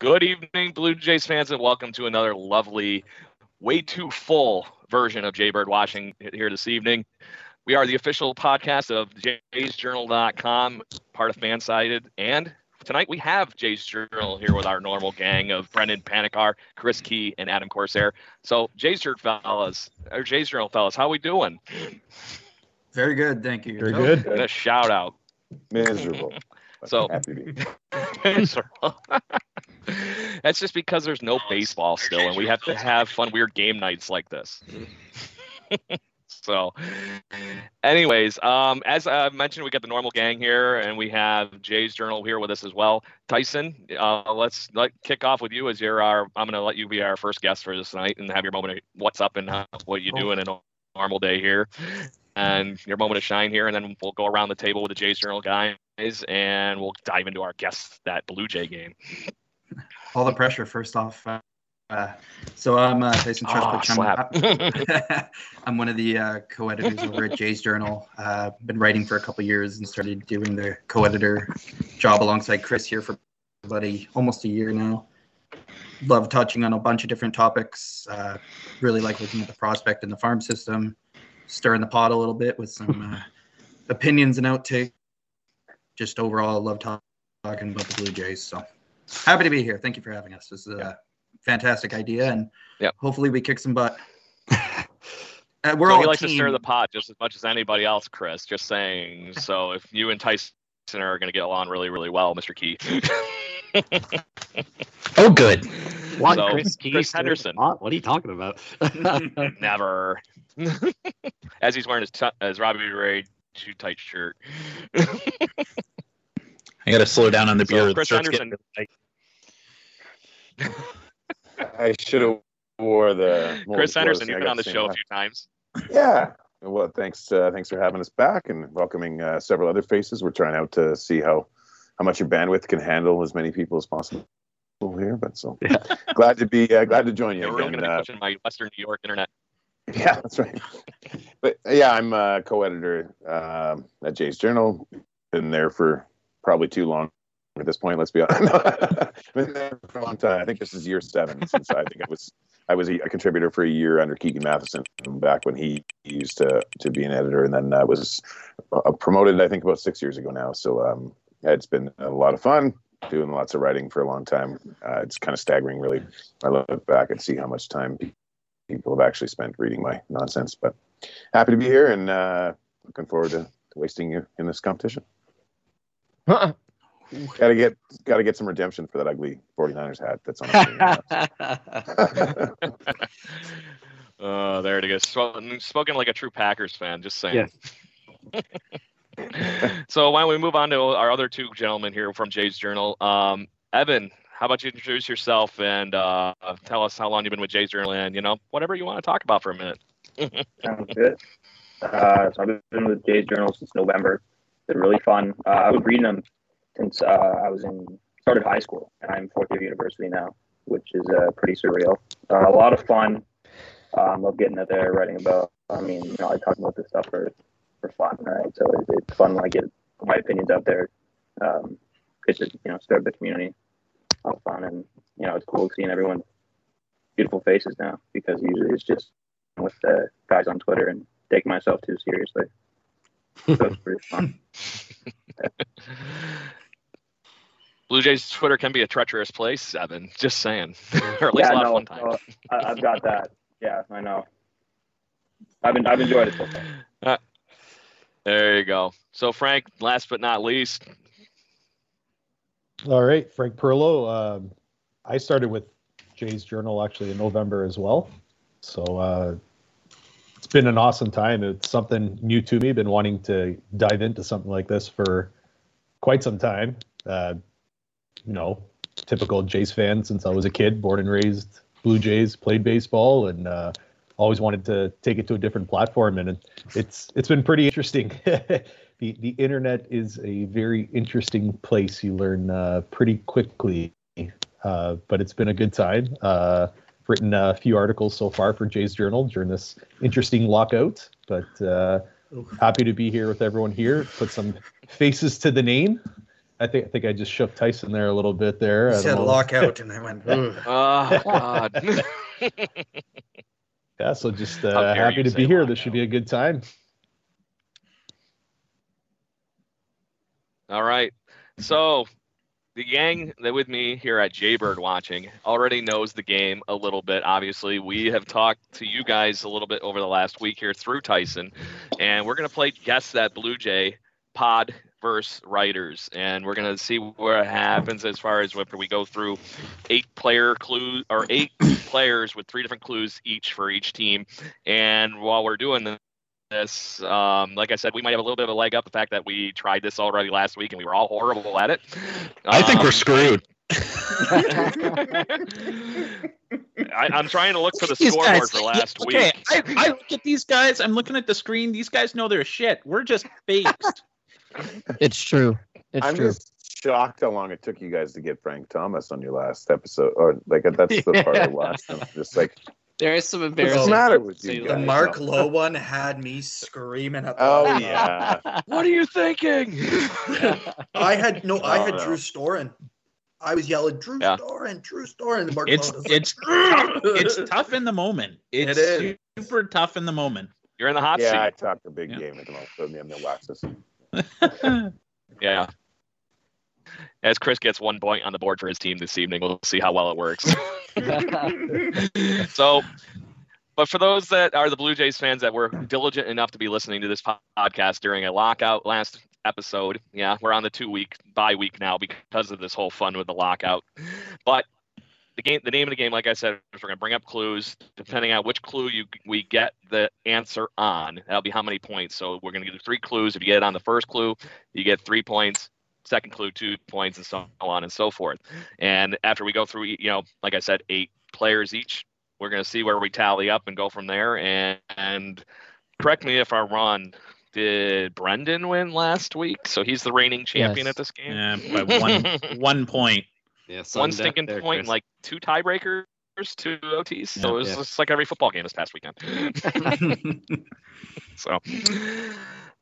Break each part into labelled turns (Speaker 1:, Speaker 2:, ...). Speaker 1: Good evening, Blue Jays fans, and welcome to another lovely, way too full version of Jaybird Watching here this evening. We are the official podcast of jaysjournal.com, part of Fansided, and tonight we have Jay's Journal here with our normal gang of Brendan Panikar, Chris Key, and Adam Corsair. So, Jay's Journal fellas, or Jay's Journal fellas, how we doing?
Speaker 2: Very good, thank you.
Speaker 3: Very good.
Speaker 1: And a shout out.
Speaker 4: Miserable.
Speaker 1: So-
Speaker 4: happy to be.
Speaker 1: That's just because there's no baseball still, and we have to have fun, weird game nights like this. so, anyways, um, as I mentioned, we got the normal gang here, and we have Jay's Journal here with us as well. Tyson, uh, let's let kick off with you as you're our. I'm gonna let you be our first guest for this night and have your moment. Of what's up and how, what you do in a normal day here, and your moment of shine here, and then we'll go around the table with the Jay's Journal guy guys, and we'll dive into our guests that Blue Jay game.
Speaker 2: All the pressure, first off. Uh, uh, so I'm uh, Tyson
Speaker 1: Ah,
Speaker 2: Trespich.
Speaker 1: slap.
Speaker 2: I'm, I'm one of the uh, co-editors over at Jay's Journal. Uh, been writing for a couple years and started doing the co-editor job alongside Chris here for about a, almost a year now. Love touching on a bunch of different topics. Uh, really like looking at the prospect and the farm system. Stirring the pot a little bit with some uh, opinions and outtake. Just overall, love talk- talking about the Blue Jays. So happy to be here. Thank you for having us. This is a fantastic idea, and
Speaker 1: Yeah.
Speaker 2: hopefully we kick some butt. Uh, we're
Speaker 1: so
Speaker 2: all
Speaker 1: he
Speaker 2: a
Speaker 1: likes to
Speaker 2: team.
Speaker 1: stir the pot just as much as anybody else, Chris. Just saying. So if you and Tyson are going to get along really, really well, Mr. Key.
Speaker 3: Oh, good.
Speaker 5: What
Speaker 1: So,
Speaker 5: Chris, Keys
Speaker 1: Chris
Speaker 5: to the
Speaker 1: Henderson.
Speaker 5: pot? What are you talking about?
Speaker 1: Never. as he's wearing his, t- his Robbie Ray too tight shirt.
Speaker 3: I got to slow down on the
Speaker 1: So,
Speaker 3: beer. The
Speaker 1: Chris
Speaker 3: shirt's
Speaker 1: Henderson.
Speaker 3: getting really
Speaker 4: I should have wore the
Speaker 1: Chris Henderson, you've
Speaker 4: I
Speaker 1: been
Speaker 4: got
Speaker 1: on the
Speaker 4: same
Speaker 1: show a
Speaker 4: hat.
Speaker 1: few times.
Speaker 4: Yeah. Well, thanks. Uh, thanks for having us back and welcoming uh, several other faces. We're trying out to see how how much your bandwidth can handle as many people as possible here. But so glad to be uh, glad to join you
Speaker 1: Yeah, we're really
Speaker 4: again.
Speaker 1: going to be
Speaker 4: uh,
Speaker 1: pushing my Western New York internet.
Speaker 4: Yeah, that's right. But yeah, I'm a co-editor um, at Jay's Journal. Been there for probably too long at this point. Let's be honest. Been there for a long time. I think this is year seven since I think I was I was a, a contributor for a year under Keegan Matheson back when he used to to be an editor, and then uh, was uh, promoted I think about six years ago now. So um, it's been a lot of fun doing lots of writing for a long time. Uh, it's kind of staggering, really. I look back and see how much time people have actually spent reading my nonsense. But happy to be here and uh, looking forward to, to wasting you in this competition. Gotta get gotta get some redemption for that ugly 49ers hat that's on. the
Speaker 1: Uh, there it is. Spo- Spoken like a true Packers fan. Just saying.
Speaker 5: Yes.
Speaker 1: so why don't we move on to our other two gentlemen here from Jay's Journal? Um, Evan, how about you introduce yourself and uh, tell us how long you've been with Jay's Journal and, you know, whatever you want to talk about for a minute.
Speaker 5: Sounds good. Uh, so I've been with Jay's Journal since November. They're really fun. Uh, I've been reading them since uh, I was in started high school, and I'm fourth year university now, which is uh, pretty surreal. Uh, a lot of fun. Um, love getting out there, writing about. I mean, you know, I talk about this stuff for for fun, right? So it, it's fun. Like it, my opinions out there. Um, it's just you know, stir up the community. All fun, and you know, it's cool seeing everyone's beautiful faces now because usually it's just with the guys on Twitter and take myself too seriously. So it's pretty fun.
Speaker 1: Blue Jays Twitter can be a treacherous place, Evan. Just saying. or at least a lot of fun time.
Speaker 5: no, I, I've got that. Yeah, I know. I've been, I've enjoyed it so far.
Speaker 1: There you go. So, Frank, last but not least,
Speaker 6: All right, Frank Perlo. Um, I started with Jay's Journal actually in November as well, so uh, it's been an awesome time. It's something new to me. Been wanting to dive into something like this for quite some time. Uh, you know, typical Jays fan since I was a kid, born and raised Blue Jays, played baseball, and uh, always wanted to take it to a different platform. And it- it's it's been pretty interesting. the the internet is a very interesting place. You learn uh, pretty quickly, uh, but it's been a good time. Uh, written a few articles so far for Jay's Journal during this interesting lockout, but uh, happy to be here with everyone here. Put some faces to the name. I think I think I just shook Tyson there a little bit there. I
Speaker 2: You
Speaker 6: don't
Speaker 2: said
Speaker 6: know.
Speaker 2: lockout, and I went, "Ugh."
Speaker 1: oh, God.
Speaker 6: Yeah, so just
Speaker 1: How
Speaker 6: uh,
Speaker 1: dare
Speaker 6: happy
Speaker 1: you
Speaker 6: to
Speaker 1: say
Speaker 6: be here.
Speaker 1: lockout.
Speaker 6: This should be a good time.
Speaker 1: All right. So the gang that with me here at Jaybird watching already knows the game a little bit. Obviously, we have talked to you guys a little bit over the last week here through Tyson, and we're gonna play guess that Blue Jay pod verse writers, and we're gonna see what happens as far as whether we go through eight player clues or eight players with three different clues each for each team, and while we're doing this this. Um, like I said, we might have a little bit of a leg up. The fact that we tried this already last week and we were all horrible at it.
Speaker 3: I think
Speaker 1: Um,
Speaker 3: we're screwed.
Speaker 1: I, I'm trying to look for the
Speaker 3: These
Speaker 1: scoreboard
Speaker 3: guys,
Speaker 1: for
Speaker 3: yeah,
Speaker 1: last
Speaker 3: okay,
Speaker 1: week.
Speaker 3: I, I look at these guys. I'm looking at the screen. These guys know their shit. We're just based.
Speaker 7: It's true. It's
Speaker 4: I'm
Speaker 7: true.
Speaker 4: just shocked how long it took you guys to get Frank Thomas on your last episode. Or like that's the part I watched. I'm just like,
Speaker 8: There is some
Speaker 4: what's
Speaker 8: embarrassing.
Speaker 4: the matter with
Speaker 8: See,
Speaker 4: you
Speaker 8: the
Speaker 2: the
Speaker 4: guys?
Speaker 2: Mark Low one had me screaming at the
Speaker 4: Oh
Speaker 2: mouth.
Speaker 4: yeah.
Speaker 1: What are you thinking?
Speaker 2: I had no, I had
Speaker 4: Oh, no.
Speaker 2: Drew Storen. I was yelling, Drew
Speaker 1: Yeah.
Speaker 2: Storen, Drew Storen. And Mark
Speaker 3: It's
Speaker 2: Low was like,
Speaker 3: it's it's tough in the moment.
Speaker 2: It
Speaker 3: It's
Speaker 2: is.
Speaker 3: super tough in the moment.
Speaker 1: You're in the hot
Speaker 4: yeah, I
Speaker 1: seat.
Speaker 4: talked a big
Speaker 3: Yeah.
Speaker 4: game at the moment. So I'm gonna watch this.
Speaker 1: Yeah. As Chris gets one point on the board for his team this evening, we'll see how well it works. so, but for those that are the Blue Jays fans that were diligent enough to be listening to this po- podcast during a lockout last episode, yeah, we're on the two week bye week now because of this whole fun with the lockout. But the game, the name of the game, like I said, is we're gonna bring up clues. Depending on which clue you we get the answer on, that'll be how many points. So we're gonna do three clues. If you get it on the first clue, you get three points. Second clue, two points, and so on and so forth. And after we go through, you know, like I said, eight players each, we're going to see where we tally up and go from there. And, and correct me if I am wrong. Did Brendan win last week? So he's the reigning champion
Speaker 7: Yes.
Speaker 1: at this game.
Speaker 3: Yeah, by one one point.
Speaker 8: Yeah,
Speaker 1: One
Speaker 8: sudden death
Speaker 1: stinking
Speaker 8: there,
Speaker 1: point,
Speaker 8: Chris.
Speaker 1: and like two tiebreakers, two OTs.
Speaker 3: Yeah,
Speaker 1: So it was
Speaker 8: yeah.
Speaker 1: just like every football game this past weekend. So,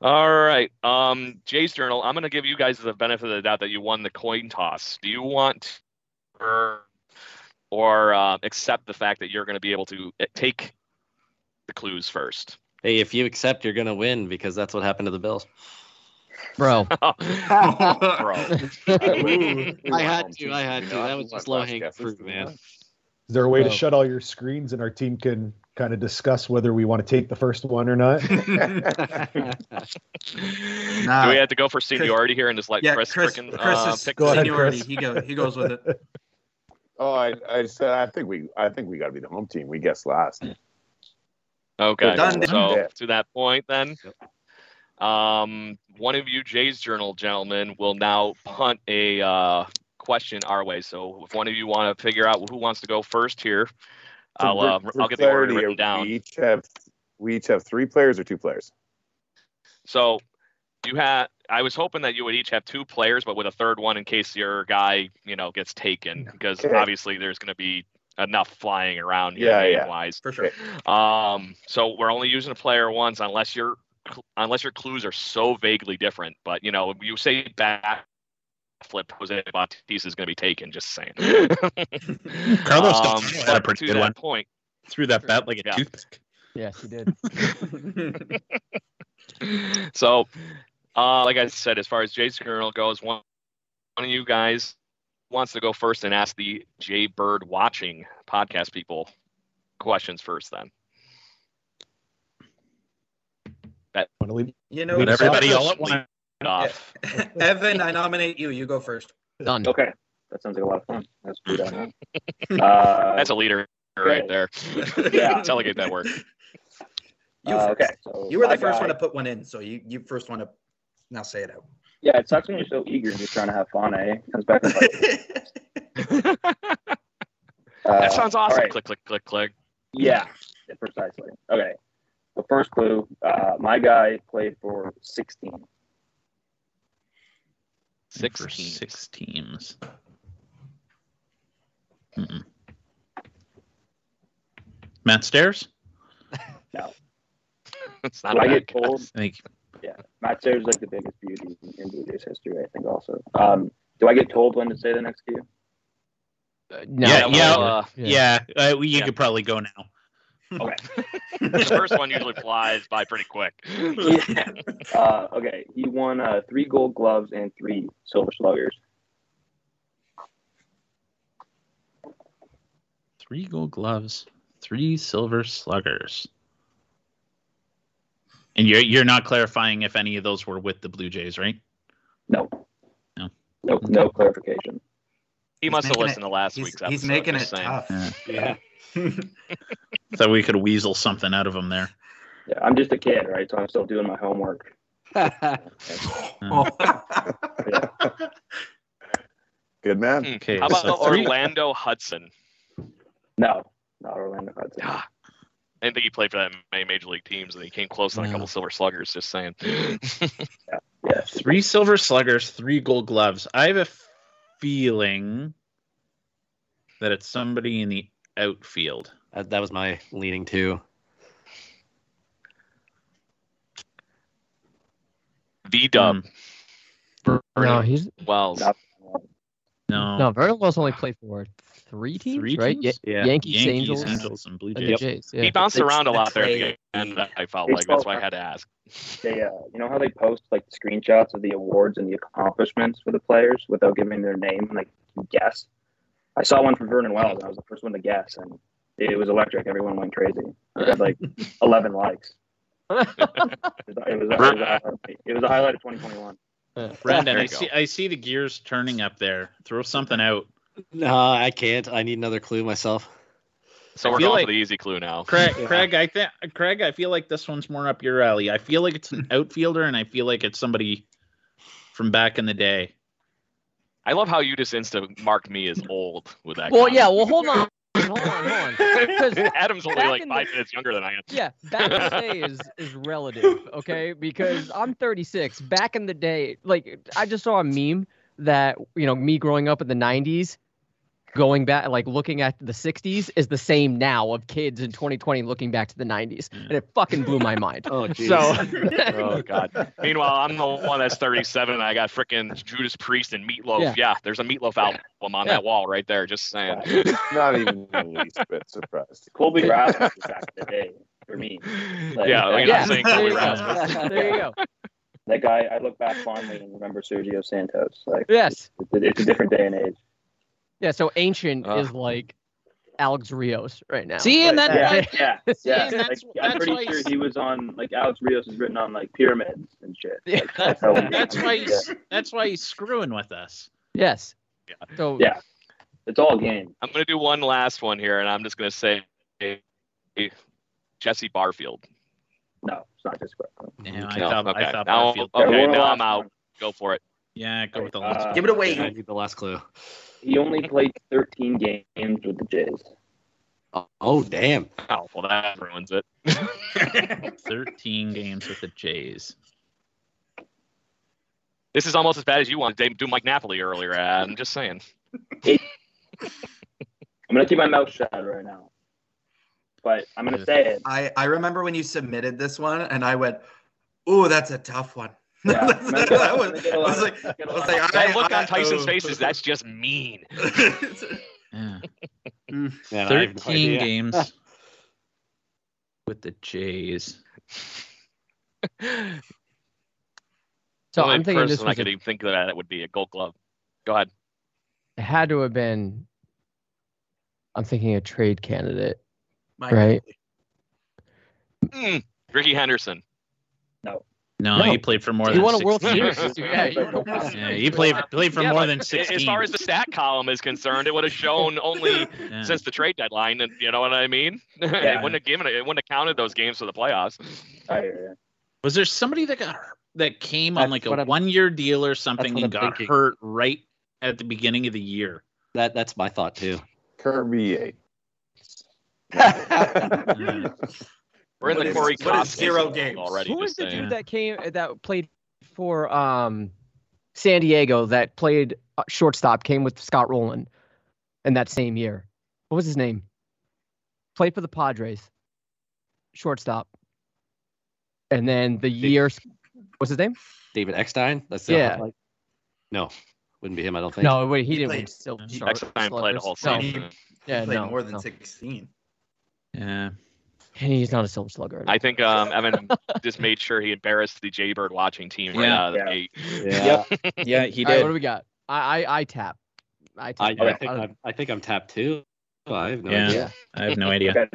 Speaker 1: all right. Um, Jay's Journal, I'm going to give you guys the benefit of the doubt that you won the coin toss. Do you want or, or uh, accept the fact that you're going to be able to uh, take the clues first?
Speaker 8: hey, if you accept, you're gonna win because that's what happened to the Bills.
Speaker 7: Bro,
Speaker 1: Bro.
Speaker 8: I had to, I had to. That was just low-hanging fruit, man.
Speaker 6: Is there a way to
Speaker 7: Oh.
Speaker 6: shut all your screens and our team can kind of discuss whether we want to take the first one or not?
Speaker 2: Nah.
Speaker 1: Do we have to go for seniority here and just let
Speaker 2: yeah,
Speaker 1: Chris,
Speaker 2: Chris, Chris,
Speaker 1: frickin', uh,
Speaker 2: is
Speaker 1: pick
Speaker 6: go
Speaker 1: the-
Speaker 6: ahead,
Speaker 2: seniority.
Speaker 6: Chris.
Speaker 2: He goes, he goes with it.
Speaker 4: Oh, I, I said I think we I think we got to be the home team. We guessed last.
Speaker 1: Okay,
Speaker 2: We're done.
Speaker 1: so
Speaker 4: Yeah.
Speaker 1: to that point, then, um, one of you Jay's Journal gentlemen will now punt a uh, question our way. So if one of you want to figure out who wants to go first here,
Speaker 4: So
Speaker 1: I'll
Speaker 4: for-
Speaker 1: uh,
Speaker 4: for
Speaker 1: I'll get the order
Speaker 4: clarity,
Speaker 1: written down.
Speaker 4: We each have we each have three players or two players.
Speaker 1: So you had I was hoping that you would each have two players, but with a third one in case your guy, you know, gets taken because
Speaker 4: Okay.
Speaker 1: obviously there's going to be enough flying around here
Speaker 4: Yeah, yeah.
Speaker 1: wise.
Speaker 2: for sure.
Speaker 1: Um, so we're only using a player once unless your unless your clues are so vaguely different. But you know, you say backflip, Jose Bautista is going to be taken. Just saying.
Speaker 3: Carlos Delgado
Speaker 1: Um,
Speaker 3: had a
Speaker 1: but
Speaker 3: pretty
Speaker 1: to
Speaker 3: good
Speaker 1: that
Speaker 3: one.
Speaker 1: Point.
Speaker 3: Threw that bat like a
Speaker 1: Yeah.
Speaker 3: toothpick.
Speaker 7: Yes, he did.
Speaker 1: So, uh, like I said, as far as Jay's journal goes, one one of you guys wants to go first and ask the Jay Bird watching podcast people questions first. Then
Speaker 6: Want to leave?
Speaker 2: You know,
Speaker 6: Lead
Speaker 3: But
Speaker 6: us
Speaker 3: everybody
Speaker 6: off?
Speaker 3: all at once.
Speaker 1: off.
Speaker 2: Evan, I nominate you. You go first.
Speaker 7: Done.
Speaker 5: Okay, that sounds like a lot of fun. That's what we
Speaker 1: Mm-hmm.
Speaker 5: done. Uh,
Speaker 1: That's a leader right there.
Speaker 5: Yeah.
Speaker 1: Delegate that work.
Speaker 2: You,
Speaker 5: uh,
Speaker 2: first.
Speaker 5: okay. So
Speaker 2: you were
Speaker 5: my
Speaker 2: the first
Speaker 5: guy-
Speaker 2: one to put one in, so you you first one to now say it out.
Speaker 5: Yeah, it sucks when you're so eager and just trying to have fun, eh? Comes back. and bites. Uh,
Speaker 1: That sounds awesome.
Speaker 5: all right.
Speaker 1: Click, click, click, click.
Speaker 5: Yeah, yeah, precisely. Okay. The first clue, uh, my guy played for 16.
Speaker 3: Six
Speaker 1: Six.
Speaker 3: six teams. Mm-mm. Matt Stairs?
Speaker 1: It's not
Speaker 5: Do I
Speaker 1: a bad
Speaker 5: get
Speaker 1: guess.
Speaker 5: told?
Speaker 3: I think
Speaker 5: Matt Sayers is like the biggest beauty in in Bluejays history, I think. Also, um, do I get told when to say the next cue?
Speaker 7: Uh, no,
Speaker 3: Yeah,
Speaker 7: that was
Speaker 3: yeah,
Speaker 7: good.
Speaker 1: uh,
Speaker 3: yeah, uh, we- you
Speaker 1: Yeah.
Speaker 3: could probably go now.
Speaker 1: The first one usually flies by pretty quick.
Speaker 5: Uh, okay, he won uh, three Gold Gloves and three Silver Sluggers.
Speaker 3: Three gold gloves, three silver sluggers. And you're you're not clarifying if any of those were with the Blue Jays, right?
Speaker 5: No.
Speaker 3: No.
Speaker 5: No,
Speaker 1: Mm-hmm.
Speaker 5: no clarification.
Speaker 1: He must have
Speaker 2: making it-
Speaker 1: listened to last
Speaker 2: He's,
Speaker 1: week's episode.
Speaker 2: he's making it
Speaker 1: just saying.
Speaker 2: tough.
Speaker 3: Yeah.
Speaker 2: Yeah.
Speaker 3: So we could weasel something out of them there.
Speaker 5: Yeah, I'm just a kid, right? So I'm still doing my homework.
Speaker 1: Oh,
Speaker 5: Yeah.
Speaker 4: Good man.
Speaker 1: Hmm.
Speaker 3: Okay,
Speaker 1: How about
Speaker 3: so three-
Speaker 1: Orlando Hudson?
Speaker 5: No, not Orlando Hudson.
Speaker 1: Ah, I didn't think he played for that many major league teams, and he came close on a
Speaker 3: No.
Speaker 1: couple silver sluggers. Just saying.
Speaker 5: Yes.
Speaker 3: Three silver sluggers, three gold gloves. I have a feeling that it's somebody in the outfield.
Speaker 8: That, that was my leaning too.
Speaker 1: V Dub
Speaker 3: Hmm,
Speaker 7: No,
Speaker 1: Vernon
Speaker 7: he's
Speaker 1: Wells.
Speaker 5: Not-
Speaker 3: no.
Speaker 7: no. Vernon Wells only played for three teams,
Speaker 3: Three
Speaker 7: right?
Speaker 3: teams?
Speaker 7: Yeah. Yankees, Angels,
Speaker 3: and Blue
Speaker 7: and
Speaker 3: Jays.
Speaker 7: the Jays. Yeah.
Speaker 1: He bounced
Speaker 2: It's
Speaker 1: around a
Speaker 2: the
Speaker 1: lot there at the
Speaker 2: trade.
Speaker 1: end. I felt
Speaker 5: They
Speaker 1: like that's
Speaker 5: felt-
Speaker 1: why I had to ask.
Speaker 5: They, uh, you know how they post like screenshots of the awards and the accomplishments for the players without giving their name, like you guess. I saw one for Vernon Wells, and I was the first one to guess, and it was electric. Everyone went crazy. It had like 11 likes. It was, it was, it was, a, highlight- it was a highlight of 2021.
Speaker 3: Brendan,
Speaker 1: There
Speaker 3: I
Speaker 1: you go.
Speaker 3: see, I see the gears turning up there. Throw something out.
Speaker 8: No, I can't. I need another clue myself.
Speaker 1: So
Speaker 3: I
Speaker 1: we're
Speaker 3: feel
Speaker 1: going
Speaker 3: like-
Speaker 1: for the easy clue now.
Speaker 3: Craig,
Speaker 8: Yeah.
Speaker 3: Craig, I think Craig, I feel like this one's more up your alley. I feel like it's an outfielder, and I feel like it's somebody from back in the day.
Speaker 1: I love how you just insta marked me as old with that.
Speaker 7: Well,
Speaker 1: comment.
Speaker 7: yeah. Well, hold on, hold on, hold on. Because
Speaker 1: Adam's only
Speaker 7: back
Speaker 1: like
Speaker 7: in
Speaker 1: five
Speaker 7: the-
Speaker 1: minutes younger than I am.
Speaker 7: Yeah, back in the day is is relative, okay? Because I'm 36. Back in the day, like I just saw a meme that you know me growing up in the 90s, going back like looking at the 60s is the same now of kids in 2020 looking back to the 90s, and it fucking blew my mind.
Speaker 8: Oh, geez.
Speaker 7: So
Speaker 1: Oh God! Meanwhile, I'm the one that's 37, and I got freaking Judas Priest and Meatloaf. Yeah,
Speaker 7: Yeah.
Speaker 1: there's a Meatloaf album on
Speaker 7: Yeah.
Speaker 1: that wall right there. Just saying.
Speaker 4: Not even the least bit surprised.
Speaker 5: Colby Rasmus was back in the day for me. Like,
Speaker 1: yeah, like,
Speaker 7: Yeah.
Speaker 1: I'm saying
Speaker 7: There
Speaker 1: Colby
Speaker 7: you go.
Speaker 1: Rasmus.
Speaker 7: there you go.
Speaker 5: That guy, I look back fondly and remember Sergio Santos. Like,
Speaker 7: Yes,
Speaker 5: it's, it's a different day and age.
Speaker 7: yeah. So ancient
Speaker 1: Ugh.
Speaker 7: is like Alex Rios right now.
Speaker 3: See, and that,
Speaker 5: Yeah,
Speaker 3: that-
Speaker 5: yeah, yeah.
Speaker 3: and that's-
Speaker 5: like, I'm
Speaker 3: that's
Speaker 5: pretty
Speaker 3: why
Speaker 5: sure
Speaker 3: he's-
Speaker 5: he was on like Alex Rios is written on like pyramids and shit.
Speaker 7: Yeah.
Speaker 5: Like, that's how we-
Speaker 3: that's why
Speaker 5: yeah.
Speaker 3: he's that's why he's screwing with us.
Speaker 7: Yes.
Speaker 1: Yeah.
Speaker 7: So
Speaker 5: Yeah. it's all game.
Speaker 1: I'm gonna do one last one here, and I'm just gonna say Jesse Barfield.
Speaker 5: No, it's not just quick.
Speaker 3: Damn, I
Speaker 1: No,
Speaker 3: thought,
Speaker 1: okay.
Speaker 3: I thought
Speaker 1: Now-
Speaker 3: Barfield-
Speaker 1: Okay,
Speaker 5: Everyone
Speaker 1: now
Speaker 5: lost
Speaker 1: I'm out.
Speaker 5: one.
Speaker 1: Go for it.
Speaker 3: Yeah, go with the
Speaker 5: Uh,
Speaker 3: last.
Speaker 2: Give it away.
Speaker 8: I need the last clue.
Speaker 5: He only played 13 games with the Jays.
Speaker 8: Oh, oh damn.
Speaker 1: Oh, well, that ruins it.
Speaker 3: 13 games with the Jays.
Speaker 1: This is almost as bad as you wanted to do Mike Napoli earlier. Ad. I'm just saying.
Speaker 5: I'm gonna keep my mouth shut right now, but I'm gonna say it.
Speaker 2: I, I remember when you submitted this one, and I went, "Ooh, that's a tough one."
Speaker 5: Yeah.
Speaker 2: that was,
Speaker 5: Get
Speaker 2: I
Speaker 5: a lot
Speaker 2: was
Speaker 5: of-
Speaker 2: like,
Speaker 5: get a
Speaker 2: I
Speaker 5: lot
Speaker 2: was
Speaker 5: of-
Speaker 2: like, I,
Speaker 1: That look
Speaker 2: I,
Speaker 1: on Tyson's
Speaker 2: oh.
Speaker 1: face is that's just mean.
Speaker 3: Yeah.
Speaker 8: Man, I have no
Speaker 3: 13
Speaker 8: idea.
Speaker 3: games with the Jays.
Speaker 7: So
Speaker 1: Only
Speaker 7: I'm thinking this
Speaker 1: person I
Speaker 7: was
Speaker 1: could e- even think of that it would be a Gold Glove. Go ahead.
Speaker 7: a, had to have been. I'm thinking a trade candidate.
Speaker 2: Mike,
Speaker 7: Right.
Speaker 1: Mm, Ricky Henderson.
Speaker 3: No,
Speaker 7: No.
Speaker 3: he played for more
Speaker 7: He
Speaker 3: than
Speaker 7: won a World
Speaker 3: 16.
Speaker 7: Series. this year. Yeah, he won a World
Speaker 3: Yeah,
Speaker 7: Series.
Speaker 3: he played played for
Speaker 1: Yeah,
Speaker 3: more
Speaker 1: but
Speaker 3: than 16.
Speaker 1: As far as the stat column is concerned, it would have shown only
Speaker 3: Yeah.
Speaker 1: since the trade deadline. And you know what I mean? it wouldn't have given it. It wouldn't have counted those games for the playoffs.
Speaker 4: Oh,
Speaker 5: I hear
Speaker 3: Was there somebody that got hurt- that came on
Speaker 8: That's
Speaker 3: like
Speaker 8: what
Speaker 3: a
Speaker 8: I'm-
Speaker 3: one year deal or something
Speaker 8: what
Speaker 3: and
Speaker 8: I'm
Speaker 3: got
Speaker 8: thinking.
Speaker 3: hurt right at the beginning of the year?
Speaker 8: That that's my thought too.
Speaker 4: Kirby. eh.
Speaker 3: Yeah.
Speaker 1: We're in
Speaker 2: What
Speaker 1: the
Speaker 2: is-
Speaker 1: Corey
Speaker 2: what is
Speaker 1: Cox
Speaker 2: zero
Speaker 1: baseball
Speaker 2: games?
Speaker 1: already.
Speaker 7: Who was
Speaker 1: just
Speaker 7: the
Speaker 1: saying.
Speaker 7: dude that came that played for um, San Diego that played uh, shortstop came with Scott Rowland in that same year? What was his name? Played for the Padres, shortstop. And then the year, what's his name?
Speaker 8: David Eckstein. That's the
Speaker 7: Yeah.
Speaker 8: like, no, wouldn't be him. I don't think.
Speaker 7: No, wait, he,
Speaker 2: He
Speaker 7: didn't.
Speaker 2: played-
Speaker 7: win Sil-
Speaker 3: Next
Speaker 7: Shar-
Speaker 1: Next time played a whole
Speaker 7: Sluggers.
Speaker 1: season.
Speaker 7: No, yeah,
Speaker 2: played
Speaker 7: no,
Speaker 2: more than
Speaker 7: no.
Speaker 2: sixteen.
Speaker 3: yeah.
Speaker 7: And he's not a silver slugger.
Speaker 1: I think um, Evan just made sure he embarrassed the Jaybird watching team right
Speaker 3: Yeah.
Speaker 1: out of the gate.
Speaker 8: Yeah.
Speaker 3: Yeah, he
Speaker 7: All right,
Speaker 3: did.
Speaker 7: what do we got? I I, I tap. I tap.
Speaker 8: I, I think I'm, I think I'm tapped too. I have no
Speaker 3: Yeah.
Speaker 8: idea.
Speaker 3: I have no
Speaker 5: you.
Speaker 3: idea.
Speaker 5: Okay,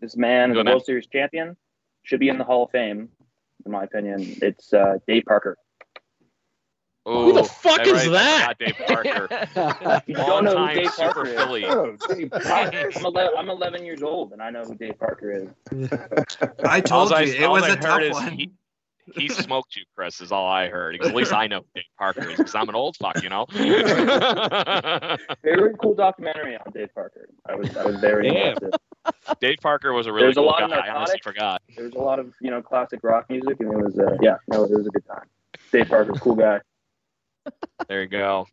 Speaker 5: This man is
Speaker 1: Go,
Speaker 5: a
Speaker 1: man.
Speaker 5: World Series champion. Should be in the Hall of Fame, in my opinion. It's uh, Dave Parker.
Speaker 3: Who the
Speaker 1: Ooh,
Speaker 3: fuck
Speaker 1: that
Speaker 3: is
Speaker 1: right,
Speaker 3: that?
Speaker 1: Not Dave Parker.
Speaker 5: You don't know who
Speaker 1: Longtime
Speaker 5: Dave
Speaker 1: Super
Speaker 5: Parker is.
Speaker 1: Philly.
Speaker 4: Oh, Dave Parker.
Speaker 5: I'm 11, I'm 11 years old, and I know who Dave Parker is.
Speaker 2: I told
Speaker 1: I-
Speaker 2: you it
Speaker 1: all
Speaker 2: was
Speaker 1: I
Speaker 2: a
Speaker 1: heard
Speaker 2: tough
Speaker 1: is
Speaker 2: one.
Speaker 1: he- He smoked you, Chris, is all I heard. 'Cause At least I know who Dave Parker is because I'm an old fuck, you know?
Speaker 5: Very cool documentary on Dave Parker. I was I was very
Speaker 8: Yeah.
Speaker 5: impressed.
Speaker 1: Dave Parker was a really
Speaker 5: There's a
Speaker 1: cool
Speaker 5: lot of
Speaker 1: guy. I honestly
Speaker 5: narcotics.
Speaker 1: forgot.
Speaker 5: There was a lot of you know classic rock music, and it was uh, yeah, no, it was a good time. Dave Parker, cool guy.
Speaker 1: There you go.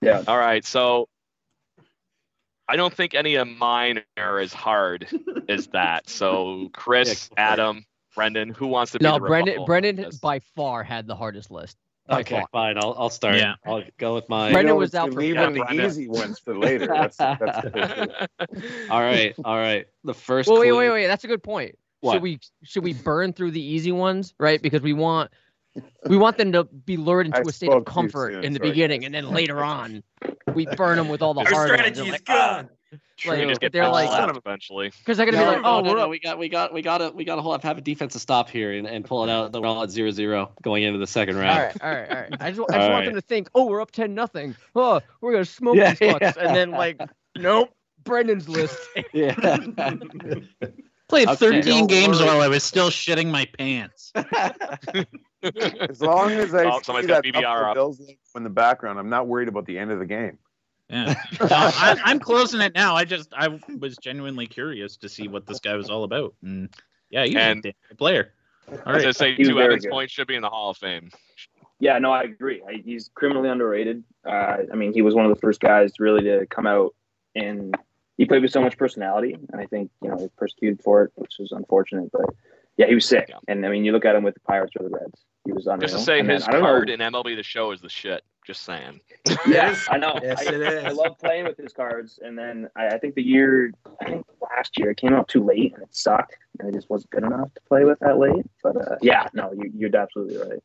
Speaker 5: Yeah.
Speaker 1: All right. So I don't think any of mine are as hard as that. So, Chris,
Speaker 8: Yeah, go for it.
Speaker 1: Adam, Brendan, who wants to be
Speaker 7: No,
Speaker 1: the
Speaker 7: Brendan.
Speaker 1: rebuttal on
Speaker 7: Brendan
Speaker 1: this?
Speaker 7: by far had the hardest list. By
Speaker 8: Okay,
Speaker 7: far.
Speaker 8: fine. I'll I'll start.
Speaker 3: Yeah.
Speaker 8: I'll go with
Speaker 4: You
Speaker 8: my.
Speaker 7: Right. Brendan
Speaker 4: know,
Speaker 7: was
Speaker 4: you're
Speaker 7: out for-
Speaker 4: leaving
Speaker 1: Yeah,
Speaker 4: the
Speaker 1: Brendan.
Speaker 4: easy ones for later. That's that's perfect.
Speaker 8: All right, all right. The first.
Speaker 7: Well, wait,
Speaker 8: clue-
Speaker 7: wait, wait. That's a good point.
Speaker 8: What?
Speaker 7: Should we should we burn through the easy ones, right? Because we want we want them to be lured
Speaker 4: I
Speaker 7: into a state of
Speaker 4: spoke too
Speaker 7: comfort
Speaker 4: soon,
Speaker 7: in the
Speaker 4: sorry,
Speaker 7: beginning,
Speaker 4: guys.
Speaker 7: and then later on, we burn them with all the
Speaker 2: Our
Speaker 7: hard ones.
Speaker 2: strategy
Speaker 7: They're
Speaker 2: is
Speaker 7: like, "Ah."
Speaker 2: gone.
Speaker 1: We
Speaker 7: Like,
Speaker 1: just get
Speaker 7: they're
Speaker 1: they're
Speaker 7: like-
Speaker 1: eventually.
Speaker 7: because they're gonna
Speaker 8: no,
Speaker 7: be like,
Speaker 8: no,
Speaker 7: oh,
Speaker 8: no,
Speaker 7: we're
Speaker 8: no, we got, we got, we got to, we got to hold up, have a defensive stop here and, and pull it out. We're all at zero zero going into the second round.
Speaker 7: All right, all right, all right. I just, I just
Speaker 8: All
Speaker 7: want
Speaker 8: right.
Speaker 7: them to think, oh, we're up ten nothing. Oh, we're gonna smoke
Speaker 8: Yeah,
Speaker 7: these fucks,
Speaker 8: yeah.
Speaker 7: and then like, nope, Brendan's list.
Speaker 8: Yeah.
Speaker 3: Played
Speaker 8: Okay.
Speaker 3: 13
Speaker 8: Don't
Speaker 3: games
Speaker 8: worry.
Speaker 3: while I was still shitting my pants.
Speaker 4: As long as I
Speaker 1: Oh,
Speaker 4: see
Speaker 1: somebody's
Speaker 4: that
Speaker 1: got BBR
Speaker 4: Buffalo
Speaker 1: up.
Speaker 4: Bills logo in the background, I'm not worried about the end of the game.
Speaker 3: Yeah. No, I, I'm closing it now. I just I was genuinely curious to see what this guy was all about. And yeah, he's
Speaker 1: And-
Speaker 3: a damn player. All
Speaker 1: As I
Speaker 3: right.
Speaker 1: say,
Speaker 5: He was
Speaker 1: two
Speaker 5: very
Speaker 1: Evans
Speaker 5: good.
Speaker 1: points should be in the Hall of Fame.
Speaker 5: Yeah, no, I agree. I, he's criminally underrated. Uh, I mean, he was one of the first guys really to come out, and he played with so much personality. And I think you know he was persecuted for it, which is unfortunate. But yeah, he was sick.
Speaker 1: Yeah.
Speaker 5: And I mean, you look at him with the Pirates or the Reds, he was unreal.
Speaker 1: Just to say,
Speaker 5: And then,
Speaker 1: his
Speaker 5: I don't
Speaker 1: card
Speaker 5: know.
Speaker 1: in MLB The Show is the shit. Just saying.
Speaker 5: Yeah, I know.
Speaker 2: Yes,
Speaker 5: I,
Speaker 2: it
Speaker 5: I
Speaker 2: is.
Speaker 5: love playing with his cards. And then I, I think the year, I think last year, it came out too late and it sucked. And it just wasn't good enough to play with that late. But uh, yeah, no, you, you're absolutely right.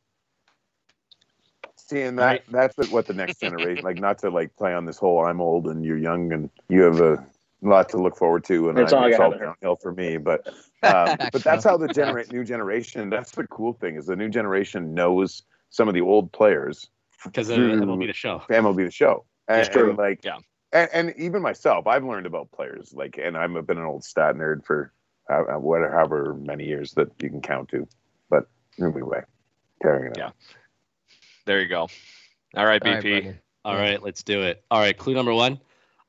Speaker 4: Seeing that that's what the next generation like not to like play on this whole I'm old and you're young and you have a lot to look forward to and
Speaker 5: That's
Speaker 4: I'm-
Speaker 5: all I
Speaker 4: it's
Speaker 5: got.
Speaker 4: all downhill for me. But um, but that's how the genera-
Speaker 7: Facts.
Speaker 4: new generation that's the cool thing is the new generation knows some of the old players
Speaker 8: Because it'll be the show.
Speaker 4: for MLB the show. And,
Speaker 5: It's true.
Speaker 4: and, like,
Speaker 1: Yeah.
Speaker 4: and, and even myself, I've learned about players. Like, and I've been an old stat nerd for uh, uh, whatever, however many years that you can count to. But anyway, carrying it.
Speaker 1: Yeah. There you go.
Speaker 7: All
Speaker 1: All right,
Speaker 7: right,
Speaker 1: BP.
Speaker 7: Brendan.
Speaker 8: All right, let's do it. All right, clue number one.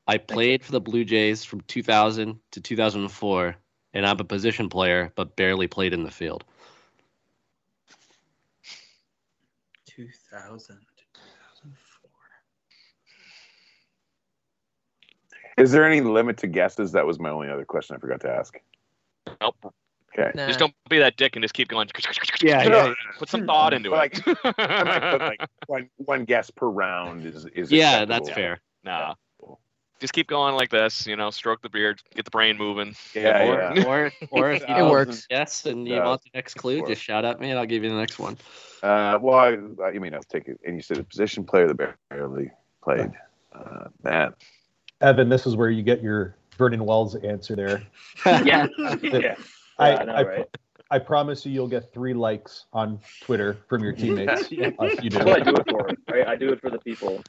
Speaker 8: I played for the Blue Jays from 2000 to 2004, and I'm a position player, but barely played in the field.
Speaker 2: 2000 2004.
Speaker 4: Is there any limit to guesses? That was my only other question I forgot to ask.
Speaker 1: Nope.
Speaker 4: Okay.
Speaker 7: Nah.
Speaker 1: Just don't be that dick and just keep going.
Speaker 4: Yeah, yeah.
Speaker 1: Put some thought into
Speaker 4: Like,
Speaker 1: it.
Speaker 4: I might put like one, one guess per round is is
Speaker 8: Yeah,
Speaker 4: acceptable.
Speaker 8: that's fair.
Speaker 1: nah. Just keep going like this, you know, stroke the beard, get the brain moving.
Speaker 4: Yeah,
Speaker 8: or,
Speaker 4: yeah.
Speaker 8: or, or if you
Speaker 4: It
Speaker 8: don't
Speaker 7: works.
Speaker 8: guess and you
Speaker 4: Yeah.
Speaker 8: want the next clue, just shout at me and I'll give you the next one.
Speaker 4: Uh, well, I, I mean, I'll take it. And you said a position player that barely played. Uh, Matt.
Speaker 6: Evan, this is where you get your Vernon Wells answer there.
Speaker 5: Yeah.
Speaker 4: Yeah.
Speaker 6: I,
Speaker 5: Yeah, I know,
Speaker 6: I,
Speaker 5: right?
Speaker 6: I promise you, you'll get three likes on Twitter from your teammates. if you do
Speaker 5: That's what I do it for. Right? I do it for the people.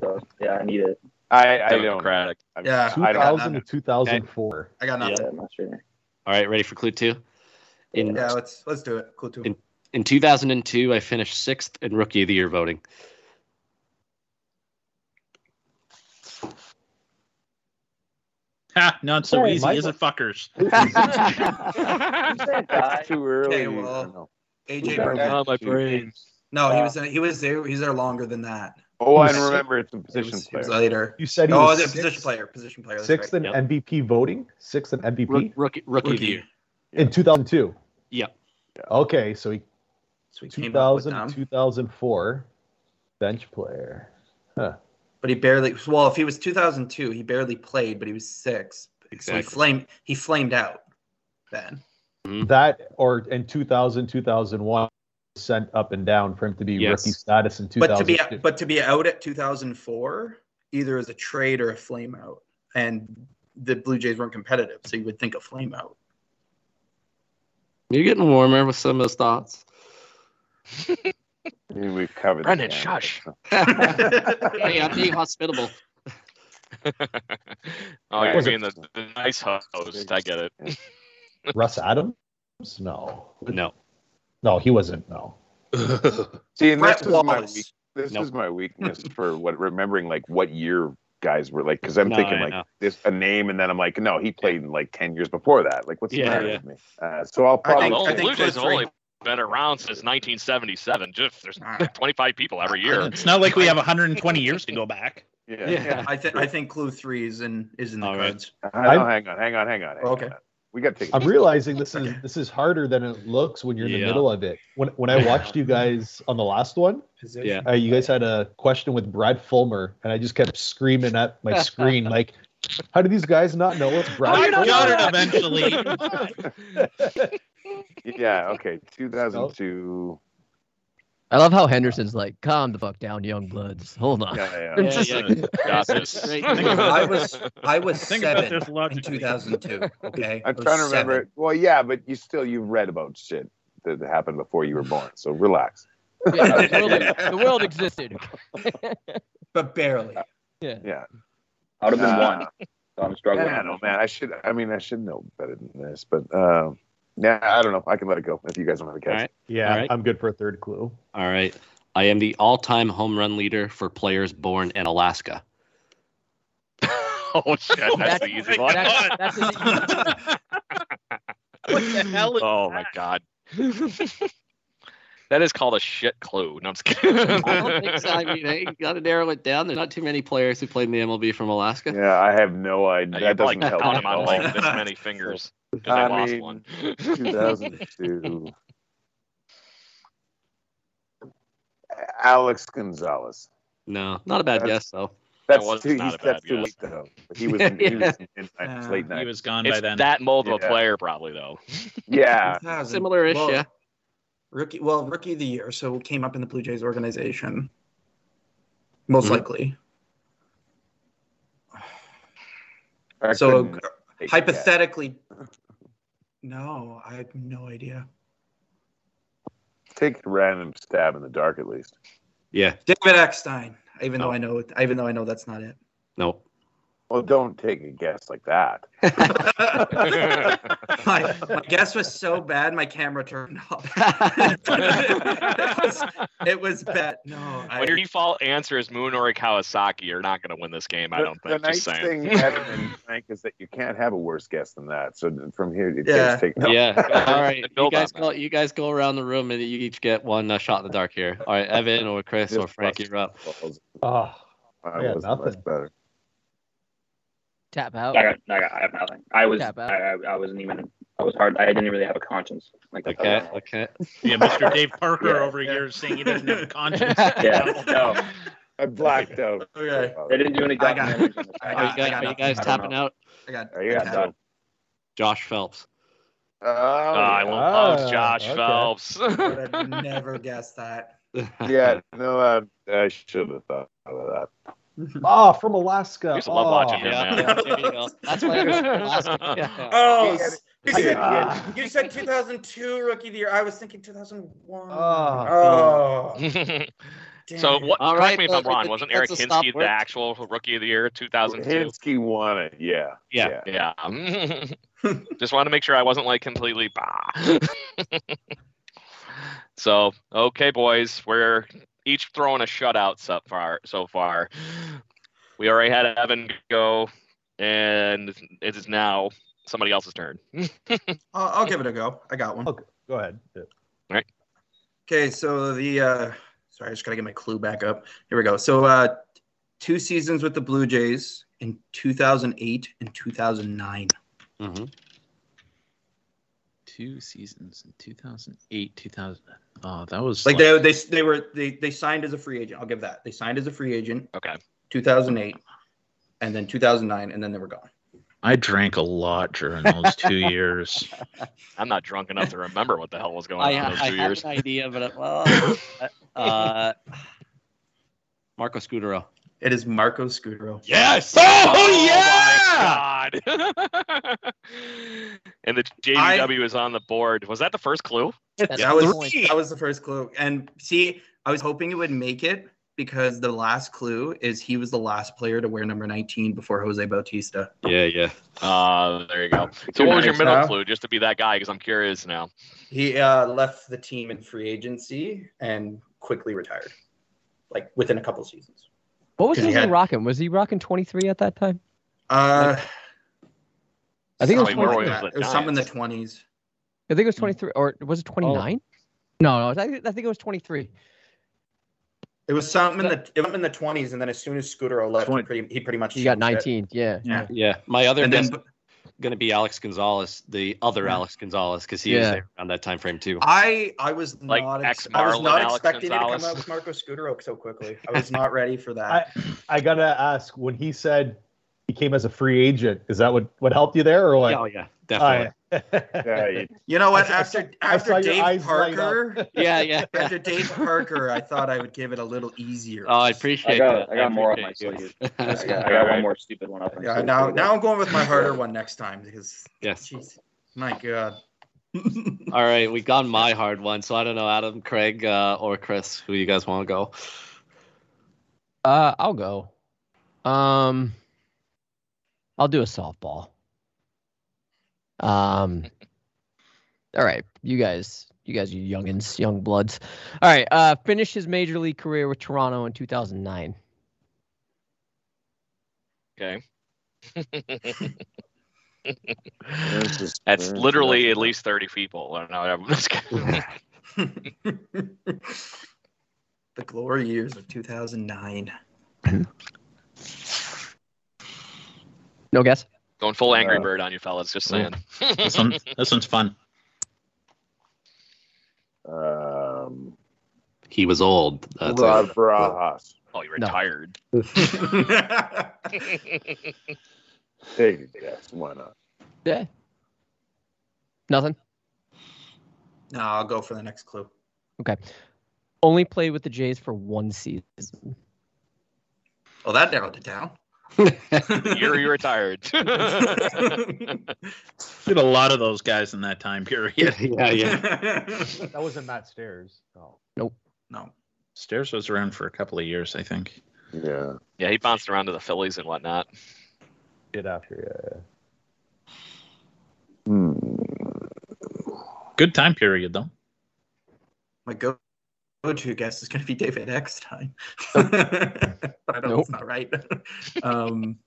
Speaker 5: So yeah, I need it.
Speaker 4: I, I don't.
Speaker 1: Democratic.
Speaker 4: I'm-
Speaker 2: Yeah.
Speaker 4: I don't.
Speaker 6: 2000 to 2004.
Speaker 2: I got nothing.
Speaker 5: Yeah, I'm not sure.
Speaker 8: All right, ready for clue two? In,
Speaker 2: Yeah, let's let's do it. Cool too.
Speaker 8: In- in 2002, I finished sixth in Rookie of the Year voting.
Speaker 3: Ha, not so
Speaker 6: Sorry,
Speaker 3: easy,
Speaker 6: Michael.
Speaker 3: is it, fuckers?
Speaker 4: That's too early.
Speaker 2: Okay, well,
Speaker 4: I don't know.
Speaker 2: AJ Brown.
Speaker 1: my brain.
Speaker 2: No, he was in, he was there. He's there longer than that.
Speaker 4: Oh, I
Speaker 6: Uh, He was-
Speaker 4: remember it's a position
Speaker 2: It was, it
Speaker 4: player.
Speaker 2: was later.
Speaker 6: You said he
Speaker 2: Oh,
Speaker 6: was
Speaker 2: the
Speaker 6: sixth-
Speaker 2: position player. Position player. that's
Speaker 6: Sixth
Speaker 2: right.
Speaker 6: in
Speaker 8: Yep.
Speaker 6: MVP voting, sixth in MVP
Speaker 8: Rook, rookie, rookie of the
Speaker 2: Rookie.
Speaker 8: Year.
Speaker 6: in 2002.
Speaker 8: Yeah.
Speaker 6: Okay, so he
Speaker 2: So he came up with
Speaker 6: 2000
Speaker 2: them.
Speaker 6: 2004 bench player.
Speaker 2: But he barely. Well, if he was 2002, he barely played, but he was six. So he
Speaker 8: Exactly.
Speaker 2: flamed. He flamed out. Then.
Speaker 8: Mm-hmm.
Speaker 6: That or in 2000 2001 sent up and down for him to be
Speaker 8: Yes.
Speaker 6: rookie status in 2000.
Speaker 2: But to be but to be out at 2004, either as a trade or a flame out, and the Blue Jays weren't competitive, so you would think a flame out.
Speaker 8: You're getting warmer with some of those thoughts.
Speaker 4: I mean, We've covered.
Speaker 1: Brendan,
Speaker 4: that.
Speaker 1: shush.
Speaker 8: Hey, I'm being hospitable.
Speaker 1: oh,
Speaker 4: That
Speaker 1: you're
Speaker 4: was a-
Speaker 1: being the, the nice host. I get it.
Speaker 6: Russ Adams? No.
Speaker 8: No.
Speaker 6: No, he wasn't. No.
Speaker 4: See, and
Speaker 2: Brett
Speaker 4: this is my
Speaker 2: Wallace.
Speaker 4: weak, this
Speaker 8: Nope.
Speaker 4: is my weakness for what remembering like what year guys were like because I'm
Speaker 8: No,
Speaker 4: thinking
Speaker 8: I
Speaker 4: like
Speaker 8: know.
Speaker 4: this a name and then I'm like no he played like ten years before that like what's
Speaker 8: Yeah,
Speaker 4: the matter
Speaker 8: yeah.
Speaker 4: with me uh, so I'll
Speaker 2: I
Speaker 4: probably
Speaker 2: think-
Speaker 1: Oh, the
Speaker 2: I
Speaker 1: old
Speaker 2: think
Speaker 1: Blue Jays have
Speaker 2: Cliff's
Speaker 1: only been around since 1977. Just there's
Speaker 2: All right.
Speaker 1: 25 people every year.
Speaker 3: it's not like we have 120 years to go back.
Speaker 4: yeah,
Speaker 8: Yeah.
Speaker 2: I think I think Clue Three is in is in the
Speaker 8: All right.
Speaker 2: cards.
Speaker 4: I know,
Speaker 6: I'm-
Speaker 4: hang on hang on hang on hang
Speaker 2: Okay.
Speaker 4: on. we got to take
Speaker 6: I'm
Speaker 4: a-
Speaker 6: realizing this is this is harder than it looks when you're in
Speaker 8: Yeah.
Speaker 6: the middle of it. When when I watched you guys on the last one,
Speaker 2: Position.
Speaker 8: Yeah.
Speaker 6: uh, you guys had a question with Brad Fulmer, and I just kept screaming at my screen like, "How do these guys not know it's Brad?"
Speaker 3: I
Speaker 6: Fulmer?
Speaker 3: got it eventually.
Speaker 4: yeah okay 2002
Speaker 7: I love how Henderson's like, calm the fuck down, young bloods. Hold on.
Speaker 4: yeah yeah
Speaker 7: It's just like-
Speaker 1: Got this.
Speaker 8: Great.
Speaker 2: I was I was
Speaker 3: Think about
Speaker 2: seven
Speaker 3: this
Speaker 2: in
Speaker 3: logically.
Speaker 2: 2002. Okay,
Speaker 4: I'm
Speaker 2: I was
Speaker 4: trying to remember
Speaker 2: seven.
Speaker 4: it well yeah but you still you've read about shit that happened before you were born so relax
Speaker 7: Yeah, the, world, the world existed.
Speaker 2: but barely.
Speaker 5: I would have been
Speaker 4: Uh,
Speaker 5: one. So I'm
Speaker 4: Yeah,
Speaker 5: struggling.
Speaker 4: I don't know, man. I should. I mean, I should know better than this, but um, yeah, I don't know. I can let it go if you guys want to
Speaker 8: All
Speaker 4: catch.
Speaker 8: right.
Speaker 6: Yeah,
Speaker 8: All right.
Speaker 6: I'm good for a third clue.
Speaker 8: All right. I am the all time home run leader for players born in Alaska.
Speaker 1: oh shit, that's the easy
Speaker 3: Oh
Speaker 1: one.
Speaker 3: my God.
Speaker 7: That's, that's an easy
Speaker 3: What the hell is
Speaker 1: Oh my god. that is called a shit clue. No, I'm just kidding.
Speaker 8: I don't think so. I mean, hey, you got to narrow it down. There's not too many players who played in the MLB from Alaska.
Speaker 4: Yeah, I have no
Speaker 1: Yeah,
Speaker 4: idea.
Speaker 1: you
Speaker 4: That
Speaker 1: probably
Speaker 4: doesn't help.
Speaker 1: count them
Speaker 4: at
Speaker 1: on
Speaker 4: all.
Speaker 1: like this many fingers. 'cause
Speaker 4: I
Speaker 1: I lost
Speaker 4: mean,
Speaker 1: one.
Speaker 4: 2002. Alex Gonzalez.
Speaker 8: No, not a bad
Speaker 4: That's-
Speaker 8: guess, though.
Speaker 4: That's
Speaker 1: was
Speaker 4: too.
Speaker 1: not
Speaker 4: He's,
Speaker 1: a bad
Speaker 4: that's too
Speaker 1: guess.
Speaker 4: late though. He was. in- He was in, uh,
Speaker 2: Yeah.
Speaker 4: late
Speaker 3: Uh, He
Speaker 4: night.
Speaker 3: was gone by
Speaker 1: It's
Speaker 3: then.
Speaker 1: that mold of a
Speaker 4: Yeah.
Speaker 1: player, probably though.
Speaker 4: Yeah.
Speaker 2: 2000.
Speaker 8: Similar-ish,
Speaker 2: Well,
Speaker 8: yeah.
Speaker 2: Rookie, well, rookie of the year, so came up in the Blue Jays organization, most
Speaker 6: Mm-hmm.
Speaker 8: Mhm.
Speaker 2: likely.
Speaker 4: I
Speaker 2: so
Speaker 4: couldn't take that.
Speaker 2: hypothetically, no, I have no idea.
Speaker 4: take a random stab in the dark at least.
Speaker 8: Yeah.
Speaker 2: David Eckstein, even
Speaker 8: No.
Speaker 2: though I know, it, even though I know that's not it.
Speaker 8: No.
Speaker 4: Well, don't take a guess like that.
Speaker 2: my, my guess was so bad, my camera turned off. it, was, it was bad. No, I,
Speaker 1: When your default answer is Moon or Kawasaki, you're not going to win this game. I
Speaker 4: The-
Speaker 1: don't think.
Speaker 4: The nice
Speaker 1: Just
Speaker 4: thing,
Speaker 1: saying.
Speaker 4: Evan and Frank, is that you can't have a worse guess than that. So th- from here, it
Speaker 2: Yeah.
Speaker 4: gets taken.
Speaker 8: Yeah. All right.
Speaker 1: Build
Speaker 8: You
Speaker 1: on
Speaker 8: guys
Speaker 1: that.
Speaker 8: go. You guys go around the room and you each get one uh, shot in the dark here. All right, Evan or Chris
Speaker 4: Just
Speaker 8: or Frank,
Speaker 4: bust
Speaker 8: you're up.
Speaker 4: balls.
Speaker 6: Oh,
Speaker 4: I
Speaker 6: Yeah,
Speaker 4: was much
Speaker 6: nothing.
Speaker 4: better.
Speaker 7: Tap out.
Speaker 5: I got, I got, I have nothing. I was,
Speaker 7: Tap
Speaker 5: I,
Speaker 7: out.
Speaker 5: I, I wasn't even, I was hard. I didn't really have a conscience. Like that's
Speaker 8: Okay.
Speaker 5: how-
Speaker 8: Okay.
Speaker 3: Yeah, Mr. Dave Parker
Speaker 5: Yeah,
Speaker 3: over
Speaker 2: yeah.
Speaker 3: here is saying he doesn't have a conscience.
Speaker 5: Yeah. No,
Speaker 4: I blacked out.
Speaker 2: okay.
Speaker 5: they didn't do any.
Speaker 2: I got it.
Speaker 5: documentation.
Speaker 2: I
Speaker 8: Are you
Speaker 2: got-
Speaker 8: guys,
Speaker 2: got
Speaker 8: are you
Speaker 2: nothing.
Speaker 8: guys
Speaker 2: I don't
Speaker 8: tapping
Speaker 2: know.
Speaker 8: out?
Speaker 2: I got.
Speaker 4: I got
Speaker 2: I
Speaker 4: done.
Speaker 8: Josh Phelps.
Speaker 4: Oh,
Speaker 1: Oh, I
Speaker 4: yeah.
Speaker 1: love
Speaker 6: Ah,
Speaker 1: Josh
Speaker 6: okay.
Speaker 1: Phelps.
Speaker 2: I would have never guessed that.
Speaker 4: yeah, no, uh, I should have thought of that.
Speaker 6: Ah, from Alaska.
Speaker 1: I used to love
Speaker 6: Ah.
Speaker 1: watching him,
Speaker 8: Yeah,
Speaker 1: man.
Speaker 8: there you go. That's why I was asking. Yeah.
Speaker 4: He
Speaker 2: Oh,
Speaker 4: had it.
Speaker 2: you
Speaker 4: He had
Speaker 2: said,
Speaker 6: Ah.
Speaker 2: you said 2002 rookie of the year. I was thinking 2001.
Speaker 6: Ah.
Speaker 2: oh, damn
Speaker 1: so
Speaker 2: it.
Speaker 1: what?
Speaker 8: All
Speaker 1: correct
Speaker 8: right,
Speaker 1: me if
Speaker 8: uh,
Speaker 1: I'm wrong.
Speaker 8: the
Speaker 1: Wasn't Eric
Speaker 8: defensive stop
Speaker 1: Hinsky the
Speaker 8: worked.
Speaker 1: actual Rookie of the Year 2002?
Speaker 4: Hinsky won it. Yeah.
Speaker 8: Yeah.
Speaker 1: Yeah. Just wanted to make sure I wasn't like completely bah. so okay, boys, we're each throwing a shutout so far. So far, we already had Evan go, and it is now somebody else's turn.
Speaker 2: I'll, I'll give it a go. I got one.
Speaker 6: Okay. Go ahead.
Speaker 2: Okay, so the uh sorry, I just gotta get my clue back up. Here we go. So uh two seasons with the Blue Jays in 2008 and 2009.
Speaker 1: Mm-hmm.
Speaker 8: Mhm.
Speaker 3: Two seasons in 2008, 2000. Oh, that was
Speaker 2: Like they they they were they they signed as a free agent. I'll give that. They signed as a free agent.
Speaker 1: Okay.
Speaker 2: 2008 and then 2009 and then they were gone.
Speaker 3: I drank a lot during those two years.
Speaker 1: I'm not drunk enough to remember what the hell was going on
Speaker 8: I,
Speaker 1: in
Speaker 8: ha-
Speaker 1: those
Speaker 8: I
Speaker 1: two
Speaker 8: have
Speaker 1: years.
Speaker 8: an idea, but uh, well, uh, Marco Scudero.
Speaker 2: It is Marco Scudero.
Speaker 1: Yes! Oh, my God! and the JDW is on the board. Was that the first clue?
Speaker 7: That's
Speaker 2: That
Speaker 7: the
Speaker 2: was
Speaker 7: point.
Speaker 2: that was the first clue. And see, I was hoping it would make it because the last clue is he was the last player to wear number 19 before Jose Bautista.
Speaker 8: Yeah, yeah.
Speaker 1: Uh, there you go. So
Speaker 2: Two
Speaker 1: what was your
Speaker 2: nights
Speaker 1: middle
Speaker 2: now.
Speaker 1: clue, just to be that guy? Because I'm curious now.
Speaker 2: He uh, left the team in free agency and quickly retired, like within a couple seasons.
Speaker 7: What was
Speaker 2: Yeah.
Speaker 7: he rocking? Was he rocking 23 at that time?
Speaker 2: Uh,
Speaker 7: I think it was
Speaker 2: something like
Speaker 7: 23.
Speaker 2: that. It was something in the twenties.
Speaker 7: I think it was 23, or was
Speaker 2: Oh.
Speaker 7: it 29? No, no, I think, I think it was 23.
Speaker 2: It was something in the it was in the twenties, and then as soon as Scudero left, he
Speaker 3: Twenty.
Speaker 2: pretty, he pretty much
Speaker 7: He got
Speaker 2: changed
Speaker 7: 19.
Speaker 2: it.
Speaker 7: Yeah.
Speaker 2: Yeah.
Speaker 8: Yeah. My other
Speaker 2: And
Speaker 8: guess
Speaker 2: then
Speaker 8: is going to be Alex Gonzalez, the other
Speaker 2: Yeah. Ah,
Speaker 8: Alex Gonzalez, because he was
Speaker 7: Yeah.
Speaker 8: there around that time frame too.
Speaker 2: I I was
Speaker 1: Like
Speaker 2: not
Speaker 1: ex-
Speaker 2: I was
Speaker 1: Marlon,
Speaker 2: not
Speaker 1: Alex
Speaker 2: expecting you to come
Speaker 1: Gonzalez.
Speaker 2: out with Marco Scudero so quickly. I was not ready for
Speaker 6: I,
Speaker 2: that.
Speaker 6: I gotta ask when he said he came as a free agent. Is that what what helped you there or what? Oh,
Speaker 8: Oh yeah, definitely.
Speaker 4: Yeah, you-
Speaker 2: you know what?
Speaker 6: I- I saw-
Speaker 2: After
Speaker 6: I saw
Speaker 2: after
Speaker 6: your
Speaker 2: Dave
Speaker 6: eyes light
Speaker 2: Parker,
Speaker 8: yeah, yeah. yeah.
Speaker 2: after Dave Parker, I thought I would give it a little easier.
Speaker 8: Oh, I appreciate
Speaker 5: I got,
Speaker 8: that.
Speaker 5: I got more on my
Speaker 8: appreciate
Speaker 5: sleeve.
Speaker 8: you.
Speaker 5: I got, I got
Speaker 1: Alright.
Speaker 5: one more stupid one up. my
Speaker 2: Yeah,
Speaker 5: sleeve.
Speaker 2: now now I'm going with my harder one next time because
Speaker 8: yes.
Speaker 2: jeez, my god.
Speaker 8: All right, we got my hard one, so I don't know, Adam, Craig, uh, or Chris, who you guys want to go?
Speaker 7: Uh, I'll go. Um, I'll do a softball. Um, all right, you guys, you guys, you youngins, young bloods. All right, uh, finished his major league career with Toronto in 2009.
Speaker 1: Okay.
Speaker 4: this is- this
Speaker 1: That's
Speaker 4: is
Speaker 1: literally
Speaker 4: nothing.
Speaker 1: at least 30 people. I don't know. I'm just kidding.
Speaker 2: the glory years of 2009.
Speaker 7: No guess.
Speaker 1: Going full Angry
Speaker 4: Uh,
Speaker 1: Bird on you fellas, just saying.
Speaker 3: This, one, this one's fun.
Speaker 4: Um,
Speaker 8: He was old. uh, That's it.
Speaker 4: Rod Barajas.
Speaker 1: oh, you retired.
Speaker 4: Take a guess. Why not?
Speaker 7: Yeah. Nothing.
Speaker 2: no, I'll go for the next clue.
Speaker 7: Only played with the Jays for one season.
Speaker 2: Oh, that narrowed it down.
Speaker 1: The year you retired.
Speaker 3: Did a lot of those guys in that time period.
Speaker 8: yeah, yeah.
Speaker 6: That wasn't Matt Stairs. No.
Speaker 2: no.
Speaker 3: Stairs was around for a couple of years, I think.
Speaker 4: Yeah.
Speaker 1: yeah, he bounced around to the Phillies and whatnot.
Speaker 6: did after. Yeah.
Speaker 2: Hmm.
Speaker 3: Good time period though.
Speaker 2: My go to guess is going to be David Eckstein. but I know it's not right. um,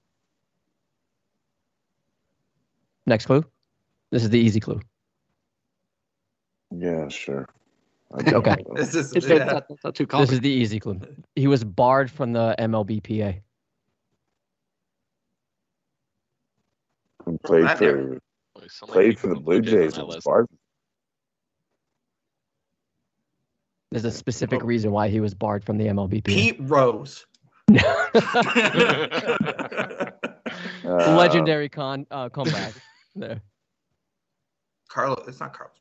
Speaker 7: Next clue. This is the easy clue.
Speaker 4: Yeah, sure. I
Speaker 7: Okay.
Speaker 4: don't know.
Speaker 2: this is,
Speaker 8: It's
Speaker 2: yeah.
Speaker 8: not, that's not too
Speaker 7: This
Speaker 8: complicated.
Speaker 7: is the easy clue. He was barred from the MLBPA.
Speaker 4: He Played
Speaker 2: Not
Speaker 4: for played for the Blue Jays. and was barred.
Speaker 7: There's a specific reason why he was barred from the MLBPA.
Speaker 2: Oh. Pete Rose.
Speaker 4: Uh,
Speaker 7: Legendary con uh, comeback. there.
Speaker 2: Carlos, it's not Carlos.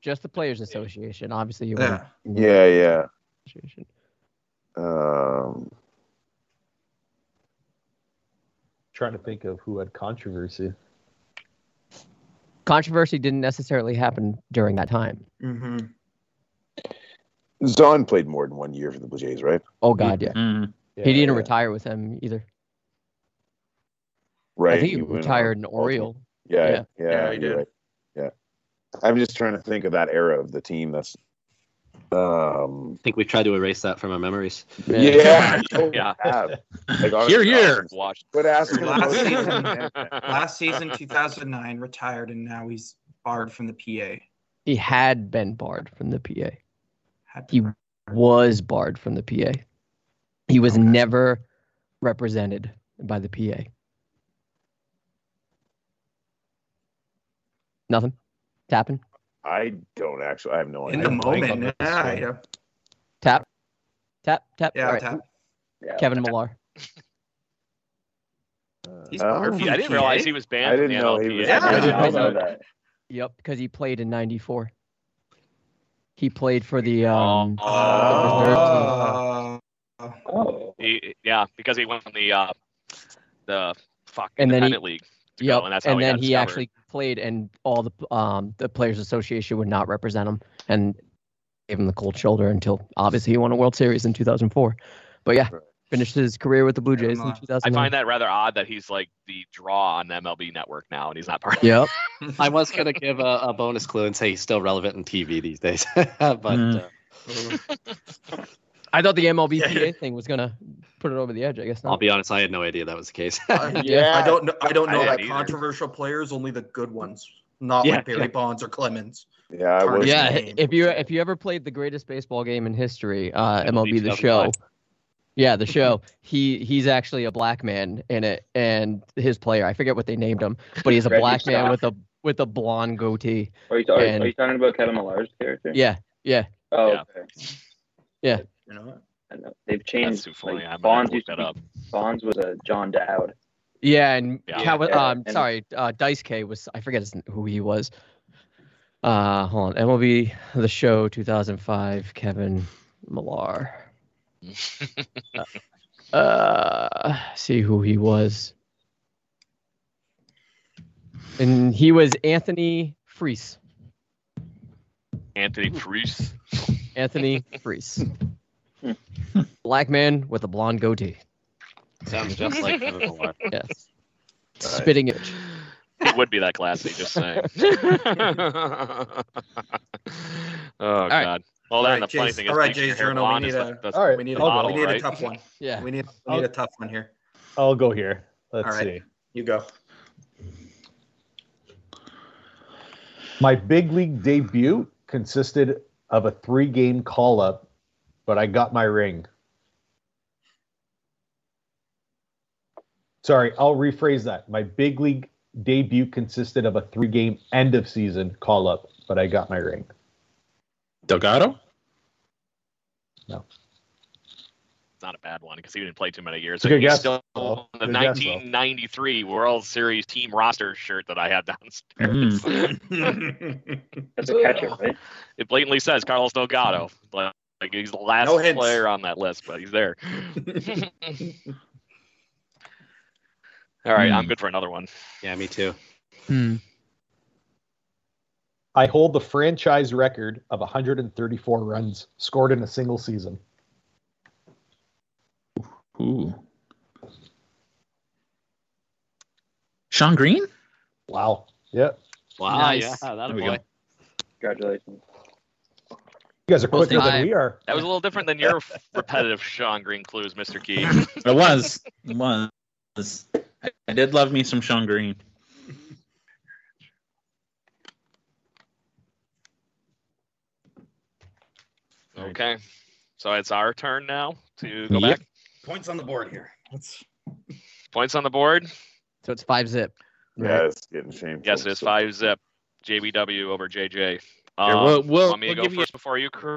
Speaker 7: Just the Players Association. Obviously, you were
Speaker 2: Yeah.
Speaker 4: Yeah, yeah.
Speaker 7: association.
Speaker 4: Um,
Speaker 6: Trying to think of who had controversy.
Speaker 7: Controversy didn't necessarily happen during that time.
Speaker 2: hmm
Speaker 4: Mm-hmm. Zahn played more than one year for the Blue Jays, right?
Speaker 7: Oh God, yeah.
Speaker 1: Mm-hmm.
Speaker 3: Mm.
Speaker 6: Yeah,
Speaker 7: He didn't
Speaker 4: yeah.
Speaker 7: retire with them either.
Speaker 4: Right.
Speaker 7: I think he,
Speaker 4: went on-
Speaker 7: retired in Oriole.
Speaker 4: Yeah, yeah,
Speaker 2: Yeah,
Speaker 4: you're
Speaker 2: he did.
Speaker 4: right. Yeah. I'm just trying to think of that era of the team. That's. Um.
Speaker 8: I think we tried to erase that from our memories.
Speaker 7: Yeah.
Speaker 4: Yeah.
Speaker 1: Yeah.
Speaker 4: Oh, yeah. Like,
Speaker 3: here,
Speaker 4: honestly,
Speaker 3: here.
Speaker 1: Watch.
Speaker 4: But ask him
Speaker 2: Last
Speaker 4: about it.
Speaker 2: season.
Speaker 4: Yeah.
Speaker 2: Last season, 2009, retired, and now he's barred from the PA.
Speaker 7: He had been barred from the PA.
Speaker 2: Had to
Speaker 7: He
Speaker 2: burn.
Speaker 7: was barred from the PA. He was
Speaker 2: Okay.
Speaker 7: never represented by the PA. Nothing. Tapping.
Speaker 4: I don't actually. I have no
Speaker 2: in
Speaker 4: idea. Uh,
Speaker 2: the
Speaker 6: blank on
Speaker 2: moment.
Speaker 6: this,
Speaker 2: Yeah,
Speaker 6: yeah.
Speaker 2: yeah,
Speaker 7: Tap. Tap. Tap.
Speaker 2: yeah.
Speaker 7: All right.
Speaker 2: tap.
Speaker 4: Yeah.
Speaker 7: Kevin Millar.
Speaker 2: He's
Speaker 4: Uh,
Speaker 2: barred from
Speaker 1: Yeah, I didn't realize he was
Speaker 4: I
Speaker 1: banned from the
Speaker 4: didn't know he
Speaker 1: MLB.
Speaker 4: was-
Speaker 2: Yeah.
Speaker 8: I didn't
Speaker 4: Yeah.
Speaker 8: know that.
Speaker 7: Yep, because he played in '94. He played for the.
Speaker 1: Oh,
Speaker 7: Um,
Speaker 1: oh.
Speaker 2: Oh.
Speaker 5: Oh,
Speaker 1: He- yeah, because he went from the uh, the fuck
Speaker 7: And then he-
Speaker 1: independent league. To
Speaker 7: Yep,
Speaker 1: go, and that's how
Speaker 7: and
Speaker 1: he
Speaker 7: then
Speaker 1: got
Speaker 7: he
Speaker 1: discovered.
Speaker 7: actually played, and all the um the Players Association would not represent him, and gave him the cold shoulder until obviously he won a World Series in 2004. But yeah,
Speaker 4: Right.
Speaker 7: finished his career with the Blue
Speaker 2: Kevin
Speaker 7: Jays in
Speaker 2: Millar.
Speaker 7: 2000.
Speaker 1: I find that rather odd that he's like the draw on MLB Network now, and he's not part. of
Speaker 7: Yep.
Speaker 8: I was gonna give a, a bonus clue and say he's still relevant in TV these days, but
Speaker 3: Mm.
Speaker 8: uh,
Speaker 7: I thought the MLBPA thing was gonna put it over the edge. I guess
Speaker 8: I'll
Speaker 7: not.
Speaker 8: be honest, I had no idea that was the case.
Speaker 4: Yeah.
Speaker 2: Uh, I don't know. I don't
Speaker 1: I
Speaker 2: know
Speaker 1: didn't
Speaker 2: that
Speaker 1: either.
Speaker 2: controversial players, only the good ones, not
Speaker 8: Yeah.
Speaker 2: like Barry Bonds or Clemens.
Speaker 4: Yeah, I was.
Speaker 2: Yeah.
Speaker 7: yeah,
Speaker 2: game.
Speaker 7: if you if you ever played the greatest baseball game in history, uh, MLB
Speaker 8: believe
Speaker 7: the
Speaker 8: 2005.
Speaker 7: show. Yeah, the show. He he's actually a black man in it, and his player I forget what they named him, but he's a
Speaker 5: Reggie
Speaker 7: black man
Speaker 5: Stock.
Speaker 7: with a with a blonde goatee.
Speaker 5: are you, are, you-
Speaker 7: And-
Speaker 5: are you talking about Kevin Millar's character?
Speaker 7: Yeah,
Speaker 5: Oh,
Speaker 1: Yeah.
Speaker 5: okay.
Speaker 2: You know,
Speaker 5: I know. They've
Speaker 1: it.
Speaker 5: changed.
Speaker 1: That's too funny.
Speaker 5: like,
Speaker 1: I'm gonna have
Speaker 5: Bonds
Speaker 1: to
Speaker 5: used
Speaker 1: look
Speaker 5: to
Speaker 1: that
Speaker 5: be-
Speaker 1: up.
Speaker 5: Bonds was a John Dowd.
Speaker 7: yeah, and
Speaker 1: Yeah.
Speaker 7: Cow-
Speaker 5: Yeah,
Speaker 7: um,
Speaker 5: and-
Speaker 7: sorry, uh, Dice K was I forget his, who he was. Uh, hold on, MLB the show 2005, Kevin Millar. uh see who he was and he was anthony Freese.
Speaker 1: Anthony Priest.
Speaker 7: anthony Freese. black man with a blonde goatee
Speaker 8: Sounds just like Kevin Millar.
Speaker 7: yes spitting image
Speaker 1: He would be that classy, just saying. oh God. Well,
Speaker 2: All
Speaker 1: then
Speaker 2: right,
Speaker 1: the funny
Speaker 2: Jays-
Speaker 1: thing is,
Speaker 2: all right,
Speaker 1: Nature
Speaker 2: Jays,
Speaker 1: Hair
Speaker 2: Journal, we
Speaker 1: Blonde
Speaker 2: need
Speaker 1: is
Speaker 2: a-
Speaker 1: the- the-
Speaker 6: All right,
Speaker 2: we need a,
Speaker 6: I'll
Speaker 1: model,
Speaker 2: we need a
Speaker 1: right?
Speaker 2: tough one.
Speaker 7: yeah
Speaker 2: We need we need a tough one here.
Speaker 6: I'll go here. Let's
Speaker 2: All right.
Speaker 6: see.
Speaker 2: You go.
Speaker 6: My big league debut consisted of a three-game call-up, but I got my ring. Sorry, I'll rephrase that. My big league debut consisted of a three-game end-of-season call-up, but I got my ring.
Speaker 3: Delgado?
Speaker 1: not a bad one because he didn't play too many years.
Speaker 6: It's a good
Speaker 1: he's
Speaker 6: guess,
Speaker 1: still
Speaker 6: though.
Speaker 1: on the
Speaker 6: Good guess, though.
Speaker 1: 1993 World Series team roster shirt that I have downstairs.
Speaker 3: Mm.
Speaker 5: That's a catcher, right?
Speaker 1: It blatantly says Carlos Delgado. Like, like, he's the last
Speaker 2: No hints.
Speaker 1: player on that list, but he's there. All right, I'm
Speaker 3: Hmm.
Speaker 1: good for another one.
Speaker 8: Yeah, me too.
Speaker 7: Hmm.
Speaker 6: I hold the franchise record of 134 runs scored in a single season.
Speaker 3: Ooh. Sean Green?
Speaker 6: Wow. Yeah.
Speaker 8: Wow,
Speaker 3: Nice.
Speaker 8: yeah, that
Speaker 3: There we go.
Speaker 8: boy.
Speaker 5: Congratulations.
Speaker 6: You guys are
Speaker 1: Well,
Speaker 6: quicker
Speaker 1: I-
Speaker 6: than we are.
Speaker 1: That was a little different than your f- repetitive Sean Green clues, Mr. Key.
Speaker 3: It was. It was. I, I did love me some Sean Green.
Speaker 1: Okay. So it's our turn now to go
Speaker 3: Yep.
Speaker 1: back.
Speaker 2: Points on the board here. Let's
Speaker 1: Points on the board.
Speaker 7: So it's five zip.
Speaker 4: Yeah, it's getting shameful.
Speaker 1: Yes, it is five zip. JBW over JJ. Um,
Speaker 3: Here, we'll we'll,
Speaker 1: want me
Speaker 3: we'll
Speaker 1: to go
Speaker 3: give
Speaker 1: first
Speaker 3: you.
Speaker 1: before you cr-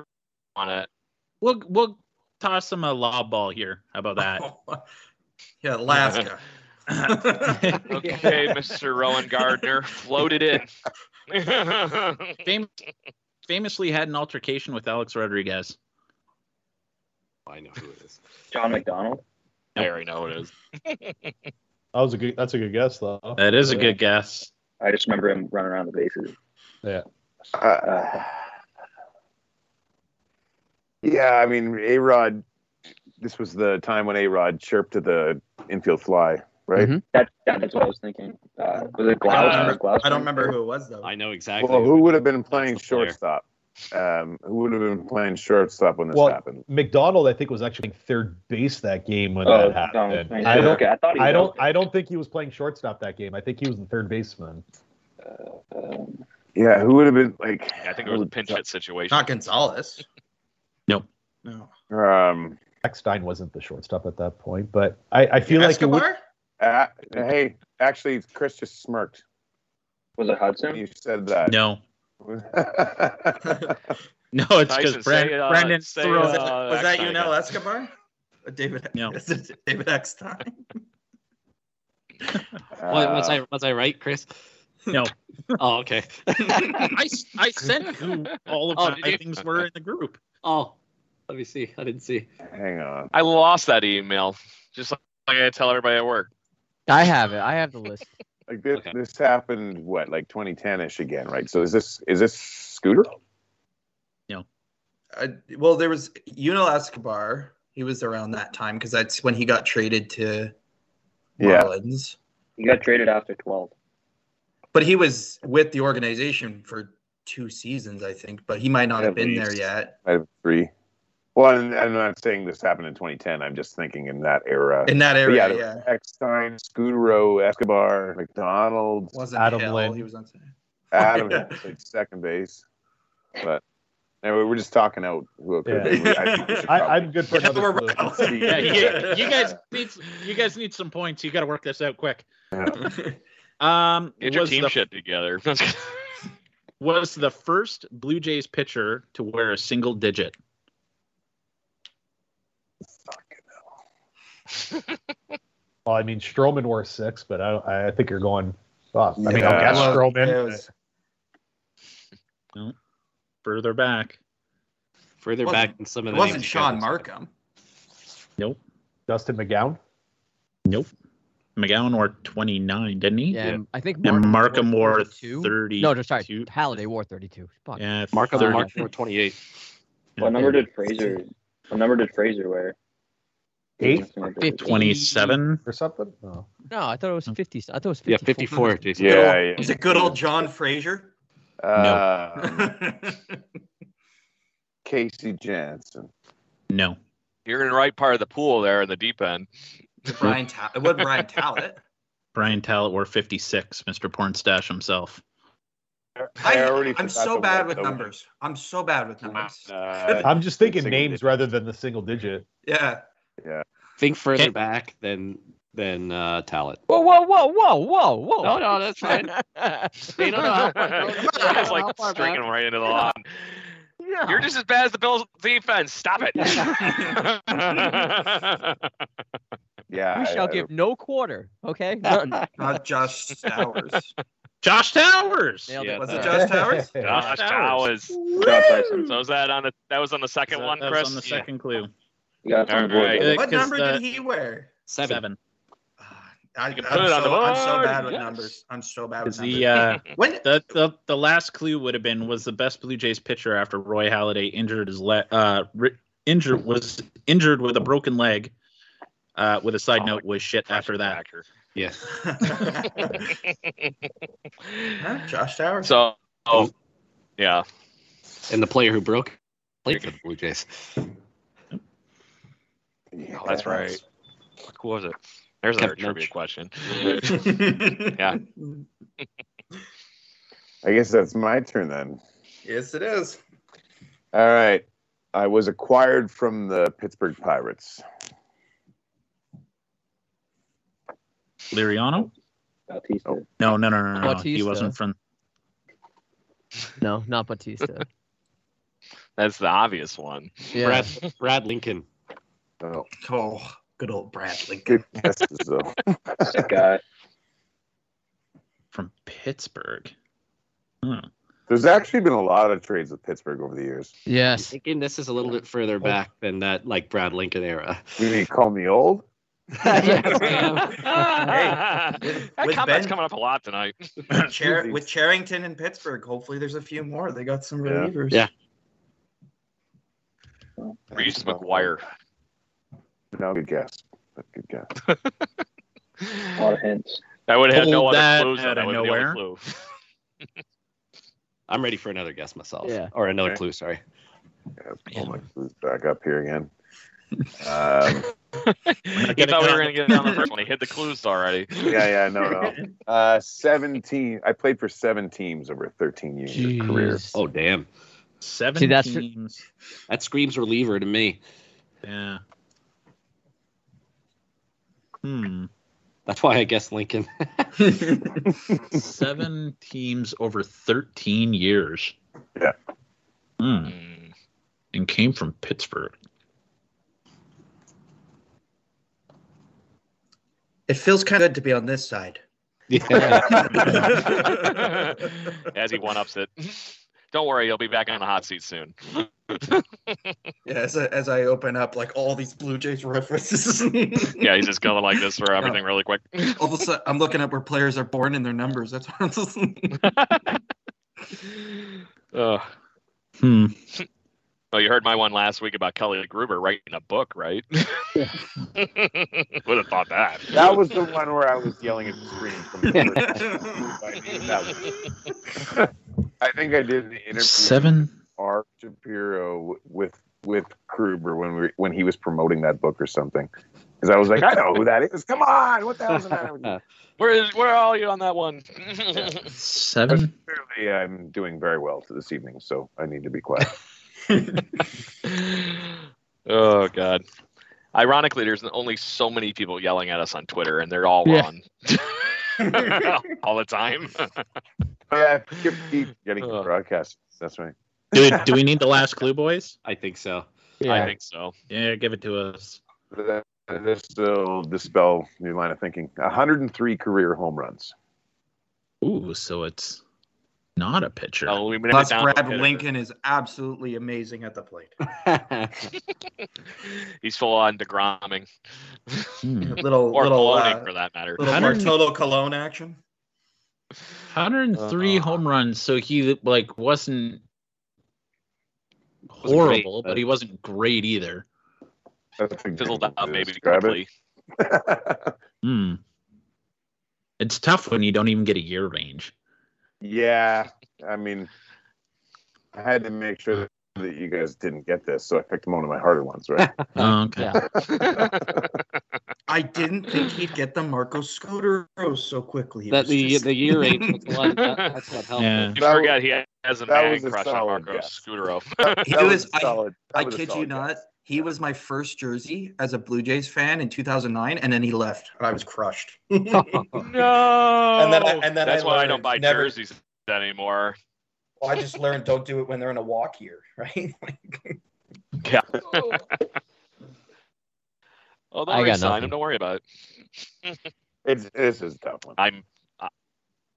Speaker 1: on it?
Speaker 3: We'll we'll toss him a lob ball here. How about that?
Speaker 2: yeah, Alaska.
Speaker 1: Okay, Mr. Rowan Gardner floated in.
Speaker 3: Fam- famously had an altercation with Alex Rodriguez.
Speaker 8: Oh, I know who it is.
Speaker 5: John McDonald.
Speaker 1: I already know it is.
Speaker 6: That was a good. That's a good guess, though.
Speaker 3: That is a good guess.
Speaker 5: I just remember him running around the bases.
Speaker 4: Uh, yeah, I mean, A Rod. This was the time when A Rod chirped to the infield fly, right?
Speaker 7: Mhm.
Speaker 5: That, that's what I was thinking. Uh, was it
Speaker 2: I don't
Speaker 5: Glaus?
Speaker 2: remember-
Speaker 5: Glaus-
Speaker 2: Uh, I don't remember who it was though.
Speaker 8: I know exactly.
Speaker 4: Well, who would have been playing
Speaker 8: That's the player.
Speaker 4: shortstop? Um, who would have been playing shortstop when this
Speaker 6: Well,
Speaker 4: happened?
Speaker 6: McDonald, I think, was actually playing third base that game when
Speaker 5: Oh,
Speaker 6: that happened.
Speaker 5: Donald.
Speaker 6: I don't.
Speaker 5: okay, I thought he was
Speaker 6: I don't.
Speaker 5: out.
Speaker 6: I don't think he was playing shortstop that game. I think he was the third baseman.
Speaker 4: Uh,
Speaker 5: Um,
Speaker 4: Yeah, who would have been like?
Speaker 1: I think it was a pinch hit situation.
Speaker 2: Not Gonzalez.
Speaker 3: Nope.
Speaker 2: No.
Speaker 4: Um,
Speaker 6: Eckstein wasn't the shortstop at that point, but I, I feel like it
Speaker 2: Escobar?
Speaker 6: would,
Speaker 4: uh, hey, actually, Chris just smirked.
Speaker 5: was it Hudson?
Speaker 4: You said that.
Speaker 3: No, no, it's
Speaker 1: Tyson,
Speaker 3: because Brand,
Speaker 1: say, uh,
Speaker 3: Brandon
Speaker 1: say,
Speaker 3: throws.
Speaker 2: was that,
Speaker 1: Uh,
Speaker 2: was that
Speaker 1: Eckstein,
Speaker 2: you know
Speaker 1: yeah.
Speaker 2: Escobar? Uh, David.
Speaker 3: No.
Speaker 2: Is it David Eckstein.
Speaker 8: What, was I was I right, Chris?
Speaker 3: No.
Speaker 8: oh, okay.
Speaker 3: I, s- I sent who all of
Speaker 8: Oh,
Speaker 3: my
Speaker 8: did you?
Speaker 3: things were in the group.
Speaker 8: oh, let me see. I didn't see.
Speaker 4: Hang on.
Speaker 1: I lost that email, just like I tell everybody at work.
Speaker 7: I have it. I have the list.
Speaker 4: Like this,
Speaker 8: Okay.
Speaker 4: this happened what, like 2010ish again, right? So is this is this Scooter?
Speaker 2: Uh, well, there was Unil Escobar. He was around that time because that's when he got traded to
Speaker 4: Yeah.
Speaker 2: Marlins.
Speaker 5: He got traded after 12.
Speaker 2: But he was with the organization for two seasons, I think. But he might not
Speaker 4: At
Speaker 2: have been there
Speaker 4: least.
Speaker 2: yet.
Speaker 4: I have three. Well, and I'm not saying this happened in 2010. I'm just thinking in that era.
Speaker 2: In that
Speaker 4: But
Speaker 2: area,
Speaker 4: there
Speaker 2: yeah.
Speaker 4: was Eckstein, Scudero, Escobar, McDonald,
Speaker 2: Wasn't
Speaker 6: Adam
Speaker 2: Hill,
Speaker 6: Lynn.
Speaker 2: He was on.
Speaker 4: Adam
Speaker 2: Yeah.
Speaker 4: played second base. But anyway, we're just talking out who it could
Speaker 6: Yeah.
Speaker 4: be. We- I think we should
Speaker 6: I,
Speaker 4: probably-
Speaker 6: I'm good for another.
Speaker 2: We're
Speaker 6: clue.
Speaker 2: rolling.
Speaker 3: Yeah, you, you guys need you guys need some points. You got to work this out quick. Um,
Speaker 1: Get your
Speaker 3: was
Speaker 1: team
Speaker 3: the
Speaker 1: shit together.
Speaker 3: was the first Blue Jays pitcher to wear a single digit.
Speaker 6: Well, I mean, Stroman wore six, but I, I think you're going. Off. I mean,
Speaker 4: Yeah.
Speaker 6: I'll guess
Speaker 2: Well, it
Speaker 6: Stroman.
Speaker 2: was-
Speaker 3: Further back,
Speaker 8: Further
Speaker 2: Wasn't-
Speaker 8: back than some of
Speaker 2: It
Speaker 8: the
Speaker 2: wasn't
Speaker 8: names you
Speaker 2: Sean
Speaker 8: guys-
Speaker 2: Markham.
Speaker 6: Dustin McGowan.
Speaker 3: McGowan wore twenty nine, didn't he?
Speaker 7: Yeah, I think
Speaker 3: And Markham wore
Speaker 7: two.
Speaker 3: thirty.
Speaker 7: No, no, sorry.
Speaker 3: two.
Speaker 7: Halliday wore 32. Fuck.
Speaker 3: Yeah,
Speaker 8: Marco
Speaker 7: Thirty.
Speaker 8: Mark for 28.
Speaker 5: What number did Fraser? What number did Fraser wear?
Speaker 6: Eight?
Speaker 3: Twenty seven.
Speaker 6: or something? No.
Speaker 7: No, I thought it
Speaker 3: Hmm.
Speaker 7: was 50. I thought it was 54.
Speaker 8: Yeah, 54, Jason.
Speaker 4: yeah, yeah.
Speaker 2: Is it good old John Frazier?
Speaker 4: Um, Casey Jansen.
Speaker 3: No.
Speaker 1: You're in the right part of the pool there in the deep end.
Speaker 2: Brian Ta- it wasn't Brian Talbot.
Speaker 3: Brian Talent wore fifty six. Mister Pornstash himself.
Speaker 2: I,
Speaker 4: already
Speaker 2: am
Speaker 4: forgot
Speaker 2: so
Speaker 4: the
Speaker 2: bad
Speaker 4: one-
Speaker 2: with
Speaker 4: the-
Speaker 2: numbers. I'm so bad with numbers.
Speaker 4: Uh,
Speaker 6: I'm just thinking
Speaker 4: Single
Speaker 6: names
Speaker 4: digit.
Speaker 6: rather than the single digit.
Speaker 2: Yeah.
Speaker 8: Think further
Speaker 3: Okay.
Speaker 8: back than than uh, Talent.
Speaker 7: Whoa, whoa, whoa, whoa, whoa, whoa.
Speaker 8: No, Oh, no, that's fine. They don't know how far- they don't know
Speaker 1: It's
Speaker 8: how
Speaker 1: like
Speaker 8: far back.
Speaker 1: stringing right into the line. You're just as bad as the Bills defense. Stop it.
Speaker 4: yeah.
Speaker 7: We
Speaker 4: I-
Speaker 7: shall
Speaker 4: I-
Speaker 7: give no quarter. Okay. None.
Speaker 2: Not Josh Towers.
Speaker 3: Josh Towers.
Speaker 7: Nailed
Speaker 8: Yeah,
Speaker 2: Was
Speaker 8: that-
Speaker 2: it Josh Towers?
Speaker 1: Gosh, that was. So was that on the? That was on the second
Speaker 3: That-
Speaker 1: one,
Speaker 3: that was
Speaker 1: Chris.
Speaker 3: on the second clue.
Speaker 5: Yeah, it's on the
Speaker 1: All
Speaker 5: board.
Speaker 1: right.
Speaker 5: though.
Speaker 3: Uh,
Speaker 2: What
Speaker 3: 'cause
Speaker 2: number
Speaker 3: the-
Speaker 2: did he wear?
Speaker 8: Seven.
Speaker 3: Seven.
Speaker 2: Ah, I,
Speaker 1: You
Speaker 2: I'm,
Speaker 1: can put it on the
Speaker 2: so, I'm so
Speaker 1: board,
Speaker 2: bad with
Speaker 1: yes.
Speaker 2: numbers. I'm so bad with
Speaker 3: Is
Speaker 2: numbers.
Speaker 3: the uh,
Speaker 2: when
Speaker 3: the, the the last clue would have been was the best Blue Jays pitcher after Roy Halladay injured his le- uh ri- injured was injured with a broken leg. Uh, with a side
Speaker 1: Oh,
Speaker 3: note was shit after that.
Speaker 1: Actor.
Speaker 8: Yes.
Speaker 4: um,
Speaker 2: Huh? Josh Towers.
Speaker 1: So, oh, yeah.
Speaker 8: And the player who broke played for the Blue Jays.
Speaker 4: Yeah,
Speaker 1: Oh, that's right. What cool was it? There's another
Speaker 8: Kevin Lynch.
Speaker 1: trivia question.
Speaker 2: yeah.
Speaker 4: I guess that's my turn then.
Speaker 2: Yes, it is.
Speaker 4: All right. I was acquired from the Pittsburgh Pirates.
Speaker 3: Liriano?
Speaker 5: Bautista.
Speaker 3: No, no, no, no, no. no. He
Speaker 7: Bautista.
Speaker 3: wasn't from.
Speaker 7: No, not Batista.
Speaker 1: That's the obvious one.
Speaker 7: Yeah.
Speaker 8: Brad, Brad Lincoln.
Speaker 4: Oh,
Speaker 2: Oh, good old Brad Lincoln.
Speaker 4: good guesses though.
Speaker 5: That guy.
Speaker 3: From Pittsburgh. Hmm.
Speaker 4: There's actually been a lot of trades with Pittsburgh over the years.
Speaker 8: I'm
Speaker 7: Yes.
Speaker 8: thinking this is a little bit further back than that, like Brad Lincoln era.
Speaker 4: You mean call me old?
Speaker 8: Yes, I
Speaker 1: that
Speaker 2: with
Speaker 1: comment's
Speaker 2: Ben-
Speaker 1: coming up a lot tonight.
Speaker 2: Char- with Charrington and Pittsburgh, hopefully there's a few more. They got some
Speaker 4: Yeah.
Speaker 2: relievers.
Speaker 8: Yeah.
Speaker 1: Reese McGuire.
Speaker 4: No, good guess. That's a good guess.
Speaker 5: A lot of hints.
Speaker 1: I would have had no
Speaker 3: Pulled
Speaker 1: other
Speaker 3: that
Speaker 1: clues. though.
Speaker 3: out
Speaker 1: That
Speaker 3: of
Speaker 1: was the only
Speaker 3: nowhere.
Speaker 1: clue.
Speaker 8: am ready for another guess myself.
Speaker 7: Yeah.
Speaker 8: Or another
Speaker 4: Okay.
Speaker 8: clue, sorry.
Speaker 4: Yeah,
Speaker 8: Oh,
Speaker 4: pull my clues back up here again. Um,
Speaker 1: he thought we were going to get it on the first one. He hit the clues already.
Speaker 4: yeah, yeah, no, no. Uh, seventeen. I played for seven teams over a thirteen year career.
Speaker 7: Jeez.
Speaker 8: Oh damn.
Speaker 3: Seven
Speaker 7: See, that's-
Speaker 3: teams.
Speaker 8: That screams reliever to me.
Speaker 3: Yeah. Hmm.
Speaker 8: That's why I guessed Lincoln.
Speaker 3: Seven teams over 13 years.
Speaker 4: Yeah.
Speaker 3: Hmm.
Speaker 1: Mm.
Speaker 3: And came from Pittsburgh.
Speaker 2: It feels kind of good to be on this side.
Speaker 8: yeah.
Speaker 1: As he one ups it. Don't worry, he'll be back on the hot seat soon.
Speaker 2: Yeah, as I, as I open up like all these Blue Jays references,
Speaker 1: Yeah, he's just going like this for everything really quick.
Speaker 2: all of a sudden I'm looking up where players are born and their numbers. That's what I'm listening.
Speaker 1: Ugh.
Speaker 3: Hmm.
Speaker 1: Well, you heard my one last week about Kelly Gruber writing a book, right? Would have thought that.
Speaker 4: That was the one where I was yelling at the screen. From the first time. That was- I think I did an interview.
Speaker 3: Seven.
Speaker 4: Art Shapiro with with Kruber when we were, when he was promoting that book or something. Because I was like, I know who that is. Come on, what the hell's the matter with you?
Speaker 1: Where is where are you on that one?
Speaker 3: Seven.
Speaker 4: Clearly, I'm doing very well to this evening, so I need to be quiet.
Speaker 1: oh God. Ironically, there's only so many people yelling at us on Twitter, and they're all
Speaker 7: Yeah.
Speaker 1: wrong all the time.
Speaker 4: yeah, keep, keep getting
Speaker 1: Ugh.
Speaker 4: broadcast. That's right.
Speaker 3: Do, we- do we need the last clue, boys?
Speaker 8: I think so.
Speaker 1: I
Speaker 7: Yeah.
Speaker 1: think so.
Speaker 3: Yeah, give it to us.
Speaker 4: Th- This will dispel your line of thinking. 103 career home runs.
Speaker 3: Ooh, so it's not a pitcher.
Speaker 1: Oh, we made it
Speaker 2: Plus,
Speaker 1: down to a
Speaker 2: Brad
Speaker 1: hitter.
Speaker 2: Lincoln is absolutely amazing at the plate.
Speaker 1: He's full on degromming
Speaker 3: Hmm.
Speaker 2: Little
Speaker 1: or
Speaker 2: little
Speaker 1: Maloney,
Speaker 2: uh,
Speaker 1: for that matter.
Speaker 2: little
Speaker 3: Hundred-
Speaker 2: Bartolo Colon action.
Speaker 3: 103
Speaker 1: Uh,
Speaker 4: Uh-huh.
Speaker 3: home runs. So he like wasn't horrible,
Speaker 8: great,
Speaker 3: but...
Speaker 8: but-
Speaker 3: he wasn't great either.
Speaker 4: That's a good
Speaker 1: Fizzled
Speaker 4: way
Speaker 1: out,
Speaker 4: to
Speaker 1: maybe
Speaker 4: describe it.
Speaker 1: completely.
Speaker 3: Hmm. It's tough when you don't even get a year range.
Speaker 4: yeah, I mean, I had to make sure that you guys didn't get this, so I picked one of my harder ones, right?
Speaker 3: Oh, okay.
Speaker 7: Yeah.
Speaker 2: I didn't think he'd get the Marco Scudero so quickly. It
Speaker 8: that
Speaker 2: was
Speaker 8: the
Speaker 2: just-
Speaker 8: the year rate that's a lot that, that's not helpful.
Speaker 3: Yeah.
Speaker 1: You
Speaker 4: That was-
Speaker 1: forgot he has a
Speaker 4: that
Speaker 1: man
Speaker 4: was a
Speaker 1: crush on
Speaker 4: solid
Speaker 1: Marco
Speaker 4: guess.
Speaker 1: Scudero.
Speaker 2: He
Speaker 4: That
Speaker 2: was-
Speaker 4: a
Speaker 2: I-
Speaker 4: solid- that
Speaker 2: I
Speaker 4: was a
Speaker 2: kid you
Speaker 4: solid
Speaker 2: not.
Speaker 4: guess.
Speaker 2: He was my first jersey as a Blue Jays fan in 2009, and then he left. And I was crushed.
Speaker 1: no.
Speaker 2: And then I- and then
Speaker 1: that's
Speaker 2: I
Speaker 1: why I
Speaker 2: learned
Speaker 1: don't buy
Speaker 2: never-
Speaker 1: jerseys anymore.
Speaker 2: Well, I just learned don't do it when they're in a walk year, right? Like,
Speaker 1: Oh, they'll
Speaker 7: I got
Speaker 1: resign
Speaker 7: nothing.
Speaker 1: him. Don't worry about it.
Speaker 4: It's this is a tough one.
Speaker 1: I'm. I,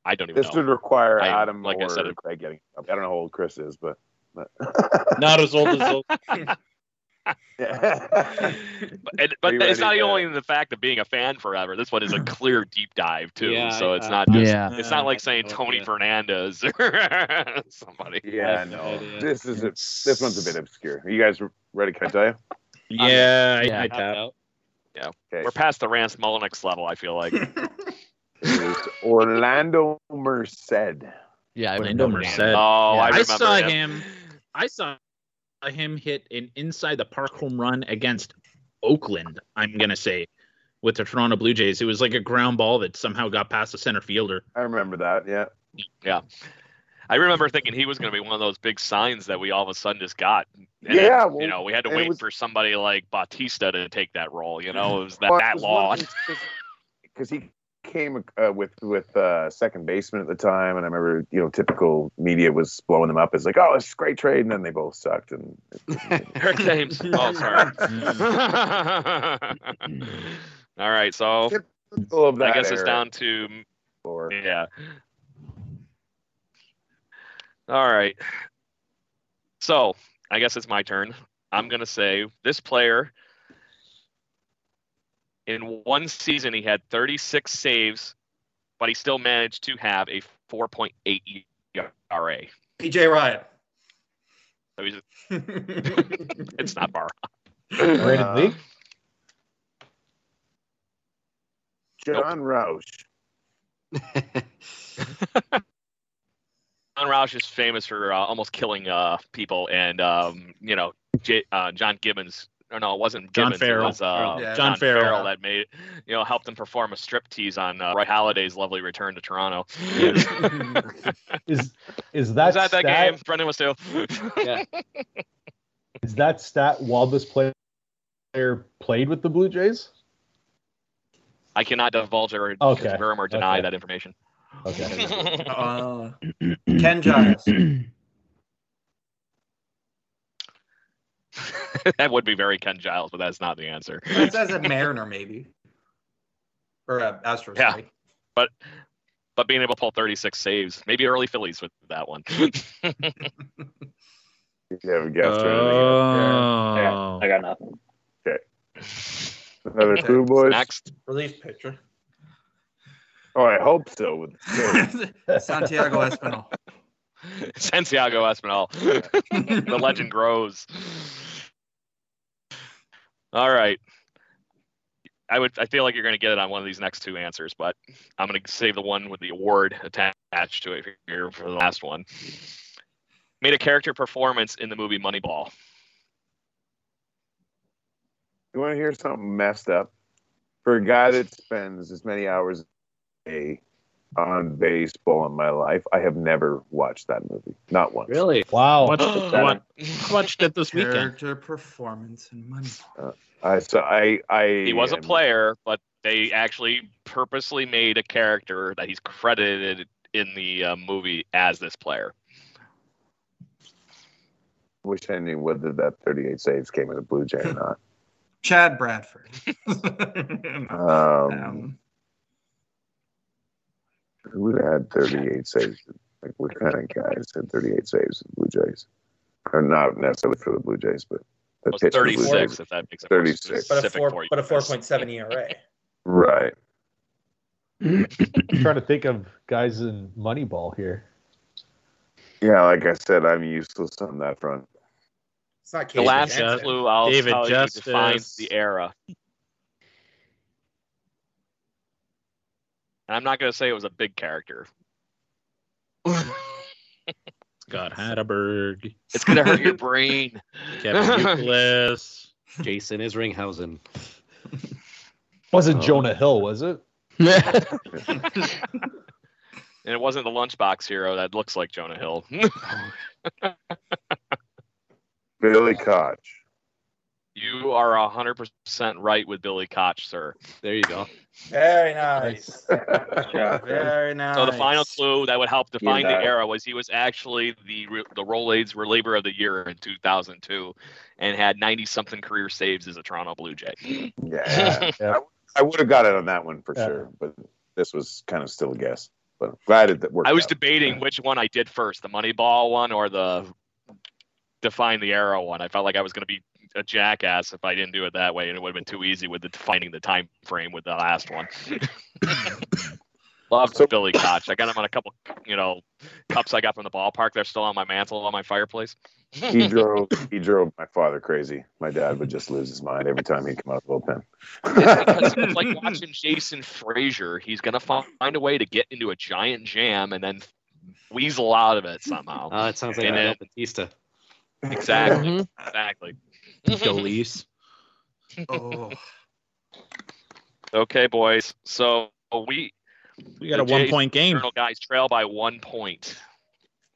Speaker 1: I don't even
Speaker 4: This
Speaker 1: know.
Speaker 4: would require
Speaker 1: I-
Speaker 4: Adam
Speaker 1: like I
Speaker 4: or
Speaker 1: said, it-
Speaker 4: Craig getting. I don't know how old Chris is, but. but-
Speaker 3: Not as old as old.
Speaker 4: yeah.
Speaker 1: but and, but
Speaker 4: you
Speaker 1: it's not
Speaker 4: ready to-
Speaker 1: only the fact of being a fan forever. This one is a clear deep dive too.
Speaker 8: Yeah,
Speaker 1: so
Speaker 8: I-
Speaker 1: it's
Speaker 8: I-
Speaker 1: not just.
Speaker 7: Yeah.
Speaker 1: It's not like saying
Speaker 8: Oh,
Speaker 1: Tony
Speaker 8: yeah.
Speaker 1: Fernandez or somebody.
Speaker 4: yeah,
Speaker 8: no
Speaker 4: no.
Speaker 8: idea.
Speaker 4: This is a. This one's a bit obscure. You guys ready? Can I tell you?
Speaker 3: Yeah, I,
Speaker 7: Yeah.
Speaker 3: I doubt.
Speaker 4: Okay.
Speaker 1: We're past the Rance Mullenix level. I feel like.
Speaker 4: is Orlando Merced.
Speaker 7: Yeah, I
Speaker 3: Orlando
Speaker 7: remember
Speaker 3: Merced.
Speaker 7: that.
Speaker 1: Oh,
Speaker 3: I,
Speaker 1: I remember
Speaker 3: saw
Speaker 1: him.
Speaker 3: him. I saw him hit an inside the park home run against Oakland. I'm gonna say with the Toronto Blue Jays, it was like a ground ball that somehow got past the center fielder.
Speaker 4: I remember that. Yeah.
Speaker 1: I remember thinking he was going to be one of those big signs that we all of a sudden just got. And
Speaker 4: Yeah,
Speaker 1: then,
Speaker 4: well,
Speaker 1: you know, we had to
Speaker 4: and it
Speaker 1: wait
Speaker 4: was-
Speaker 1: for somebody like Bautista to take that role. You know, it was that
Speaker 4: Well,
Speaker 1: that
Speaker 4: it was one
Speaker 1: long.
Speaker 4: of those- 'cause he came uh, with with uh, second baseman at the time, and I remember you know typical media was blowing them up as like, oh, it's a great trade, and then they both sucked. And
Speaker 1: Eric James. Oh, sorry. all right, so
Speaker 4: Typical of
Speaker 1: I
Speaker 4: that
Speaker 1: guess it's
Speaker 4: era.
Speaker 1: down to
Speaker 4: Or,
Speaker 1: yeah. All right. So I guess it's my turn. I'm gonna say this player. In one season, he had 36 saves, but he still managed to have a 4.8 ERA.
Speaker 2: PJ Ryan.
Speaker 1: So he's, it's not far.
Speaker 6: Brandon
Speaker 4: Uh,
Speaker 6: Lee?
Speaker 4: John Roush.
Speaker 1: John Roush is famous for uh, almost killing uh, people, and um, you know, J- uh, John Gibbons. Or no, it wasn't
Speaker 3: John
Speaker 1: Gibbons.
Speaker 3: Farrell.
Speaker 1: It was, uh,
Speaker 2: Yeah.
Speaker 3: John Farrell.
Speaker 1: that made you know helped him perform a striptease on uh, Roy Halladay's lovely return to Toronto.
Speaker 6: Is is
Speaker 1: was
Speaker 6: that,
Speaker 1: that that
Speaker 6: stat,
Speaker 1: game? Brendan was too.
Speaker 6: Is that stat while this play- player played with the Blue Jays?
Speaker 1: I cannot divulge or
Speaker 6: Okay.
Speaker 1: confirm or deny
Speaker 6: Okay.
Speaker 1: that information.
Speaker 6: Okay.
Speaker 2: Uh, Ken Giles.
Speaker 1: that would be very Ken Giles, but that's not the answer.
Speaker 2: It says a Mariner, maybe. Or a Astro,
Speaker 1: Yeah.
Speaker 2: sorry.
Speaker 1: But but being able to pull 36 saves, maybe early Phillies with that one.
Speaker 4: Yeah, we guessed right.
Speaker 3: Oh.
Speaker 5: I got nothing.
Speaker 4: Another clue, boys.
Speaker 1: Next,
Speaker 2: Relief pitcher.
Speaker 4: Oh, I hope so. With
Speaker 2: Santiago Espinal.
Speaker 1: Santiago Espinal. the legend grows. All right. I would. I feel like you're going to get it on one of these next two answers, but I'm going to save the one with the award attached to it here for the last one. Made a character performance in the movie Moneyball.
Speaker 4: you want to hear something messed up? For a guy that spends as many hours a day on baseball in my life, I have never watched that movie. Not once.
Speaker 8: really?
Speaker 6: Wow.
Speaker 3: Watched, wa- watched it this weekend.
Speaker 2: Character performance and money.
Speaker 4: Uh, I so I I
Speaker 1: He was a
Speaker 4: am-
Speaker 1: player, but they actually purposely made a character that he's credited in the uh, movie as this player.
Speaker 4: Wish I knew whether that 38 saves came in a Blue Jay or not.
Speaker 2: Chad Bradford.
Speaker 5: Uh,
Speaker 4: Um,
Speaker 2: um,
Speaker 4: who would have had 38 saves? Like what kind of guys had 38 saves in the Blue Jays? Or not necessarily for the Blue Jays, but the
Speaker 1: It was
Speaker 4: pitch for the Blue
Speaker 1: 36,
Speaker 4: Jays.
Speaker 1: if that makes it more
Speaker 4: 36.
Speaker 1: specific for you guys.
Speaker 2: ERA.
Speaker 4: Right.
Speaker 6: I'm trying to think of guys in Moneyball here.
Speaker 4: Yeah, like I said, I'm useless on that front.
Speaker 2: It's not
Speaker 1: The
Speaker 2: Casey
Speaker 1: last
Speaker 2: Jackson.
Speaker 1: clue I'll
Speaker 3: David
Speaker 1: tell you
Speaker 3: Justice.
Speaker 1: defines the era. And I'm not going to say it was a big character.
Speaker 3: Scott Hatterberg,
Speaker 1: It's going to hurt your brain.
Speaker 3: Kevin Euclid.
Speaker 8: Jason is Ringhausen.
Speaker 6: Wasn't
Speaker 8: Oh.
Speaker 6: Jonah Hill, was it?
Speaker 1: and it wasn't the lunchbox hero that looks like Jonah Hill.
Speaker 4: Billy Koch.
Speaker 1: you are 100% right with Billy Koch, sir.
Speaker 8: There you go.
Speaker 2: Very nice.
Speaker 5: Yeah.
Speaker 2: Very nice.
Speaker 1: So the final clue that would help define
Speaker 4: Yeah.
Speaker 1: the era was he was actually the re- the Rolaids reliever of the year in 2002 and had 90 something career saves as a Toronto Blue Jay.
Speaker 4: Yeah. I, I would have got it on that one for
Speaker 6: Yeah.
Speaker 4: sure, but this was kind of still a guess. But I'm glad it worked
Speaker 1: I was
Speaker 4: out.
Speaker 1: debating which one I did first, the Moneyball one or the Define the Era one. I felt like I was going to be a jackass if I didn't do it that way, and it would have been too easy with the defining the time frame with the last one. Love
Speaker 4: So-
Speaker 1: Billy Koch. I got him on a couple, you know, cups I got from the ballpark. They're still on my mantle on my fireplace.
Speaker 4: He drove he drove my father crazy. My dad would just lose his mind every time he'd come out of the
Speaker 1: It's because
Speaker 4: bullpen.
Speaker 1: it's like watching Jason Frazier. He's gonna fi- find a way to get into a giant jam and then weasel out of it somehow.
Speaker 8: Oh, it sounds like
Speaker 1: And
Speaker 8: Abel
Speaker 1: it-
Speaker 8: Batista.
Speaker 1: exactly.
Speaker 7: Mhm.
Speaker 1: Exactly.
Speaker 3: Delise.
Speaker 2: Oh,
Speaker 1: Okay, boys. So we
Speaker 3: We got a
Speaker 1: The
Speaker 3: one
Speaker 1: Jays
Speaker 3: point game.
Speaker 1: Journal guys trail by one point.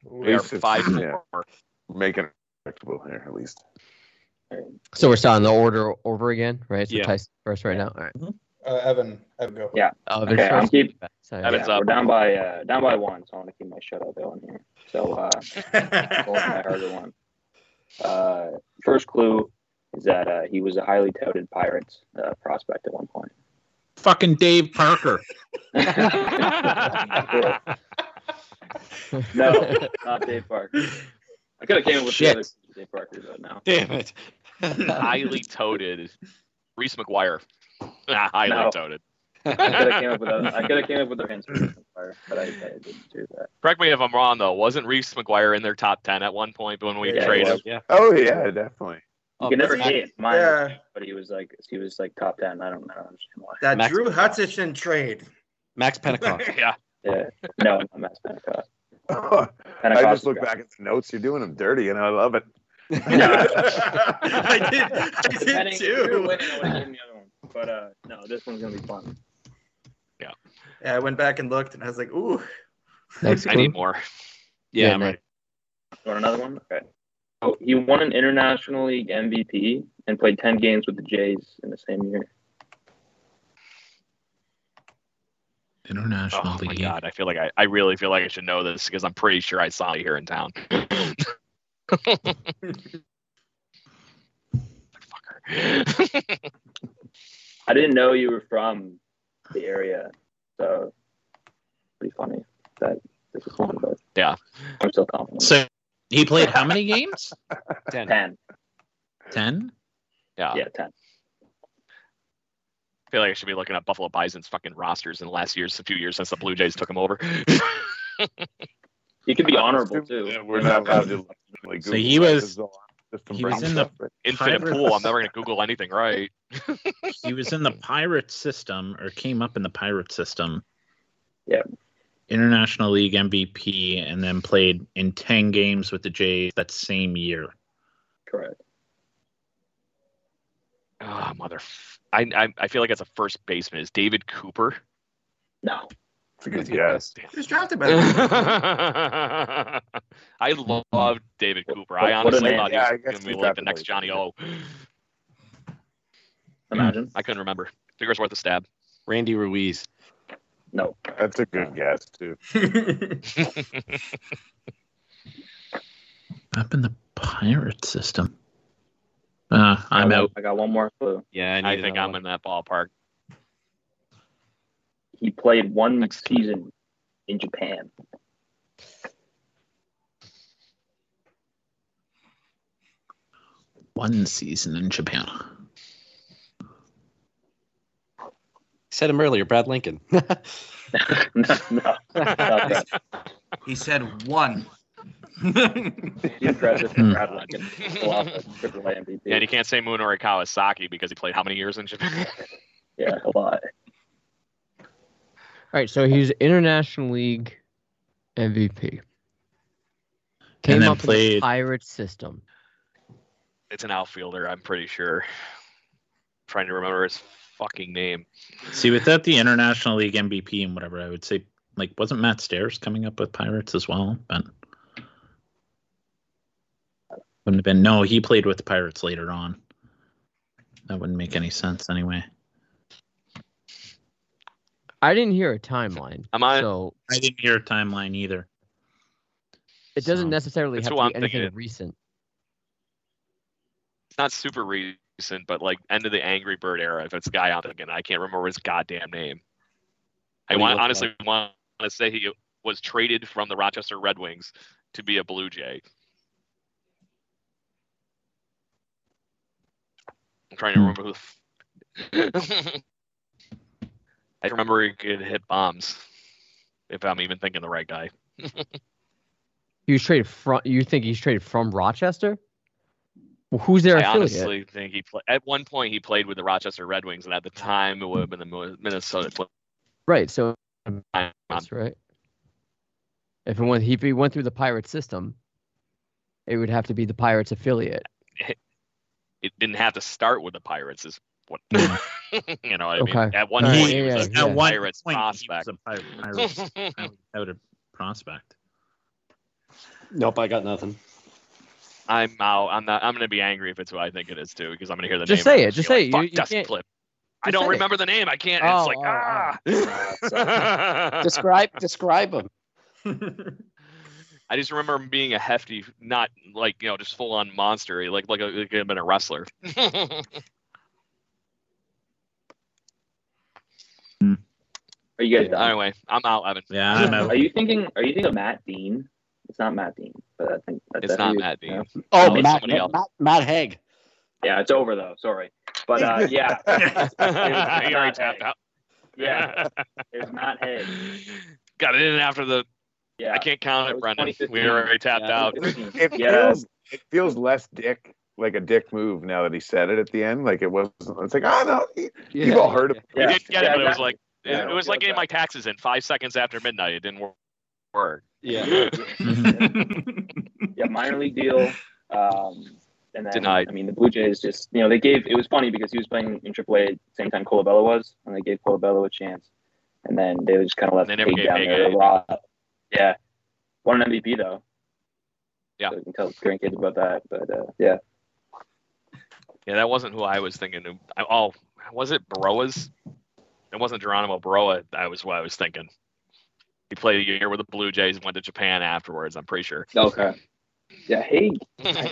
Speaker 1: We
Speaker 4: At
Speaker 1: are
Speaker 4: least it's-
Speaker 1: five
Speaker 4: yeah,
Speaker 1: four.
Speaker 4: making it respectable here at least.
Speaker 7: So we're starting the order over again, right? So
Speaker 8: Yeah.
Speaker 7: Tyson first right now. All right.
Speaker 2: uh, Evan, Evan, go.
Speaker 5: Yeah.
Speaker 7: Oh,
Speaker 5: Okay, I'll keep-
Speaker 7: Sorry.
Speaker 1: Evan's
Speaker 5: Yeah,
Speaker 1: up.
Speaker 5: We're down by uh, down by one, so I want to keep my shutout going here. So uh, go with my harder one. Uh, first clue is that uh, he was a highly touted Pirates uh, prospect at one point.
Speaker 3: Fucking Dave Parker.
Speaker 5: no, not Dave Parker. I could have came up with the
Speaker 3: Shit.
Speaker 5: other Dave Parker, but no.
Speaker 8: Damn it.
Speaker 1: Highly toted. Reese McGuire. Ah, highly
Speaker 5: No.
Speaker 1: toted.
Speaker 5: I could have came up with other, I could have came up with other answers, but I, I didn't do that.
Speaker 1: Correct me if I'm wrong though. Wasn't Reese McGuire in their top ten at one point when we
Speaker 2: Yeah, he
Speaker 1: traded?
Speaker 5: was.
Speaker 8: Yeah.
Speaker 4: Oh yeah, definitely.
Speaker 5: You
Speaker 8: Oh,
Speaker 5: can never
Speaker 8: Max-
Speaker 5: see it. Mine,
Speaker 2: Yeah,
Speaker 5: but he was like he was like top ten. I don't, I don't understand why.
Speaker 2: that
Speaker 8: Max-
Speaker 2: Drew Hutchison trade.
Speaker 8: Max Pentecost.
Speaker 1: Yeah.
Speaker 5: Yeah, no, not Matt Pentecost.
Speaker 4: I just look back at the notes. You're doing them dirty, and I love it.
Speaker 2: I did, I
Speaker 5: I
Speaker 2: did
Speaker 5: didn't- if we were
Speaker 2: too.
Speaker 5: winning, I would've given the other one. But uh, no, this one's gonna be fun.
Speaker 2: Yeah, I went back and looked, and I was like, ooh,
Speaker 7: Next
Speaker 1: I need
Speaker 7: clue.
Speaker 1: more.
Speaker 8: Yeah,
Speaker 7: Yeah,
Speaker 8: I'm
Speaker 7: no.
Speaker 8: ready.
Speaker 5: Want another one? Okay. Oh, he won an International League MVP and played ten games with the Jays in the same year.
Speaker 3: International
Speaker 1: Oh my
Speaker 3: League.
Speaker 1: god, I feel like I, I really feel like I should know this because I'm pretty sure I saw you here in town. Fucker.
Speaker 5: I didn't know you were from the area, so pretty funny that this is one. But
Speaker 1: Yeah.
Speaker 5: I'm still confident.
Speaker 3: So he played how many games?
Speaker 8: Ten.
Speaker 5: ten.
Speaker 3: Ten.
Speaker 1: yeah.
Speaker 5: Yeah, ten.
Speaker 1: I feel like I should be looking up Buffalo Bison's fucking rosters in the last years, a few years since the Blue Jays took them over.
Speaker 5: You could be honorable too.
Speaker 4: Yeah, we're not allowed to. Like, Google
Speaker 3: So he
Speaker 4: that.
Speaker 3: was-
Speaker 4: This is all- just some
Speaker 3: he was
Speaker 4: random
Speaker 3: in the-
Speaker 4: stuff, but-
Speaker 1: Infinite
Speaker 3: Private-
Speaker 1: pool. I'm never gonna Google anything, right?
Speaker 3: he was in the pirate system or came up in the pirate system.
Speaker 5: Yep.
Speaker 3: International League MVP and then played in 10 games with the Jays that same year.
Speaker 5: Correct.
Speaker 1: Oh, mother. I, I I feel like it's a first baseman. Is David Cooper?
Speaker 5: No.
Speaker 4: It's a good guess.
Speaker 2: he was drafted by the
Speaker 1: I love David Cooper. I
Speaker 5: What a
Speaker 1: honestly
Speaker 5: name.
Speaker 1: thought
Speaker 4: Yeah, I
Speaker 1: he was
Speaker 4: guess
Speaker 1: going
Speaker 4: he
Speaker 1: to be like the
Speaker 4: drafted
Speaker 1: next
Speaker 4: like-
Speaker 1: Johnny O.
Speaker 5: Imagine.
Speaker 1: I couldn't remember. Fingers worth a stab.
Speaker 8: Randy Ruiz.
Speaker 5: No.
Speaker 4: That's a good guess too.
Speaker 3: Up in the pirate system. Uh, I'm
Speaker 5: I got-
Speaker 3: out.
Speaker 5: I got one more clue.
Speaker 8: Yeah,
Speaker 1: I
Speaker 8: need
Speaker 1: think
Speaker 8: another
Speaker 1: I'm in that ballpark.
Speaker 5: He played one
Speaker 1: Next.
Speaker 5: season in Japan.
Speaker 3: One season in Japan.
Speaker 8: said him earlier, Brad Lincoln.
Speaker 5: no, no, not that.
Speaker 2: He said one.
Speaker 5: He's impressive for
Speaker 3: Hmm.
Speaker 5: Brad Lincoln. Colossal AAA MVP.
Speaker 1: And you can't say Moon or Kawasaki because he played how many years in Japan?
Speaker 5: Yeah, a lot.
Speaker 7: All right, so he's International League MVP. Came
Speaker 3: then
Speaker 7: up in the
Speaker 3: played-
Speaker 7: pirate system.
Speaker 1: it's an outfielder, I'm pretty sure. trying to remember his fucking name.
Speaker 3: See, without the International League MVP and whatever, I would say, like, wasn't Matt Stairs coming up with Pirates as well? But wouldn't have been. No, he played with the Pirates later on. That wouldn't make any sense anyway.
Speaker 7: I didn't hear a timeline,
Speaker 1: Am I?
Speaker 7: so
Speaker 3: I didn't hear a timeline either.
Speaker 7: it doesn't
Speaker 3: So,
Speaker 7: necessarily
Speaker 1: that's
Speaker 7: have to be
Speaker 1: what I'm
Speaker 7: anything
Speaker 1: thinking.
Speaker 7: recent.
Speaker 1: It's not super recent, but like end of the Angry Bird era. If it's a guy out again, I can't remember his goddamn name. I
Speaker 8: What do you
Speaker 1: want,
Speaker 8: look
Speaker 1: honestly want to say he was traded from the Rochester Red Wings to be a Blue Jay. I'm trying to
Speaker 3: Hmm.
Speaker 1: remember who. The f- I remember he could hit bombs. if I'm even thinking the right guy.
Speaker 7: He was traded from. You think he's traded from Rochester? Well, who's their
Speaker 1: I
Speaker 7: affiliate?
Speaker 1: honestly think he played at one point he played with the Rochester Red Wings, and at the time it would have been the Mo- Minnesota. Twin-
Speaker 7: right. So
Speaker 1: I'm-
Speaker 7: that's right. If it went, if he went through the pirate system, it would have to be the Pirates affiliate.
Speaker 1: It didn't have to start with the Pirates, is what you know. What I mean,
Speaker 7: Okay.
Speaker 1: at one
Speaker 7: All
Speaker 1: point
Speaker 7: right,
Speaker 1: he
Speaker 7: yeah,
Speaker 1: was a
Speaker 7: yeah, yeah.
Speaker 3: At one
Speaker 1: Pirates
Speaker 3: point, he was
Speaker 1: prospect.
Speaker 3: a pirate, pirates, out of prospect.
Speaker 8: Nope, I got nothing.
Speaker 1: I'm out. I'm not. I'm gonna be angry if it's who I think it is too, because I'm gonna hear the
Speaker 7: Just
Speaker 1: name.
Speaker 7: say it,
Speaker 1: and I'm
Speaker 7: just
Speaker 1: gonna
Speaker 7: say
Speaker 1: be
Speaker 7: it,
Speaker 1: like,
Speaker 7: you-
Speaker 1: Fuck
Speaker 7: you
Speaker 1: Dustin
Speaker 7: can't-
Speaker 1: Flip. I
Speaker 7: just
Speaker 1: don't
Speaker 7: say it.
Speaker 1: remember the name. I can't.
Speaker 7: Oh,
Speaker 1: it's like
Speaker 7: oh,
Speaker 1: ah.
Speaker 8: Describe describe him.
Speaker 1: I just remember him being a hefty, not like you know, just full on monster, like like, a, like he'd been a wrestler.
Speaker 5: Are you guys done?
Speaker 1: anyway, I'm out, Evan.
Speaker 3: Yeah, I'm out.
Speaker 5: Are you thinking? Are you thinking of Matt Dean? It's not Matt Dean, but I think that's
Speaker 1: It's not
Speaker 5: definitely-
Speaker 1: Matt Dean.
Speaker 5: Yeah.
Speaker 8: Oh,
Speaker 1: No, it's
Speaker 8: Matt,
Speaker 1: somebody
Speaker 8: Matt,
Speaker 1: else.
Speaker 8: Matt, Matt Haig.
Speaker 5: Yeah, it's over though. Sorry, but uh, yeah,
Speaker 1: he already tapped out.
Speaker 5: Yeah, it was Matt Haig.
Speaker 1: Got it in after the.
Speaker 5: Yeah,
Speaker 1: I can't count
Speaker 5: That
Speaker 1: it,
Speaker 5: was
Speaker 1: Brendan. We
Speaker 5: 2015.
Speaker 1: already tapped
Speaker 8: Yeah.
Speaker 1: out.
Speaker 4: It
Speaker 5: Yes.
Speaker 4: feels it feels less dick like a dick move now that he said it at the end. Like it wasn't. It's like oh no, he- you've all heard of it.
Speaker 1: We did get it,
Speaker 5: Yeah,
Speaker 1: but it was
Speaker 5: exactly.
Speaker 1: like it,
Speaker 4: Yeah,
Speaker 1: it was
Speaker 5: it
Speaker 1: like
Speaker 5: was
Speaker 1: getting
Speaker 5: that.
Speaker 1: my taxes in five seconds after midnight. It didn't wor- work.
Speaker 8: Yeah.
Speaker 5: yeah, minor league deal. Um, and then,
Speaker 1: Denied.
Speaker 5: I mean, the Blue Jays just, you know, they gave, it was funny because he was playing in AAA same time Colabella was, and they gave Colabella a chance. And then they just kind of left
Speaker 1: They never
Speaker 5: Haig
Speaker 1: gave
Speaker 5: down
Speaker 1: Haig
Speaker 5: there a
Speaker 1: anything.
Speaker 5: lot. Yeah. Won an MVP, though.
Speaker 1: Yeah.
Speaker 5: So we can tell Grant kids about that. But uh, yeah.
Speaker 1: Yeah, that wasn't who I was thinking. Of. I, oh, was it Baroas? It wasn't Geronimo Baroa. That was what I was thinking. He played a year with the Blue Jays, went to Japan afterwards. I'm pretty sure.
Speaker 5: Okay. Yeah, Haig. I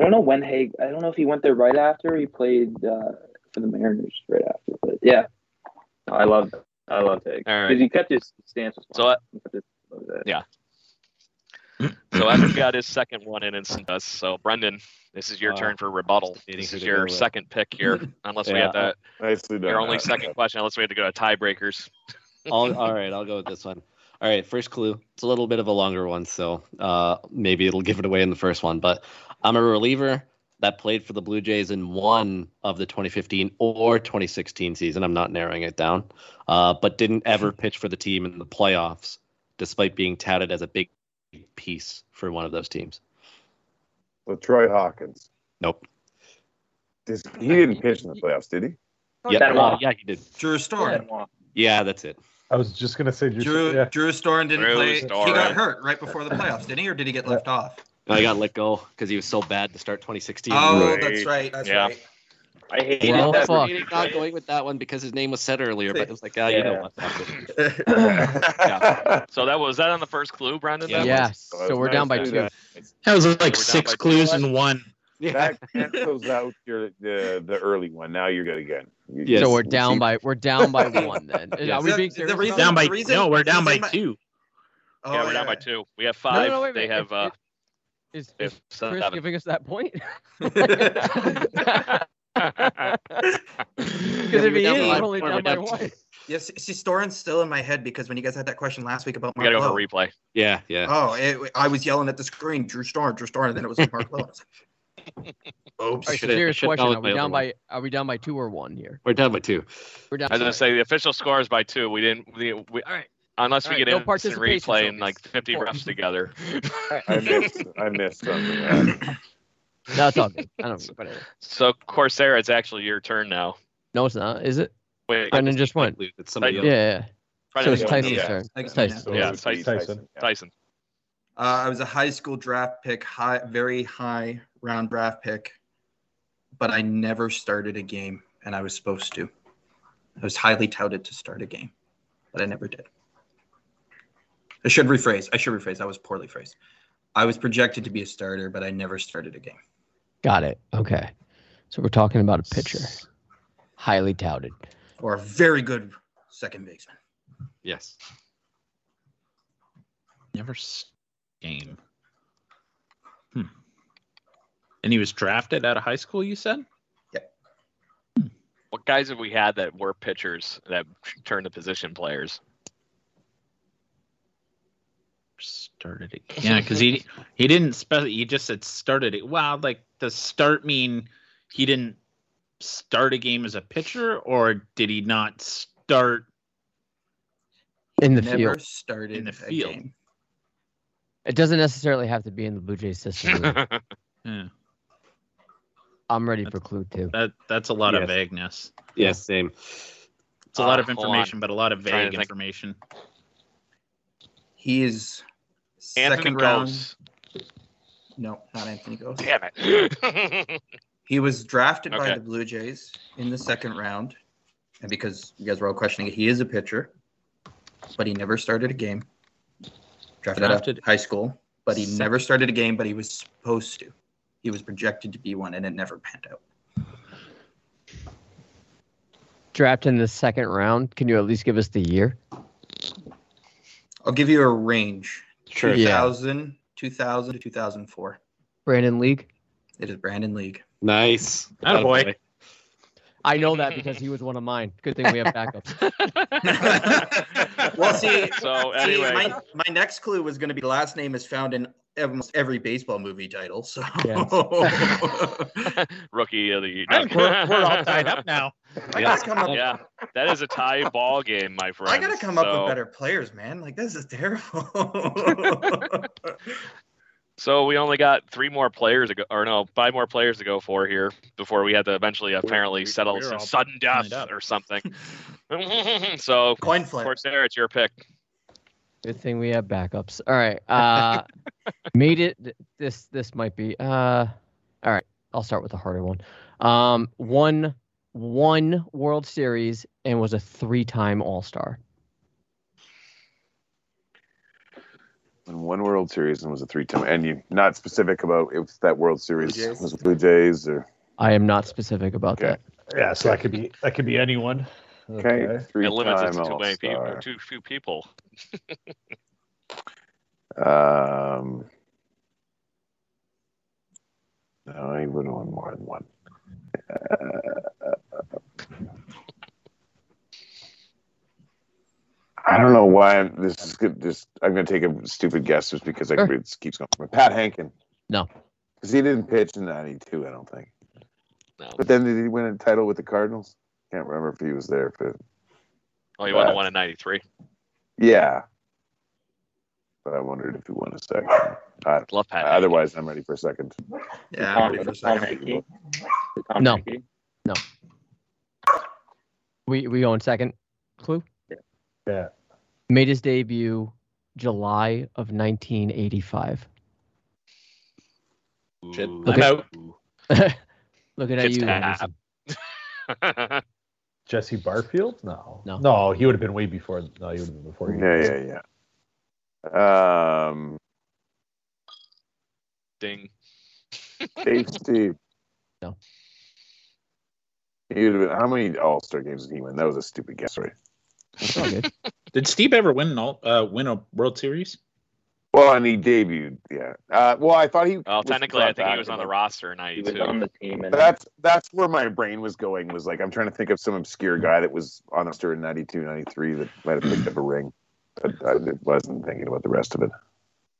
Speaker 5: don't know when Haig, I don't know if he went there right after. He played uh, for the Mariners right after. But yeah. No, I love, I love Haig.
Speaker 1: All right.
Speaker 5: Because he kept his stance. was
Speaker 1: So,
Speaker 5: fine.
Speaker 1: uh,
Speaker 5: He kept his- was it.
Speaker 1: So Evan got his second one in and sent us. So Brendan, this is your
Speaker 8: Wow.
Speaker 1: turn Uh, for rebuttal.
Speaker 8: Debating
Speaker 1: This
Speaker 8: who
Speaker 1: is
Speaker 8: to
Speaker 1: your
Speaker 8: go with.
Speaker 1: second pick here, unless we
Speaker 8: Yeah,
Speaker 1: have to.
Speaker 4: Nicely done.
Speaker 1: Your only
Speaker 4: Adam.
Speaker 1: second question, unless we have to go to tiebreakers.
Speaker 8: I'll, all right, I'll go with this one. All right, first clue. It's a little bit of a longer one, so uh, maybe it'll give it away in the first one. But I'm a reliever that played for the Blue Jays in one of the 2015 or 2016 season. I'm not narrowing it down, uh, but didn't ever pitch for the team in the playoffs, despite being touted as a big piece for one of those teams.
Speaker 4: So Troy Hawkins.
Speaker 8: Nope.
Speaker 4: Does- he didn't pitch in the playoffs, did he?
Speaker 8: Yeah,
Speaker 5: Benoit.
Speaker 8: uh, yeah, he did.
Speaker 2: Drew Storen.
Speaker 5: Benoit.
Speaker 8: Yeah, that's it.
Speaker 6: I was just gonna say, just,
Speaker 2: Drew
Speaker 6: yeah,
Speaker 2: Drew Storen didn't
Speaker 1: Drew
Speaker 2: play. He
Speaker 1: Storen.
Speaker 2: got hurt right before the playoffs, didn't he, or did he get left off?
Speaker 8: No, he got let go because he was so bad to start 2016.
Speaker 2: Oh,
Speaker 1: Right.
Speaker 2: that's right. That's
Speaker 1: Yeah.
Speaker 2: right.
Speaker 5: I hate
Speaker 8: He
Speaker 7: Well,
Speaker 8: ended
Speaker 5: that.
Speaker 8: up
Speaker 7: fuck.
Speaker 8: he ended up not going with that one because his name was said earlier, but it was like, ah, you know
Speaker 5: Yeah.
Speaker 8: what? fuck it.
Speaker 1: So that was that on the first clue, Brendan.
Speaker 8: Yeah.
Speaker 1: then?
Speaker 7: Yeah.
Speaker 4: That
Speaker 7: So
Speaker 4: was
Speaker 7: we're down by
Speaker 4: nicely
Speaker 7: two.
Speaker 4: done.
Speaker 3: That was like
Speaker 1: down
Speaker 3: six
Speaker 1: by two.
Speaker 3: clues in one.
Speaker 8: Yeah.
Speaker 4: That cancels out your the the early one. Now you're good again. You-
Speaker 8: Yes.
Speaker 7: So we're
Speaker 4: you
Speaker 7: down
Speaker 4: see-
Speaker 7: by we're down by one. Then
Speaker 8: Yeah.
Speaker 7: are we
Speaker 2: The-
Speaker 7: being
Speaker 2: the
Speaker 7: serious?
Speaker 2: reason-
Speaker 7: about
Speaker 3: Down by
Speaker 2: The reason-
Speaker 3: no, we're down by
Speaker 2: the reason my-
Speaker 3: two.
Speaker 2: Oh,
Speaker 1: Yeah, we're down by two. We have
Speaker 7: it? no,
Speaker 1: five.
Speaker 7: no, no, wait a
Speaker 1: they
Speaker 7: minute.
Speaker 1: have uh,
Speaker 7: is,
Speaker 1: they
Speaker 7: is
Speaker 1: have
Speaker 7: Chris
Speaker 1: seven.
Speaker 7: giving us that point?
Speaker 1: Because
Speaker 7: Because if
Speaker 8: we're
Speaker 7: he
Speaker 8: down
Speaker 7: is,
Speaker 8: by
Speaker 7: we're only
Speaker 8: one,
Speaker 7: down
Speaker 8: we're
Speaker 7: by
Speaker 8: down two.
Speaker 7: one.
Speaker 2: Yes, see, Storen's still in my head because when you guys had that question last week about
Speaker 1: we
Speaker 2: Mark
Speaker 1: gotta go
Speaker 2: Lowe,
Speaker 1: for replay.
Speaker 8: Yeah. Yeah.
Speaker 2: Oh, it, I was yelling at the screen, Drew Storen, Drew Storen, and then it was like Mark Lowe. I was like, Oops.
Speaker 7: All right, so
Speaker 8: should've- I
Speaker 7: serious
Speaker 8: should've
Speaker 7: question:
Speaker 8: gone with
Speaker 7: Are we
Speaker 8: my
Speaker 7: down
Speaker 8: other one.
Speaker 7: by are we down by two or one here?
Speaker 8: We're down by two.
Speaker 7: We're down.
Speaker 1: I was gonna
Speaker 7: sorry.
Speaker 1: say the official scores by two. We didn't. We, we,
Speaker 7: All right.
Speaker 1: unless
Speaker 7: All
Speaker 1: we
Speaker 7: right,
Speaker 1: get
Speaker 7: no
Speaker 1: in instant
Speaker 7: participation
Speaker 1: replay and
Speaker 7: trophies.
Speaker 1: like 50
Speaker 7: Four.
Speaker 1: refs together.
Speaker 4: I missed I missed something. Uh,
Speaker 7: No, it's all good. I don't. Whatever.
Speaker 1: So Corsair, it's actually your turn now.
Speaker 7: No, it's not. Is it?
Speaker 1: Wait,
Speaker 7: Brendan just went.
Speaker 8: Clue that somebody
Speaker 7: Yeah.
Speaker 8: else.
Speaker 7: yeah. So
Speaker 1: Brendan,
Speaker 7: it's
Speaker 1: you-
Speaker 7: Tyson's
Speaker 4: yeah.
Speaker 7: turn.
Speaker 2: I
Speaker 7: It's
Speaker 2: can-
Speaker 7: Tyson.
Speaker 4: so
Speaker 1: Yeah,
Speaker 4: it would be
Speaker 6: Tyson.
Speaker 4: Yeah.
Speaker 1: Tyson.
Speaker 2: Uh, I was a high school draft pick, high, very high round draft pick, but I never started a game, and I was supposed to. I was highly touted to start a game, but I never did. I should rephrase. I should rephrase. That was poorly phrased. I was projected to be a starter, but I never started a game.
Speaker 7: Got it. Okay. So we're talking about a pitcher, highly touted.
Speaker 2: Or a very good second baseman.
Speaker 8: Yes.
Speaker 3: Never s- game. Hmm. And he was drafted out of high school. You said
Speaker 1: What guys have we had that were pitchers that turned to position players?
Speaker 3: started it. Yeah, because he he didn't spell. He just said started it. Wow, like does start mean he didn't start a game as a pitcher, or did he not start?
Speaker 7: in the
Speaker 2: Never
Speaker 7: field.
Speaker 2: started
Speaker 3: In the
Speaker 2: a
Speaker 3: field.
Speaker 2: game.
Speaker 7: It doesn't necessarily have to be in the Blue Jays system. either.
Speaker 3: Yeah,
Speaker 7: I'm ready for
Speaker 3: That's-
Speaker 7: clue two.
Speaker 3: that that's a lot
Speaker 8: Yes.
Speaker 3: of vagueness.
Speaker 8: Yeah, same.
Speaker 3: It's a lot
Speaker 1: Uh,
Speaker 3: of
Speaker 1: hold on.
Speaker 3: information, but a lot of
Speaker 1: Trying to
Speaker 3: vague
Speaker 1: think.
Speaker 3: information.
Speaker 2: He is
Speaker 1: Anthony
Speaker 2: second round.
Speaker 1: Gross.
Speaker 2: No, not Anthony Gross.
Speaker 1: Damn it.
Speaker 2: He was drafted by
Speaker 1: Okay.
Speaker 2: the Blue Jays in the second round. And because you guys were all questioning it, he is a pitcher, but he never started a game. Drafted, out
Speaker 3: Drafted-
Speaker 2: of high school, but he
Speaker 3: Second-
Speaker 2: never started a game, but he was supposed to. He was projected to be one, and it never panned out.
Speaker 7: Drafted in the second round. Can you at least give us the year?
Speaker 2: I'll give you a range
Speaker 8: Sure.
Speaker 7: Yeah.
Speaker 2: 2000, 2000 to 2004.
Speaker 7: Brandon League.
Speaker 2: It is Brandon League.
Speaker 8: Nice.
Speaker 3: Atta boy.
Speaker 8: Atta
Speaker 7: I know that because he was one of mine. Good thing we have backups.
Speaker 2: Well, see-
Speaker 1: So
Speaker 2: See,
Speaker 1: anyway,
Speaker 2: my, my next clue was going to be last name is found in almost every baseball movie title. So,
Speaker 1: rookie of the year.
Speaker 3: I think we're, we're all tied up now.
Speaker 2: I gotta come up.
Speaker 1: Yeah, that is a tie ball game, my friend.
Speaker 2: I gotta come up
Speaker 1: So-
Speaker 2: with better players, man. Like this is terrible.
Speaker 1: So we only got three more players to go, or no, five more players to go for here before we had to eventually apparently
Speaker 3: we-
Speaker 1: settle
Speaker 3: we're
Speaker 1: some
Speaker 3: all
Speaker 1: sudden death
Speaker 3: lined up.
Speaker 1: or something. so,
Speaker 2: Coin flip.
Speaker 1: Corsair, it's your pick.
Speaker 7: Good thing we have backups. All right. Uh, made it. th- This this might be. Uh, all right. I'll start with the harder one. Um, won one World Series and was a three-time All-Star.
Speaker 4: And one World Series and was a three time. And you not specific about if that World Series
Speaker 2: Blue Jays.
Speaker 4: was Blue Jays or
Speaker 7: I am not specific about
Speaker 4: Okay.
Speaker 7: that.
Speaker 6: Yeah, so that could be that could be anyone.
Speaker 4: okay, three
Speaker 1: It limits us
Speaker 4: time
Speaker 1: to too many people,
Speaker 4: All
Speaker 1: too few people.
Speaker 4: Star. Um, no, he would have won more than one. I don't know why this is good. Just I'm going to take a stupid guess just because I
Speaker 7: Sure.
Speaker 4: it keeps going. Pat Hankin.
Speaker 7: No.
Speaker 4: because he didn't pitch in '92. I don't think.
Speaker 1: No.
Speaker 4: But then did he win a title with the Cardinals? Can't remember if he was there, but
Speaker 1: Oh, you won the
Speaker 4: Uh,
Speaker 1: one in '93.
Speaker 4: yeah. But I wondered if he won a second.
Speaker 1: Love Pat. Haney.
Speaker 4: Otherwise, I'm ready for a second.
Speaker 2: yeah, I'm
Speaker 5: Tom,
Speaker 2: ready for a
Speaker 5: Tom
Speaker 2: second.
Speaker 5: Hickey. Tom
Speaker 7: No.
Speaker 5: Hickey.
Speaker 7: We we going second. Clue.
Speaker 6: Yeah.
Speaker 7: Made his debut July of 1985.
Speaker 8: Shit.
Speaker 1: Ooh.
Speaker 7: Okay.
Speaker 3: out.
Speaker 7: Looking at
Speaker 1: It's
Speaker 7: you.
Speaker 1: Pat.
Speaker 7: Anderson.
Speaker 6: Jesse Barfield? No.
Speaker 7: No.
Speaker 6: No, he would have been way before. No, he would have been before. you.
Speaker 4: Yeah, yeah, yeah. Um,
Speaker 1: Ding.
Speaker 4: Dave Steve.
Speaker 7: No.
Speaker 4: He would have been, how many All Star games did he win? That was a stupid guess, right?
Speaker 7: It's all good.
Speaker 3: Did Steve ever win an all, uh, win a World Series?
Speaker 4: Well, and he debuted. Yeah. Uh, well, I thought he.
Speaker 1: Well,
Speaker 4: was
Speaker 1: technically, I think he was on the
Speaker 4: back.
Speaker 1: roster in
Speaker 5: He was
Speaker 1: '92.
Speaker 5: on the team and
Speaker 4: That's that's where my brain was going. Was like I'm trying to think of some obscure guy that was on the roster in '92, '93 that might have picked up a ring, but I wasn't thinking about the rest of it.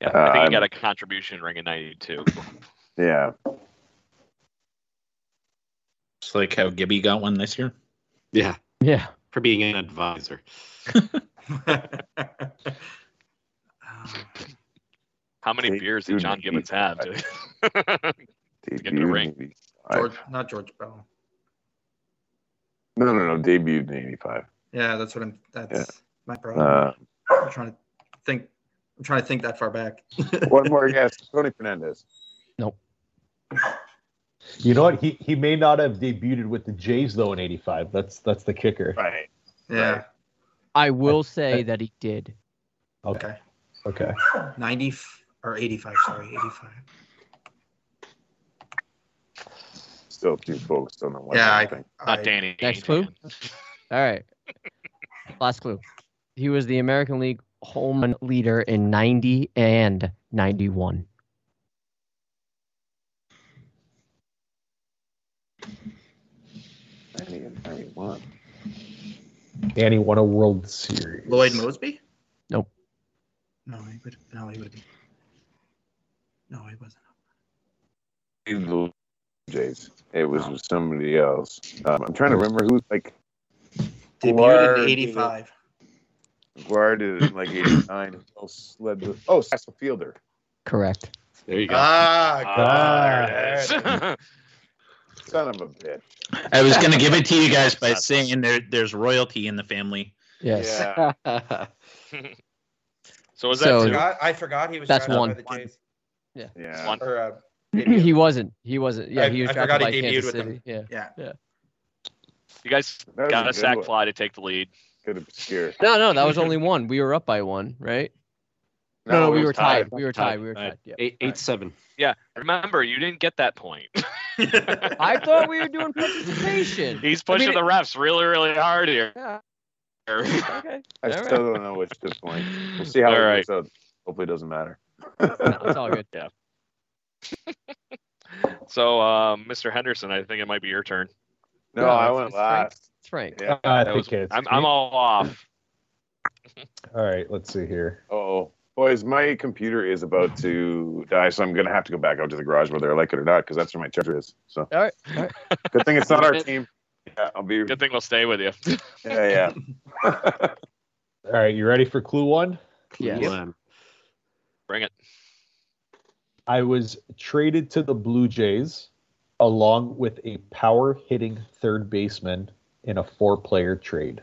Speaker 1: Yeah, I think
Speaker 4: Um,
Speaker 1: he got a contribution ring in '92.
Speaker 4: Yeah,
Speaker 3: It's like how Gibby got one this year.
Speaker 8: Yeah,
Speaker 7: Yeah.
Speaker 8: for being an advisor.
Speaker 2: Um,
Speaker 1: How many
Speaker 4: Dave
Speaker 1: beers did John
Speaker 4: Dunne.
Speaker 1: Gibbons have? dude? get the
Speaker 4: Debuted
Speaker 1: ring.
Speaker 4: in 85.
Speaker 2: George, not George Bell.
Speaker 4: No, no, no. Debuted in '85.
Speaker 2: Yeah, that's what I'm. That's my problem.
Speaker 4: Uh,
Speaker 2: I'm trying to think. I'm trying to think that far back.
Speaker 4: one more guess. Tony Fernandez.
Speaker 6: You know what? He he may not have debuted with the Jays though in '85. That's that's the kicker.
Speaker 4: Right.
Speaker 2: yeah.
Speaker 7: I will say that he did.
Speaker 2: Okay.
Speaker 6: Okay.
Speaker 2: Ninety f- or eighty-five. Sorry, eighty-five.
Speaker 4: Still too focused on the one.
Speaker 2: Yeah, I-
Speaker 4: thing.
Speaker 1: Not
Speaker 2: I-
Speaker 1: Danny.
Speaker 7: Next clue?
Speaker 1: Dan.
Speaker 7: All right. Last clue. He was the American League home run leader in 90 and 91.
Speaker 4: Ninety and ninety-one.
Speaker 6: And he won a World Series.
Speaker 2: Lloyd Mosby. No, he would. No, he would. No, he wasn't.
Speaker 4: the Jays. It was with somebody else. Um, I'm trying to remember who's like
Speaker 2: Debuted
Speaker 4: Guard-
Speaker 2: in '85.
Speaker 4: Guard in like '89. Who else led the? Oh, Cecil Fielder.
Speaker 7: Correct.
Speaker 8: There you go.
Speaker 4: Ah,
Speaker 1: Ah,
Speaker 4: there it is.
Speaker 1: there it is.
Speaker 4: son of a bitch.
Speaker 3: I was going to give it to you guys by saying there, there's royalty in the family.
Speaker 7: Yes.
Speaker 4: Yeah.
Speaker 1: so was that
Speaker 7: So-
Speaker 1: two?
Speaker 2: Forgot, I forgot he was.
Speaker 7: That's
Speaker 2: drafted
Speaker 7: one.
Speaker 2: by the Jays.
Speaker 4: yeah.
Speaker 1: One.
Speaker 2: Or, uh,
Speaker 7: he wasn't. He wasn't. Yeah,
Speaker 2: I-
Speaker 7: he was
Speaker 2: I
Speaker 7: drafted
Speaker 2: forgot
Speaker 7: by
Speaker 2: he
Speaker 7: Kansas
Speaker 2: debuted with
Speaker 7: City. Yeah.
Speaker 2: yeah.
Speaker 1: You guys
Speaker 4: That was
Speaker 1: got
Speaker 4: a
Speaker 1: a
Speaker 4: good
Speaker 1: sack
Speaker 4: one.
Speaker 1: fly to take the lead.
Speaker 4: Good obscure.
Speaker 7: No, no, that was only one. We were up by one, right? No, no,
Speaker 4: it
Speaker 7: we
Speaker 4: was
Speaker 7: were tied. We were tied. We were tied. Yeah.
Speaker 8: Eight, eight seven.
Speaker 1: Yeah, remember you didn't get that point.
Speaker 7: I thought we were doing participation.
Speaker 1: He's pushing
Speaker 7: mean,
Speaker 1: the refs really, really hard here.
Speaker 7: Yeah. Okay.
Speaker 4: I
Speaker 7: All
Speaker 4: still don't know which this point. We'll see how
Speaker 1: All
Speaker 4: it works
Speaker 1: right.
Speaker 4: out. Hopefully, it doesn't matter.
Speaker 7: No, it's all good.
Speaker 1: So, um, Mr. Henderson, I think it might be your turn.
Speaker 4: no,
Speaker 7: No,
Speaker 4: I
Speaker 7: it's-
Speaker 4: went
Speaker 7: it's fine.
Speaker 4: last.
Speaker 7: It's Frank.
Speaker 4: Yeah.
Speaker 6: Uh, I
Speaker 1: That
Speaker 6: think
Speaker 1: was-
Speaker 6: it's.
Speaker 1: I'm, I'm all off.
Speaker 6: all right, let's see here.
Speaker 4: Oh, boys, my computer is about to die, so I'm gonna have to go back out to the garage, whether I like it or not, because that's where my charger is. So
Speaker 7: All right. All right.
Speaker 4: good thing it's not our team. Yeah, I'll be.
Speaker 1: Good thing we'll stay with you.
Speaker 4: Yeah, yeah.
Speaker 6: All right, you ready for clue one?
Speaker 7: Yeah.
Speaker 8: Cleveland.
Speaker 1: Bring it.
Speaker 6: I was traded to the Blue Jays along with a power hitting third baseman in a four player trade.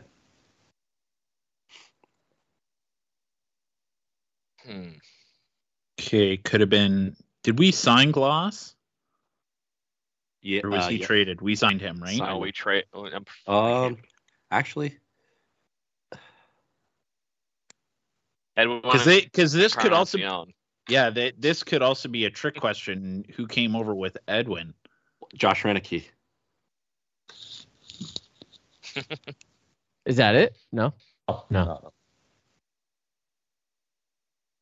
Speaker 1: Hmm.
Speaker 3: Okay, could have been. Did we sign Gloss
Speaker 8: Yeah.
Speaker 3: or was
Speaker 8: uh,
Speaker 3: he
Speaker 8: yeah.
Speaker 3: traded? We signed him, right?
Speaker 1: So we trade. oh, I'm-
Speaker 8: Um, actually,
Speaker 1: Edwin
Speaker 3: Because they because this could also
Speaker 1: Pronunciation.
Speaker 3: yeah they, this could also be a trick question. Who came over with Edwin?
Speaker 8: Josh Renicky.
Speaker 7: Is that it? No.
Speaker 6: Oh,
Speaker 7: No.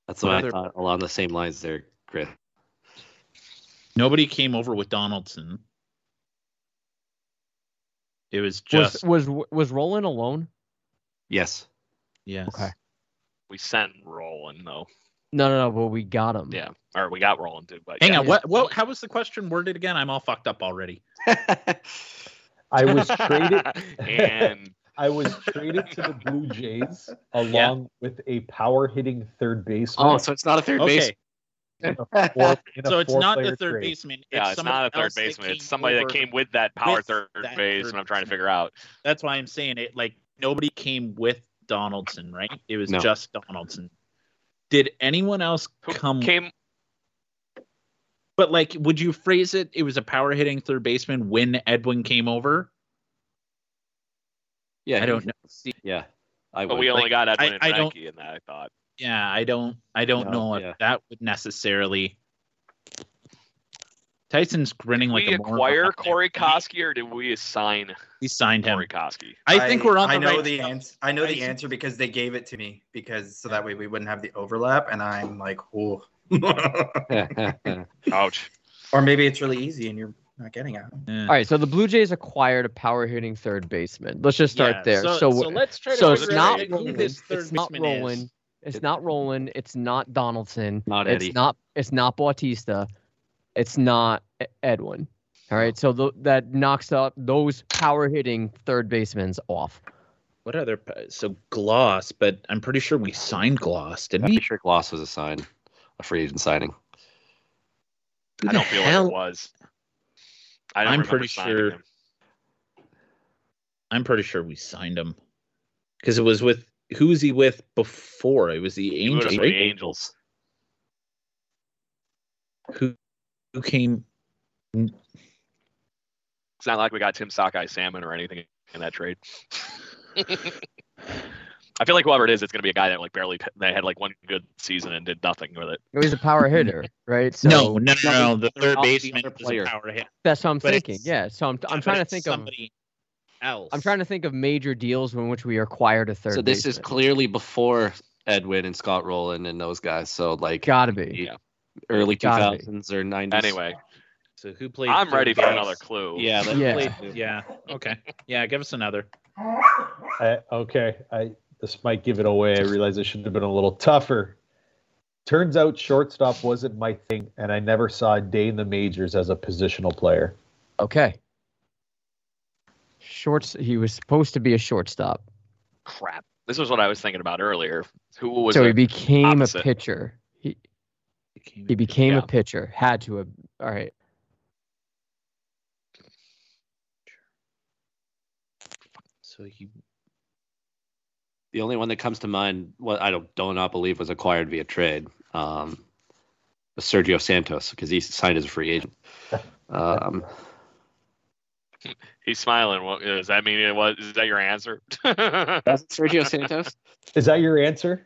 Speaker 8: That's what
Speaker 3: Another-
Speaker 8: I thought along the same lines there, Chris.
Speaker 3: Nobody came over with Donaldson. It
Speaker 7: Was
Speaker 3: was just
Speaker 7: was was Roland alone?
Speaker 8: Yes.
Speaker 3: yes.
Speaker 7: Okay.
Speaker 1: we sent Roland though,
Speaker 7: No, no, no. But we got him.
Speaker 1: Yeah. or we got Roland too. But
Speaker 3: Hang
Speaker 1: yeah.
Speaker 3: on. What? What? How was the question worded again? I'm all fucked up already.
Speaker 6: I was traded
Speaker 1: and
Speaker 6: I was traded to the Blue Jays along with a power hitting third baseman
Speaker 8: oh, so it's not a third
Speaker 3: Okay.
Speaker 8: base.
Speaker 6: in a four in a
Speaker 3: so it's not the
Speaker 6: four-player
Speaker 3: third
Speaker 6: trade.
Speaker 3: baseman.
Speaker 1: yeah, it's
Speaker 3: somebody
Speaker 1: not a third
Speaker 3: else that
Speaker 1: baseman. It's
Speaker 3: came
Speaker 1: somebody
Speaker 3: over.
Speaker 1: that came with that power
Speaker 3: with
Speaker 1: third
Speaker 3: that
Speaker 1: base,
Speaker 3: third
Speaker 1: and I'm trying to
Speaker 3: baseman.
Speaker 1: figure out.
Speaker 3: That's why I'm saying it. Like nobody came with Donaldson, right? It was
Speaker 8: No.
Speaker 3: just Donaldson. Did anyone else
Speaker 1: Who
Speaker 3: come?
Speaker 1: came?
Speaker 3: But like, would you phrase it? It was a power hitting third baseman when Edwin came over.
Speaker 8: Yeah.
Speaker 3: I don't know.
Speaker 8: See, yeah. I
Speaker 1: But
Speaker 8: would.
Speaker 1: we only
Speaker 3: like,
Speaker 1: got Edwin
Speaker 3: I-
Speaker 1: and
Speaker 3: I don't-
Speaker 1: Reinke in that. I thought.
Speaker 3: Yeah, I don't. I don't
Speaker 8: No,
Speaker 3: know if
Speaker 8: yeah.
Speaker 3: that would necessarily. Tyson's grinning like
Speaker 1: we
Speaker 3: a moron
Speaker 1: acquire
Speaker 3: up there.
Speaker 1: Corey
Speaker 3: We-
Speaker 1: Koski or did we assign
Speaker 3: We signed him.
Speaker 1: Corey Koski?
Speaker 3: I think we're on.
Speaker 2: I
Speaker 3: the
Speaker 2: know
Speaker 3: right
Speaker 2: the
Speaker 3: stuff.
Speaker 2: answer. I know
Speaker 3: I
Speaker 2: the
Speaker 3: see.
Speaker 2: answer because they gave it to me because so that way we wouldn't have the overlap. And I'm like, oh.
Speaker 1: Ouch.
Speaker 2: or maybe it's really easy and you're not getting it.
Speaker 3: Yeah.
Speaker 7: All right. So the Blue Jays acquired a power hitting third baseman. Let's just start
Speaker 3: Yeah,
Speaker 7: there.
Speaker 3: So,
Speaker 7: So,
Speaker 3: so let's try to
Speaker 7: so it's
Speaker 3: figure
Speaker 7: not
Speaker 3: out who
Speaker 7: Roland.
Speaker 3: this third
Speaker 7: It's not
Speaker 3: baseman is.
Speaker 7: Roland. It's not Roland. It's not Donaldson.
Speaker 8: Not Eddie.
Speaker 7: It's not. It's not Bautista. It's not E- Edwin. All right. So tho- that knocks up those power hitting third basemans off.
Speaker 3: What other? pa- So Gloss, but I'm pretty sure we signed Gloss, didn't
Speaker 8: I'm
Speaker 3: we?
Speaker 8: pretty sure Gloss was a sign, a free agent signing.
Speaker 3: Who
Speaker 1: I
Speaker 3: the
Speaker 1: don't feel
Speaker 3: hell-
Speaker 1: like it was. I
Speaker 3: I'm
Speaker 1: remember
Speaker 3: pretty
Speaker 1: signing
Speaker 3: sure-
Speaker 1: him.
Speaker 3: I'm pretty sure we signed him because it was with who was he with before? It was the
Speaker 1: He would've
Speaker 3: Angels,
Speaker 1: been
Speaker 3: right?
Speaker 1: the Angels.
Speaker 3: Who who came?
Speaker 1: It's not like we got Tim Sockeye Salmon or anything in that trade. I feel like whoever it is, it's going to be a guy that like barely that had like one good season and did nothing with it.
Speaker 7: He's a power hitter, right? So
Speaker 3: no, no, no, no,
Speaker 8: no,
Speaker 3: The
Speaker 8: they're
Speaker 3: third
Speaker 8: not the
Speaker 3: baseman
Speaker 8: other
Speaker 3: was a
Speaker 8: player.
Speaker 3: power hit.
Speaker 7: That's what I'm
Speaker 3: But
Speaker 7: thinking.
Speaker 3: it's-
Speaker 7: Yeah. So I'm, I'm
Speaker 3: But
Speaker 7: trying to
Speaker 3: it's
Speaker 7: think of.
Speaker 3: somebody else.
Speaker 7: I'm trying to think of major deals in which we acquired a third.
Speaker 8: so this is
Speaker 7: baseman.
Speaker 8: clearly before Edwin and Scott Rowland and those guys. So like
Speaker 7: Gotta be.
Speaker 8: Yeah. early two
Speaker 7: gotta be.
Speaker 8: thousands or nineties.
Speaker 1: Anyway,
Speaker 3: So who played?
Speaker 1: I'm
Speaker 3: third
Speaker 1: ready for
Speaker 3: base?
Speaker 1: another clue.
Speaker 8: Yeah. That
Speaker 7: Yeah.
Speaker 8: Played,
Speaker 3: Yeah. Okay. Yeah. Give us another.
Speaker 6: I, okay, I this might give it away. I realize I should have been a little tougher. Turns out shortstop wasn't my thing, and I never saw a day in the majors as a positional player.
Speaker 7: Okay. Shorts. He was supposed to be a shortstop,
Speaker 1: Crap. This was what I was thinking about earlier. Who was
Speaker 7: so
Speaker 1: it?
Speaker 7: he became
Speaker 1: opposite.
Speaker 7: a pitcher. He
Speaker 3: Became
Speaker 7: he became
Speaker 1: Yeah.
Speaker 7: a pitcher. Had to have. All right.
Speaker 3: So he
Speaker 8: The only one that comes to mind, what I don't do not believe was acquired via trade, um, was Sergio Santos because he signed as a free agent. Um,
Speaker 1: He's smiling. What does that mean? It was is that your answer?
Speaker 8: that's Sergio Santos.
Speaker 6: Is that your answer?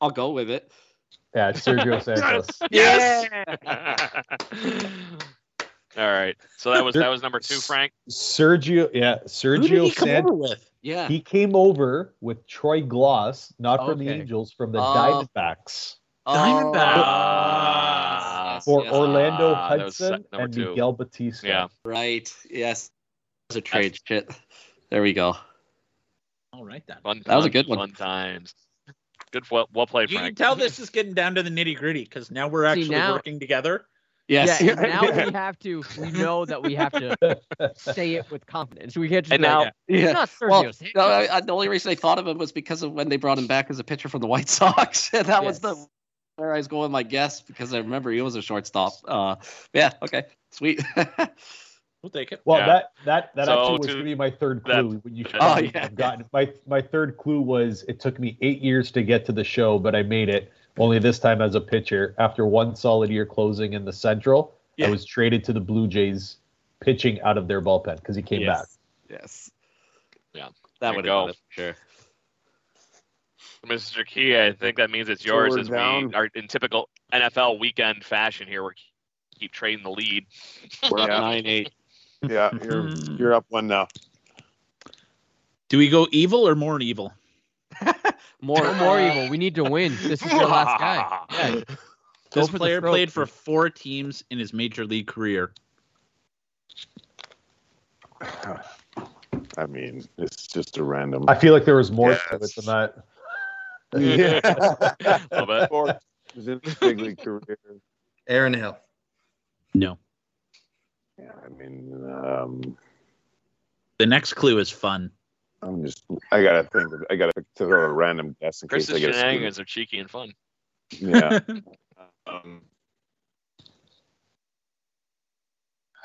Speaker 8: I'll go with it.
Speaker 6: Yeah, it's Sergio Santos.
Speaker 1: yes. All right. So that was that was number two, Frank.
Speaker 6: Sergio, yeah,
Speaker 3: Who did he
Speaker 6: Sergio
Speaker 3: come
Speaker 6: Santos.
Speaker 3: over with?
Speaker 8: Yeah.
Speaker 6: He came over with Troy Gloss, not from the
Speaker 8: Okay.
Speaker 6: Angels, from the
Speaker 8: Oh.
Speaker 6: Diamondbacks
Speaker 1: Ah,
Speaker 8: Yes,
Speaker 6: for
Speaker 8: yes.
Speaker 6: Orlando
Speaker 1: Ah, that was se-
Speaker 6: Hudson
Speaker 1: number
Speaker 6: and
Speaker 1: two.
Speaker 6: Miguel Batista.
Speaker 1: Yeah.
Speaker 8: Right. Yes. That was a trade. Shit. There we go.
Speaker 3: All right then.
Speaker 1: Fun
Speaker 8: That was a
Speaker 1: times,
Speaker 8: good one.
Speaker 1: Fun times. Good. Well, well played,
Speaker 3: You can
Speaker 1: Frank.
Speaker 3: tell this is getting down to the nitty gritty because now we're
Speaker 7: See,
Speaker 3: actually
Speaker 7: now-
Speaker 3: working together.
Speaker 8: Yes.
Speaker 7: Yeah, and now we have to. We know that we have to say it with confidence. We can't just
Speaker 1: And
Speaker 7: be
Speaker 1: now
Speaker 7: like, "It's not Sergio
Speaker 8: Well,
Speaker 7: Santos."
Speaker 8: no, I, I- the only reason I thought of him was because of when they brought him back as a pitcher from the White Sox, and that was the
Speaker 7: Yes.
Speaker 8: where I was going with my guess because I remember he was a shortstop. Uh, yeah. Okay. Sweet.
Speaker 3: We'll take it.
Speaker 6: Well,
Speaker 1: Yeah.
Speaker 6: that that that
Speaker 1: So
Speaker 6: actually was
Speaker 1: to-
Speaker 6: going to be my third
Speaker 1: that-
Speaker 6: clue. you should
Speaker 1: that-
Speaker 8: Oh,
Speaker 6: probably
Speaker 8: yeah.
Speaker 6: have gotten my my third clue was it took me eight years to get to the show, but I made it. Only this time as a pitcher. After one solid year closing in the Central, I
Speaker 3: Yeah.
Speaker 6: was traded to the Blue Jays, pitching out of their bullpen because he came back.
Speaker 8: yes. Yes.
Speaker 1: Yeah. There
Speaker 8: That
Speaker 1: you
Speaker 8: would
Speaker 1: go.
Speaker 8: have sure.
Speaker 1: Mr. Key, I think that means it's
Speaker 4: So
Speaker 1: yours
Speaker 4: we're
Speaker 1: as
Speaker 4: down.
Speaker 1: we are in typical NFL weekend fashion here. We keep trading the lead.
Speaker 8: We're
Speaker 4: Yeah.
Speaker 8: up nine eight.
Speaker 4: Yeah, you're you're up one now.
Speaker 3: Do we go evil or more evil?
Speaker 8: More.
Speaker 7: We're more evil. We need to win. This is your last guy. Yeah. Go
Speaker 3: This
Speaker 7: for the
Speaker 3: player
Speaker 7: throat.
Speaker 3: played for four teams in his major league career.
Speaker 4: I mean, it's just a random.
Speaker 6: I feel like there was more to it
Speaker 4: Yes.
Speaker 6: than that.
Speaker 4: yeah.
Speaker 1: A little bit.
Speaker 4: Or was in his big league career.
Speaker 2: Aaron Hill.
Speaker 3: No.
Speaker 4: Yeah, I mean, um,
Speaker 3: The next clue is fun.
Speaker 4: I'm just. I gotta think. Of, I gotta throw a random guess in
Speaker 1: Chris's
Speaker 4: case I get. a
Speaker 1: shenanigans are cheeky and fun.
Speaker 4: scoop. Yeah. Um,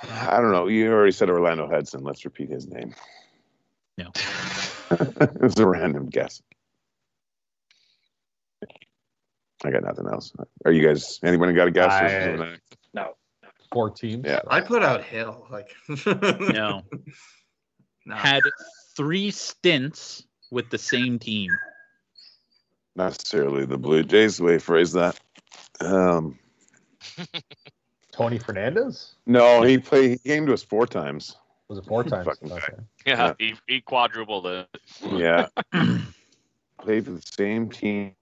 Speaker 4: I don't know. You already said Orlando Hudson. Let's repeat his name.
Speaker 3: No.
Speaker 4: it was a random guess. I got nothing else. Are you guys? Anyone got a guess?
Speaker 6: I- Four teams.
Speaker 4: Yeah.
Speaker 2: I put out Hill. Like
Speaker 3: No.
Speaker 2: no.
Speaker 3: Had three stints with the same team.
Speaker 4: Not necessarily the Blue Jays way. Phrase that. Um,
Speaker 6: Tony Fernandez
Speaker 4: no, he played. He came to us four times.
Speaker 6: was it four times?
Speaker 4: Fucking guy.
Speaker 6: Okay.
Speaker 1: Yeah, He, he quadrupled it.
Speaker 4: Yeah. played for the same team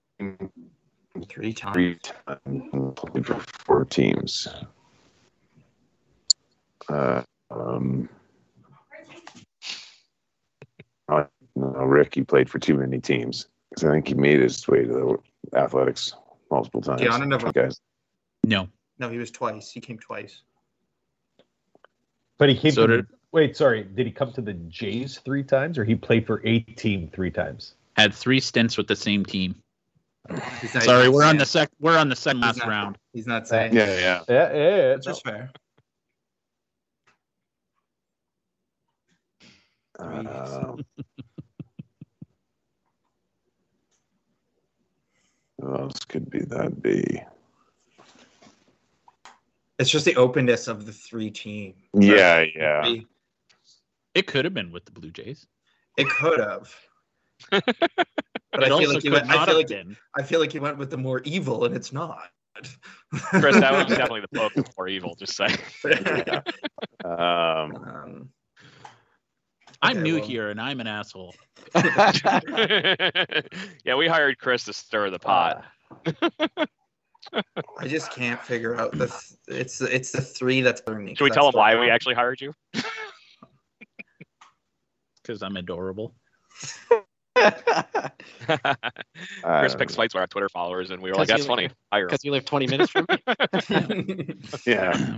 Speaker 2: Three times.
Speaker 4: three times. Played for four teams. Uh, um, no, Rick, he played for too many teams because I think he made his way to the Athletics multiple times.
Speaker 2: Keanu Navarro.
Speaker 4: Okay.
Speaker 3: No.
Speaker 2: No, he was twice. He came twice.
Speaker 6: But he came.
Speaker 3: So
Speaker 6: to-
Speaker 3: did-
Speaker 6: wait, sorry. Did he come to the Jays three times, or he played for a team three times?
Speaker 3: Had three stints with the same team.
Speaker 2: He's not-
Speaker 3: Sorry, we're on the
Speaker 2: he's
Speaker 3: sec we're on the second
Speaker 2: not-
Speaker 3: last round.
Speaker 2: He's not saying.
Speaker 4: Yeah, yeah.
Speaker 6: Yeah, yeah, yeah,
Speaker 2: Which
Speaker 6: no.
Speaker 2: is fair.
Speaker 4: Um, who else could be that be?
Speaker 2: It's just the openness of the three team.
Speaker 4: Yeah, yeah.
Speaker 3: It could have been with the Blue Jays.
Speaker 2: It could have. But
Speaker 3: it
Speaker 2: I feel
Speaker 3: also
Speaker 2: like he
Speaker 3: could
Speaker 2: went. I
Speaker 3: not
Speaker 2: feel
Speaker 3: have
Speaker 2: like
Speaker 3: been.
Speaker 2: I feel like he went with the more evil, and it's not.
Speaker 1: Chris, that was definitely the Pope before evil, just saying.
Speaker 4: Um,
Speaker 2: Um,
Speaker 3: I'm
Speaker 2: Okay,
Speaker 3: new
Speaker 2: well.
Speaker 3: here and I'm an asshole.
Speaker 1: yeah, we hired Chris to stir the
Speaker 8: Ah,
Speaker 1: pot.
Speaker 2: I just can't figure out the. Th- it's the- it's the three that's burning.
Speaker 1: Should we tell him why we actually hired you?
Speaker 3: Because I'm adorable.
Speaker 1: Chris picks fights with our Twitter followers, and we were like,
Speaker 8: Because
Speaker 1: "That's
Speaker 8: you-
Speaker 1: funny." Hire him.
Speaker 8: because you live 20 minutes from me.
Speaker 4: Yeah.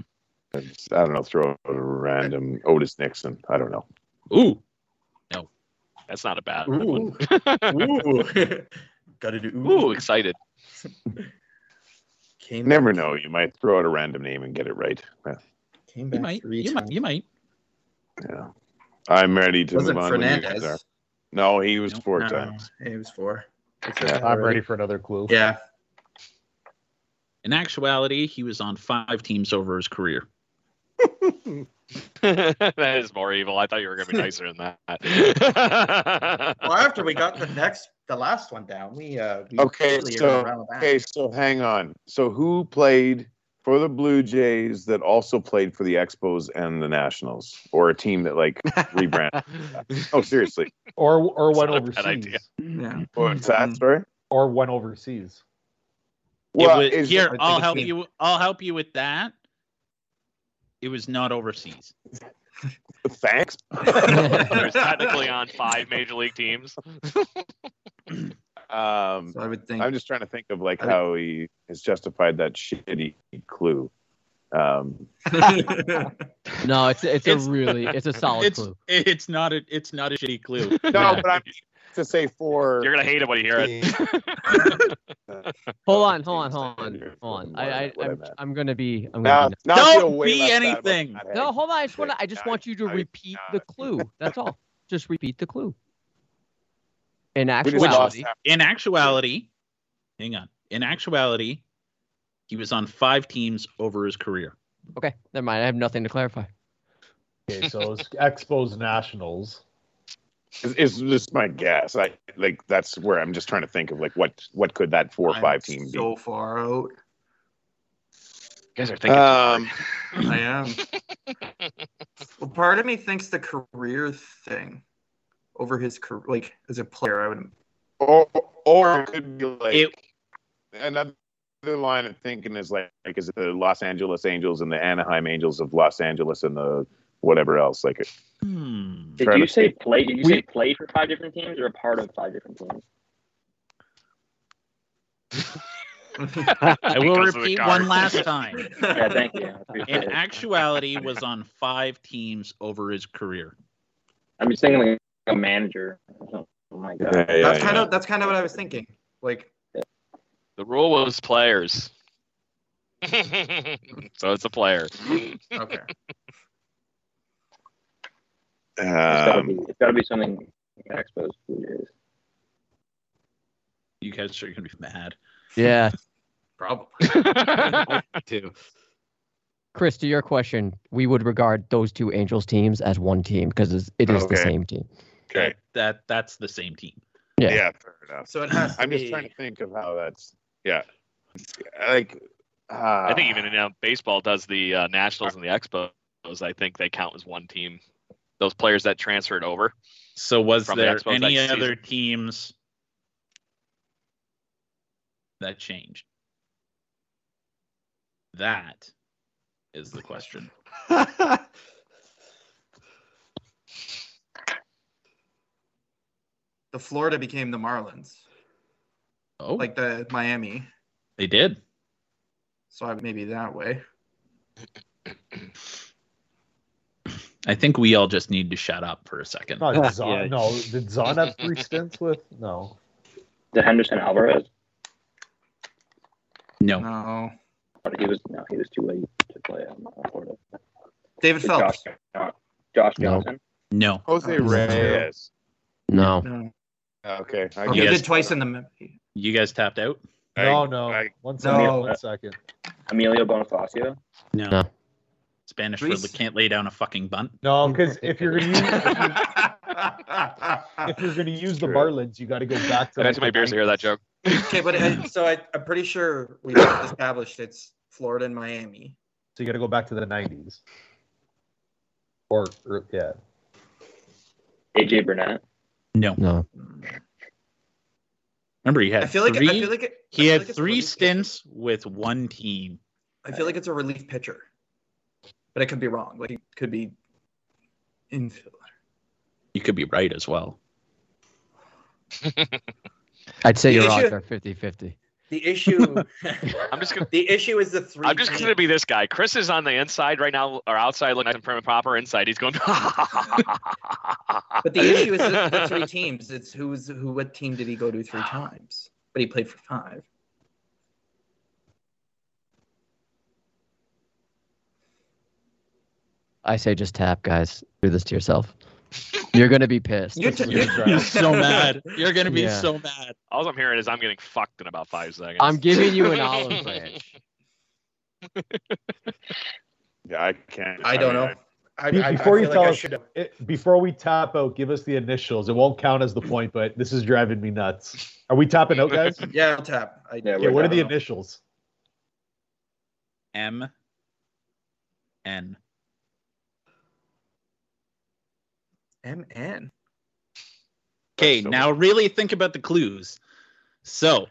Speaker 4: It's- I don't know. Throw a random Otis Nixon. I don't know.
Speaker 3: Ooh.
Speaker 1: That's not a bad.
Speaker 2: Ooh. Ooh. Gotta do ooh.
Speaker 1: Ooh, excited.
Speaker 4: You
Speaker 2: Came
Speaker 4: never know. You might throw out a random name and get it right. Yeah.
Speaker 2: Came
Speaker 3: You
Speaker 2: back
Speaker 3: might.
Speaker 2: three
Speaker 3: You
Speaker 2: times.
Speaker 3: might. You might.
Speaker 4: yeah. I'm ready to
Speaker 2: Wasn't
Speaker 4: move on. when you guys are.
Speaker 2: Fernandez.
Speaker 4: No, he was
Speaker 3: Nope,
Speaker 4: four
Speaker 2: No,
Speaker 4: times.
Speaker 2: It was four.
Speaker 4: Yeah.
Speaker 6: I'm ready for another clue.
Speaker 2: Yeah.
Speaker 3: In actuality, he was on five teams over his career.
Speaker 1: that is more evil. I thought you were gonna be nicer than that.
Speaker 2: Well, after we got the next, the last one down, we uh.
Speaker 6: Oh,
Speaker 2: We
Speaker 4: Okay,
Speaker 2: really
Speaker 4: so-
Speaker 2: ran around with that.
Speaker 4: Okay, so hang on. So who played for the Blue Jays that also played for the Expos and the Nationals, or a team that like rebranded? oh, seriously.
Speaker 6: Or or
Speaker 1: It's
Speaker 6: went
Speaker 1: not a bad idea.
Speaker 6: overseas.
Speaker 2: Yeah.
Speaker 4: What's that story?
Speaker 6: Or went overseas.
Speaker 4: Well,
Speaker 3: it was,
Speaker 4: is-
Speaker 3: here,
Speaker 6: I
Speaker 3: I'll
Speaker 6: think
Speaker 3: help
Speaker 6: it's-
Speaker 3: you. I'll help you with that. It was not overseas.
Speaker 4: thanks.
Speaker 1: There's technically on five major league teams.
Speaker 4: Um,
Speaker 2: So I would think.
Speaker 4: I'm just trying to think of like
Speaker 2: I-
Speaker 4: how he has justified that shitty clue. Um,
Speaker 7: No, it's it's,
Speaker 3: It's-
Speaker 7: a really it's a solid
Speaker 3: it's
Speaker 7: clue.
Speaker 3: it's not a it's not a shitty clue.
Speaker 4: no, but I'm to say for
Speaker 1: You're gonna hate it when you hear it.
Speaker 7: Hold
Speaker 4: uh,
Speaker 7: on, hold on,
Speaker 4: teams
Speaker 7: hold
Speaker 4: that
Speaker 7: on,
Speaker 4: are-
Speaker 7: hold on.
Speaker 4: what
Speaker 7: I I
Speaker 4: meant, what I
Speaker 7: I'm,
Speaker 4: meant.
Speaker 7: I'm gonna be I'm
Speaker 4: Now,
Speaker 7: gonna. be
Speaker 4: now I
Speaker 3: Don't
Speaker 4: feel way
Speaker 3: be
Speaker 4: less bad about
Speaker 3: anything.
Speaker 4: that.
Speaker 7: no, hold on. I just want to. I just
Speaker 4: Now
Speaker 7: want you to
Speaker 4: I-
Speaker 7: repeat
Speaker 4: now
Speaker 7: the
Speaker 4: I-
Speaker 7: clue. That's all. Just repeat the clue. In
Speaker 4: We just lost
Speaker 7: actuality,
Speaker 4: half-
Speaker 3: In actuality, hang on. In actuality, he was on five teams over his career.
Speaker 7: okay. Never mind. I have nothing to clarify.
Speaker 6: Okay, so it's Expos Nationals.
Speaker 4: It's, it's just my guess. I like that's where I'm just trying to think of like what what could that four or
Speaker 2: I'm
Speaker 4: five team be?
Speaker 2: So far out.
Speaker 1: You guys are thinking.
Speaker 4: Um,
Speaker 2: I am. well, part of me thinks the career thing over his career, like as a player, I would.
Speaker 4: or or it could be like
Speaker 3: It-
Speaker 4: another line of thinking is like like is it the Los Angeles Angels and the Anaheim Angels of Los Angeles and the whatever else like it-
Speaker 3: Hmm.
Speaker 5: Did
Speaker 4: Trying
Speaker 5: you
Speaker 4: to
Speaker 5: say
Speaker 4: think.
Speaker 5: play? Did you
Speaker 7: We-
Speaker 5: say play for five different teams or a part of five different teams?
Speaker 3: I will repeat one last time.
Speaker 5: Yeah, thank you. I appreciate
Speaker 3: In
Speaker 5: it.
Speaker 3: actuality, was on five teams over his career.
Speaker 5: I'm just thinking like a manager. Oh my god.
Speaker 4: Yeah, yeah,
Speaker 2: that's
Speaker 4: yeah.
Speaker 2: kind of that's kind of what I was thinking. Like
Speaker 1: The rule was players. so it's a player.
Speaker 2: okay,
Speaker 5: It's gotta,
Speaker 4: Um,
Speaker 5: be, it's gotta be something Expos Blue Jays.
Speaker 3: You guys are gonna be mad.
Speaker 7: Yeah.
Speaker 2: probably.
Speaker 8: Too.
Speaker 7: Chris, to your question, we would regard those two Angels teams as one team because it is the
Speaker 4: Okay.
Speaker 7: same team.
Speaker 4: okay.
Speaker 3: That that's the same team.
Speaker 7: Yeah.
Speaker 4: Yeah, fair enough.
Speaker 2: So it has. To
Speaker 4: I'm just
Speaker 2: be-
Speaker 4: trying to think of how that's yeah. Like uh,
Speaker 1: I think even in uh, baseball does the uh, Nationals and the Expos. I think they count as one team. Those players that transferred over.
Speaker 3: So was
Speaker 1: From the
Speaker 3: there
Speaker 1: Expos
Speaker 3: any
Speaker 1: that
Speaker 3: other teams that changed? That is the question.
Speaker 2: the Florida became the Marlins,
Speaker 3: Oh,
Speaker 2: like the Miami.
Speaker 3: they did.
Speaker 2: So I maybe that way.
Speaker 3: I think we all just need to shut up for a second.
Speaker 6: No, did Zahn,
Speaker 8: Yeah.
Speaker 6: no, did Zahn have three stints with? No.
Speaker 5: The Henderson Alvarez.
Speaker 3: No,
Speaker 2: No,
Speaker 5: But he was no, he was too late to play on Florida.
Speaker 2: David
Speaker 5: Josh,
Speaker 2: Phelps.
Speaker 5: Josh, Josh
Speaker 7: No.
Speaker 5: Johnson.
Speaker 3: no.
Speaker 4: Jose Reyes.
Speaker 7: No.
Speaker 2: No,
Speaker 4: Okay, I
Speaker 2: he
Speaker 3: guess-
Speaker 2: did twice in the.
Speaker 3: You guys tapped out?
Speaker 6: No, no.
Speaker 4: I-
Speaker 6: one second.
Speaker 2: No.
Speaker 6: One second.
Speaker 5: Emilio Bonifacio.
Speaker 3: No.
Speaker 7: No.
Speaker 3: Spanish
Speaker 2: Luis-
Speaker 3: really can't lay down a fucking bunt.
Speaker 6: No, because if you're gonna use if you're gonna use the
Speaker 4: True.
Speaker 6: Marlins, you got to go back to.
Speaker 1: Can I have my beers to hear that joke?
Speaker 2: okay, but I, so I, I'm pretty sure we have established it's Florida and Miami.
Speaker 6: So you got to go back to the '90s. Or, or yeah,
Speaker 5: AJ Burnett.
Speaker 3: No.
Speaker 7: No.
Speaker 3: Remember, he had
Speaker 2: I feel like
Speaker 3: three,
Speaker 2: I feel like it, I
Speaker 3: he
Speaker 2: feel
Speaker 3: had
Speaker 2: like it's a
Speaker 3: three
Speaker 2: relief
Speaker 3: stints with one team.
Speaker 2: pitcher. I feel like it's a relief pitcher, but I could be wrong. Like it could be infield.
Speaker 3: You could be right as well.
Speaker 7: I'd say
Speaker 2: The
Speaker 7: your odds
Speaker 2: issue-
Speaker 7: are 50-50.
Speaker 2: The issue.
Speaker 1: I'm just gonna.
Speaker 2: the issue is the three.
Speaker 1: I'm just going to be this guy. Chris is on the inside right now, or outside looking nice and prim and proper. Inside, he's going.
Speaker 2: But the issue is the, the three teams. It's who's who. What team did he go to three times? But he played for five.
Speaker 7: I say just tap, guys. Do this to yourself. You're gonna be pissed.
Speaker 2: You're t-
Speaker 6: really
Speaker 2: you're-
Speaker 6: dry.
Speaker 3: so mad. You're gonna be
Speaker 7: Yeah.
Speaker 3: so mad.
Speaker 1: All I'm hearing is I'm getting fucked in about five seconds.
Speaker 7: I'm giving you an olive branch.
Speaker 4: Yeah, I can't.
Speaker 2: I don't know.
Speaker 4: mean,
Speaker 2: I,
Speaker 6: Pete,
Speaker 2: I- I
Speaker 6: before you
Speaker 2: feel
Speaker 6: tell
Speaker 2: like I
Speaker 6: us-
Speaker 2: should have.
Speaker 6: It, before we tap out, give us the initials. It won't count as the point, but this is driving me nuts. Are we tapping out, guys?
Speaker 2: Yeah, I'll tap. I,
Speaker 5: Yeah,
Speaker 6: Okay,
Speaker 5: we're
Speaker 6: what are the
Speaker 5: down.
Speaker 6: initials?
Speaker 3: M. N.
Speaker 2: MN.
Speaker 3: Okay,
Speaker 4: So-
Speaker 3: now really think about the clues. So,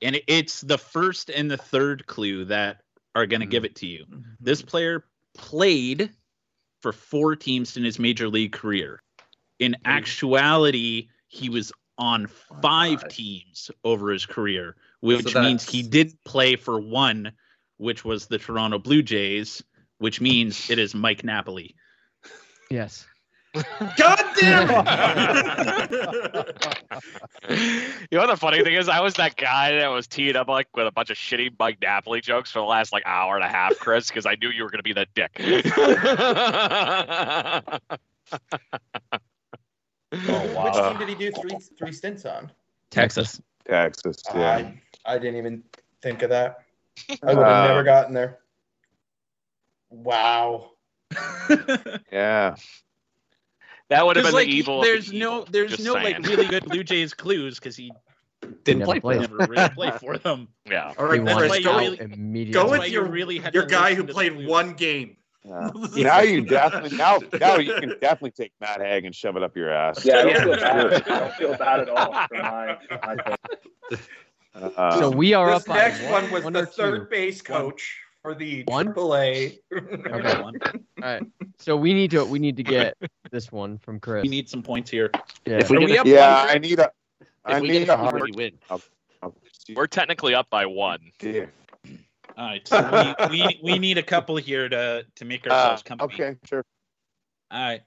Speaker 3: and it- it's the first and the third clue that are going to give it to you. This player played for four teams in his major league career. In actuality, he was on five
Speaker 2: five.
Speaker 3: teams over his career, which means
Speaker 2: that's-
Speaker 3: he did play for one, which was the Toronto Blue Jays, which means it is Mike Napoli.
Speaker 7: Yes.
Speaker 2: God damn it!
Speaker 1: you know the funny thing is, I was that guy that was teed up like with a bunch of shitty Mike Napoli jokes for the last like hour and a half, Chris, because I knew you were going to be that dick.
Speaker 4: Oh, wow.
Speaker 2: Which team did he do three three stints on?
Speaker 3: Texas.
Speaker 4: Texas. Yeah.
Speaker 2: I, I didn't even think of that. I would have
Speaker 4: Uh,
Speaker 2: never gotten there. Wow.
Speaker 4: Yeah.
Speaker 1: that would
Speaker 3: 'Cause,
Speaker 1: have been
Speaker 3: like,
Speaker 1: the evil. of the
Speaker 3: There's
Speaker 1: evil,
Speaker 3: no, there's
Speaker 1: just
Speaker 3: no
Speaker 1: saying.
Speaker 3: like really good Blue Jays clues because he
Speaker 7: Didn't
Speaker 3: didn't
Speaker 7: play
Speaker 3: play
Speaker 7: for
Speaker 3: for them. Never really play for them.
Speaker 1: yeah.
Speaker 2: All
Speaker 7: He
Speaker 2: right,
Speaker 3: that's
Speaker 7: wanted
Speaker 3: why
Speaker 2: Chris,
Speaker 3: you
Speaker 2: go,
Speaker 7: out
Speaker 3: really-
Speaker 7: immediately.
Speaker 2: go
Speaker 3: that's why
Speaker 2: with
Speaker 3: you
Speaker 2: your
Speaker 3: really had
Speaker 2: your
Speaker 3: to
Speaker 2: guy
Speaker 3: listen
Speaker 2: who
Speaker 3: to the
Speaker 2: played
Speaker 3: clues.
Speaker 2: one game.
Speaker 4: yeah. Now you definitely now now you can definitely take Matt Hag and shove it up your ass.
Speaker 5: Yeah, I don't
Speaker 2: Yeah.
Speaker 5: feel bad. I don't feel bad at all. For my, my thing.
Speaker 4: Uh,
Speaker 7: So we are up
Speaker 2: This
Speaker 7: on
Speaker 2: next
Speaker 7: one,
Speaker 2: one was
Speaker 7: one
Speaker 2: the
Speaker 7: or two.
Speaker 2: third base coach for the
Speaker 7: One?
Speaker 2: AAA.
Speaker 7: Okay.
Speaker 3: One.
Speaker 7: So we need to we need to get this one from Chris.
Speaker 3: We need some points here.
Speaker 7: yeah.
Speaker 8: If we
Speaker 3: Are
Speaker 8: get
Speaker 3: we
Speaker 8: a-
Speaker 3: up
Speaker 4: yeah, I need a.
Speaker 8: if
Speaker 4: I uh,
Speaker 8: we
Speaker 4: need
Speaker 8: get
Speaker 4: a
Speaker 8: a hard,
Speaker 4: hard.
Speaker 8: we win.
Speaker 1: We're technically up by one.
Speaker 4: Dear.
Speaker 3: All right, so we, we, we need a couple here to to make
Speaker 4: Uh,
Speaker 3: ourselves company.
Speaker 4: okay, sure.
Speaker 3: All right,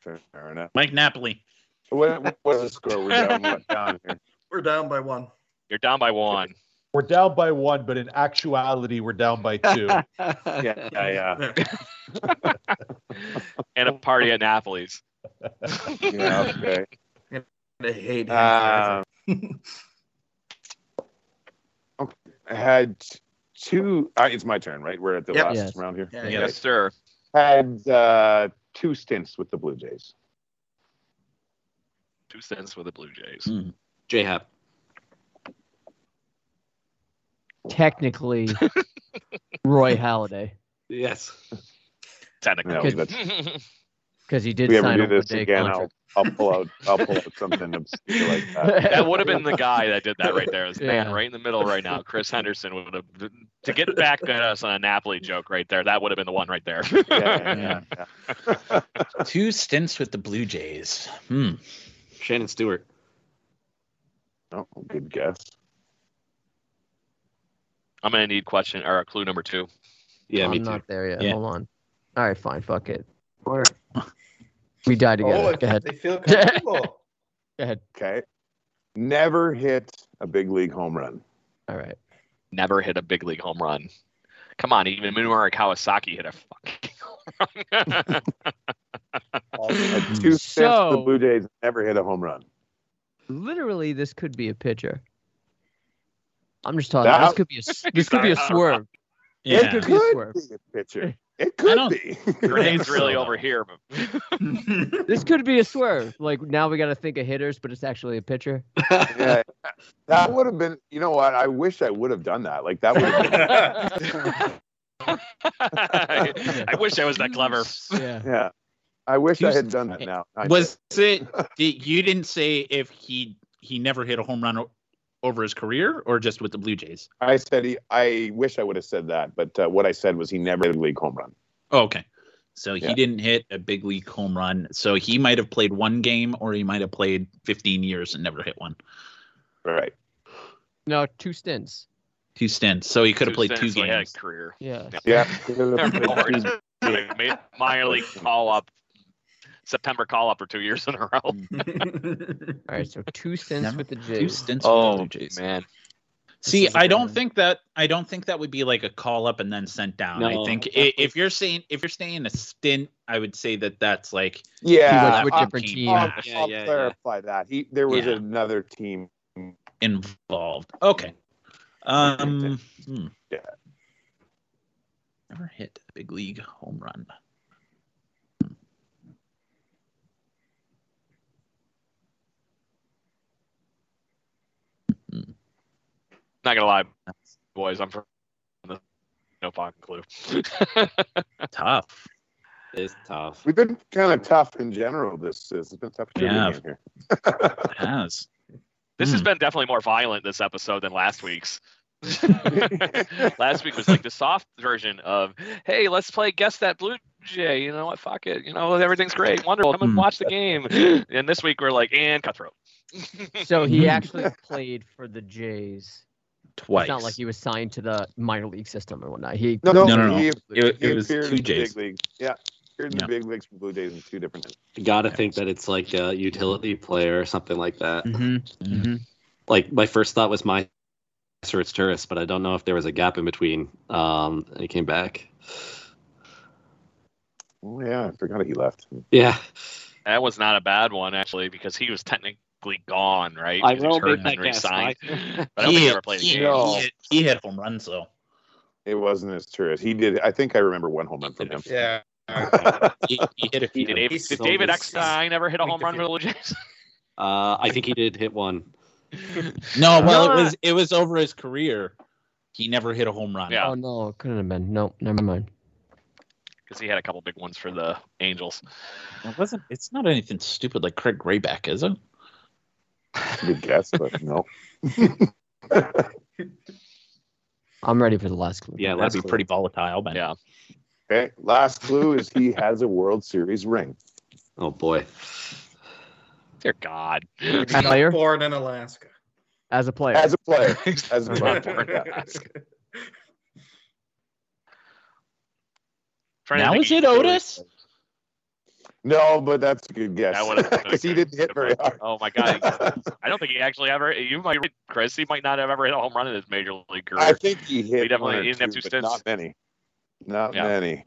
Speaker 4: Fair fair enough.
Speaker 3: Mike Napoli.
Speaker 4: What was the score? We're down, what, down here.
Speaker 2: We're down by one.
Speaker 1: You're down by one.
Speaker 6: We're down by one, but in actuality, we're down by two.
Speaker 4: Yeah, yeah, yeah.
Speaker 1: and a party at Napoli's.
Speaker 4: yeah okay.
Speaker 2: I hate him.
Speaker 4: Uh, okay, I had two. Uh, it's my turn, right? We're at the
Speaker 2: Yep.
Speaker 4: last
Speaker 7: Yes.
Speaker 4: round here.
Speaker 2: Yeah,
Speaker 3: Yes.
Speaker 2: yeah.
Speaker 1: Yes, sir.
Speaker 4: Had uh, two stints with the Blue Jays.
Speaker 1: Two cents for the Blue Jays.
Speaker 7: Hmm.
Speaker 3: Mm.
Speaker 8: J Hap.
Speaker 7: Technically Roy Halladay.
Speaker 8: Yes.
Speaker 1: Technically.
Speaker 4: No,
Speaker 7: Because he
Speaker 4: If
Speaker 7: did
Speaker 4: we ever
Speaker 7: sign
Speaker 4: do
Speaker 7: a one
Speaker 4: this
Speaker 7: day
Speaker 4: again, I'll,
Speaker 7: contract.
Speaker 4: I'll pull out. I'll pull out something obscene like that.
Speaker 1: that would have been the guy that did that right there. This man
Speaker 7: Yeah.
Speaker 1: right in the middle right now, Chris Henderson would have to get back at us on a Napoli joke right there. That would have been the one right there.
Speaker 4: Yeah, yeah, yeah.
Speaker 3: Two stints with the Blue Jays. Hmm.
Speaker 8: Shannon Stewart.
Speaker 4: No, good guess.
Speaker 1: I'm gonna need question or clue number two.
Speaker 8: Yeah,
Speaker 7: I'm
Speaker 8: me too.
Speaker 7: not there yet.
Speaker 3: Yeah.
Speaker 7: Hold on. All right, fine. Fuck it. We die together.
Speaker 2: Oh,
Speaker 7: Go ahead.
Speaker 2: they feel comfortable.
Speaker 7: Go ahead.
Speaker 4: Okay. Never hit a big league home run.
Speaker 7: All right.
Speaker 1: Never hit a big league home run. Come on, even Minoru Kawasaki hit a fucking home run.
Speaker 4: Had two stints. with
Speaker 7: So-
Speaker 4: the Blue Jays never hit a home run.
Speaker 7: Literally, this could be a pitcher. I'm just talking.
Speaker 4: That-
Speaker 7: This could be a s- this could be a swerve.
Speaker 3: Yeah.
Speaker 7: could
Speaker 4: It
Speaker 7: be a
Speaker 4: could
Speaker 7: swerve.
Speaker 4: be a pitcher. It
Speaker 3: I
Speaker 4: could
Speaker 3: don't-
Speaker 4: be.
Speaker 1: Her name's really
Speaker 3: So-
Speaker 1: over here, but
Speaker 7: This could be a swerve. Like now we got to think of hitters, but it's actually a pitcher.
Speaker 4: yeah, that would have been. You know what? I wish I would have done that. Like that would have been.
Speaker 1: I wish I was that clever.
Speaker 7: Yeah.
Speaker 4: Yeah, I wish I
Speaker 3: Who's-
Speaker 4: had done that. Now I
Speaker 3: Was it? Did, you didn't say if he he never hit a home run o- over his career or just with the Blue Jays.
Speaker 4: I said he. I wish I would have said that, but uh, what I said was he never hit a league home run.
Speaker 3: Oh, okay. So he
Speaker 4: Yeah.
Speaker 3: didn't hit a big league home run. So he might have played one game or he might have played 15 years and never hit one.
Speaker 4: Right.
Speaker 7: No, two stints.
Speaker 3: Two stints. So he could have played
Speaker 1: since
Speaker 3: two
Speaker 1: he had
Speaker 3: games.
Speaker 1: a career.
Speaker 7: Yeah.
Speaker 4: Yeah.
Speaker 1: Lord. Made minor league call up, September call up for two years in a row.
Speaker 7: All right, so two stints
Speaker 3: Never-
Speaker 7: with the Jays.
Speaker 3: Two stints. Oh, the Blue Jays.
Speaker 1: man.
Speaker 3: See,
Speaker 2: is a
Speaker 3: I don't
Speaker 2: good-
Speaker 3: think that I don't think that would be like a call up and then sent down. I
Speaker 8: No.
Speaker 3: think i if you're saying if you're saying a stint, I would say that that's like
Speaker 4: Yeah.
Speaker 7: He was with
Speaker 4: I'll,
Speaker 7: different
Speaker 3: I'll-
Speaker 7: teams.
Speaker 4: I'll-
Speaker 8: Yeah,
Speaker 4: I'll
Speaker 8: yeah, yeah.
Speaker 4: clarify that. He there was
Speaker 3: Yeah.
Speaker 4: another team.
Speaker 3: involved. Okay. Um. hmm.
Speaker 4: Yeah.
Speaker 3: Never hit a big league home run.
Speaker 1: Not gonna lie, boys, I'm from the no fucking clue.
Speaker 3: Tough.
Speaker 8: It's tough.
Speaker 4: We've been kind of tough in general. This is it's been tough shooting
Speaker 3: Yeah.
Speaker 4: in here.
Speaker 3: It has.
Speaker 1: this has
Speaker 3: Hmm.
Speaker 1: been definitely more violent this episode than last week's. last week was like the soft version of, hey, let's play guess that blue jay. You know what? Fuck it. You know everything's great, wonderful. Come and
Speaker 3: Hmm.
Speaker 1: watch the game. And this week we're like, and cutthroat.
Speaker 7: So he
Speaker 3: Mhm.
Speaker 7: actually played for the Jays.
Speaker 3: Twice.
Speaker 7: It's not like he was signed to the minor league system or whatnot. He
Speaker 4: No, no,
Speaker 3: No, no, no.
Speaker 4: He,
Speaker 3: It-
Speaker 4: he
Speaker 3: it was
Speaker 4: appeared
Speaker 3: two
Speaker 4: in the
Speaker 3: J's.
Speaker 4: big league. Yeah, appeared in the
Speaker 3: Yeah.
Speaker 4: big leagues for Blue Jays in two different.
Speaker 8: Gotta
Speaker 3: Yeah.
Speaker 8: think that it's like a utility player or something like that.
Speaker 3: Mm-hmm.
Speaker 8: Like my first thought was my or it's tourist, but I don't know if there was a gap in between. Um, and he came back.
Speaker 4: Oh yeah, I forgot he left.
Speaker 8: Yeah,
Speaker 1: That was not a bad one actually, because he was technically gone, right?
Speaker 8: I
Speaker 1: 'Cause he was
Speaker 8: will
Speaker 1: hurt
Speaker 8: make
Speaker 1: and
Speaker 8: that guess,
Speaker 1: re-signed.
Speaker 8: Mike.
Speaker 1: But I don't think
Speaker 3: He-
Speaker 1: he ever played a
Speaker 3: he-
Speaker 1: game.
Speaker 4: No.
Speaker 3: He hit, he hit home runs though.
Speaker 4: It wasn't his tourist. He did. I think I remember one home run from him.
Speaker 2: Yeah.
Speaker 3: He, he hit a few.
Speaker 1: Did, David,
Speaker 2: He's
Speaker 1: did
Speaker 8: so
Speaker 1: David
Speaker 8: good.
Speaker 1: Eckstein ever hit a
Speaker 2: Like
Speaker 1: home
Speaker 2: the
Speaker 1: run for the Blue Jays?
Speaker 8: uh, I think he did hit one.
Speaker 3: No, well,
Speaker 1: No,
Speaker 3: it was it was over his career. He never hit a home run.
Speaker 1: Yeah.
Speaker 7: Oh no, couldn't have been. No, never mind.
Speaker 1: Because he had a couple big ones for the Angels.
Speaker 3: It wasn't. It's not anything stupid like Craig Grayback, is it?
Speaker 4: Good guess, but no.
Speaker 7: I'm ready for the last clue.
Speaker 8: Yeah,
Speaker 3: That'd be
Speaker 8: last
Speaker 3: pretty volatile, man.
Speaker 1: Yeah.
Speaker 4: Okay. Last clue is he has a World Series ring.
Speaker 8: clue. Oh boy.
Speaker 1: Dear God.
Speaker 7: As a player,
Speaker 2: Born in Alaska.
Speaker 7: as a player.
Speaker 4: As a player. As a player. yeah.
Speaker 1: Trying to
Speaker 3: Now
Speaker 1: think
Speaker 3: is
Speaker 1: of-
Speaker 3: it Otis?
Speaker 4: No, but that's a good guess.
Speaker 1: That would've been a
Speaker 4: Because he
Speaker 1: good-
Speaker 4: didn't hit
Speaker 1: good
Speaker 4: very
Speaker 1: one.
Speaker 4: hard.
Speaker 1: Oh my God! I don't think he actually ever. You might, be right, Chris. He might not have ever hit a home run in his major league career.
Speaker 4: I think he hit.
Speaker 1: He definitely-
Speaker 4: one or
Speaker 1: he didn't have two
Speaker 4: but Not
Speaker 1: stints.
Speaker 4: many. Not
Speaker 1: Yeah.
Speaker 4: many.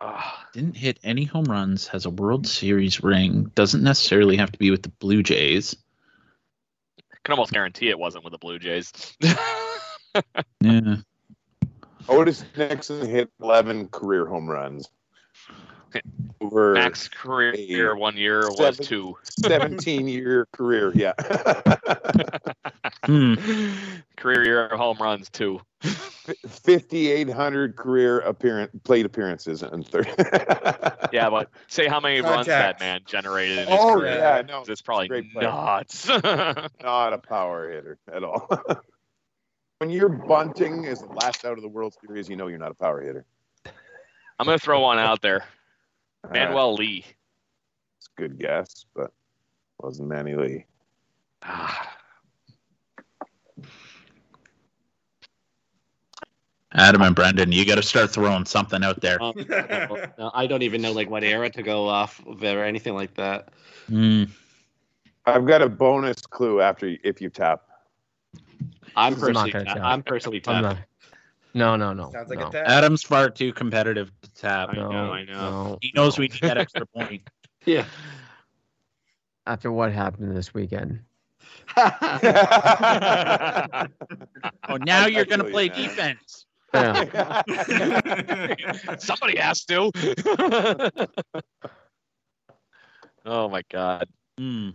Speaker 1: Ah,
Speaker 3: Didn't hit any home runs. Has a World Series ring. Doesn't necessarily have to be with the Blue Jays.
Speaker 1: can almost guarantee it wasn't with the Blue Jays.
Speaker 3: Yeah.
Speaker 4: Otis Nixon hit 11 career home runs. Over
Speaker 1: Max career one year was
Speaker 4: Seven.
Speaker 1: two.
Speaker 4: 17 year career. Yeah.
Speaker 3: Hmm.
Speaker 1: Career year of home runs two.
Speaker 4: 5,800 career appearance, plate appearances and third.
Speaker 1: Yeah, but say how many runs that
Speaker 2: Contacts.
Speaker 1: man generated in his
Speaker 4: oh,
Speaker 1: career.
Speaker 4: yeah. No,
Speaker 1: It's probably
Speaker 4: Great player.
Speaker 1: nuts.
Speaker 4: not a power hitter at all. when your bunting is the last out of the World Series, you know you're not a power hitter.
Speaker 1: I'm gonna throw one out there.
Speaker 4: Uh,
Speaker 1: Manuel Lee.
Speaker 4: it's a good guess, but wasn't Manny Lee.
Speaker 1: Ah,
Speaker 3: Adam and Brendan, you got to start throwing something out there.
Speaker 8: Um, no, I don't even know like what era to go off of or anything like that.
Speaker 3: Hmm.
Speaker 4: I've got a bonus clue after you, if you tap.
Speaker 8: I'm
Speaker 7: This is not
Speaker 8: personally,
Speaker 7: gonna count.
Speaker 8: I'm personally
Speaker 7: I'm not-
Speaker 8: tapped.
Speaker 7: No, no, no.
Speaker 2: Sounds like
Speaker 7: no.
Speaker 2: a tap.
Speaker 3: Adam's far too competitive to tap.
Speaker 8: I know,
Speaker 7: No,
Speaker 8: I know.
Speaker 7: no,
Speaker 3: He knows
Speaker 7: no.
Speaker 3: we need that extra point.
Speaker 8: Yeah.
Speaker 7: After what happened this weekend,
Speaker 3: Oh, now
Speaker 4: I- I
Speaker 3: you're going
Speaker 4: feel
Speaker 3: to
Speaker 4: you,
Speaker 3: play
Speaker 4: man.
Speaker 3: defense.
Speaker 7: yeah,
Speaker 1: somebody has to. oh my God.
Speaker 3: Hmm.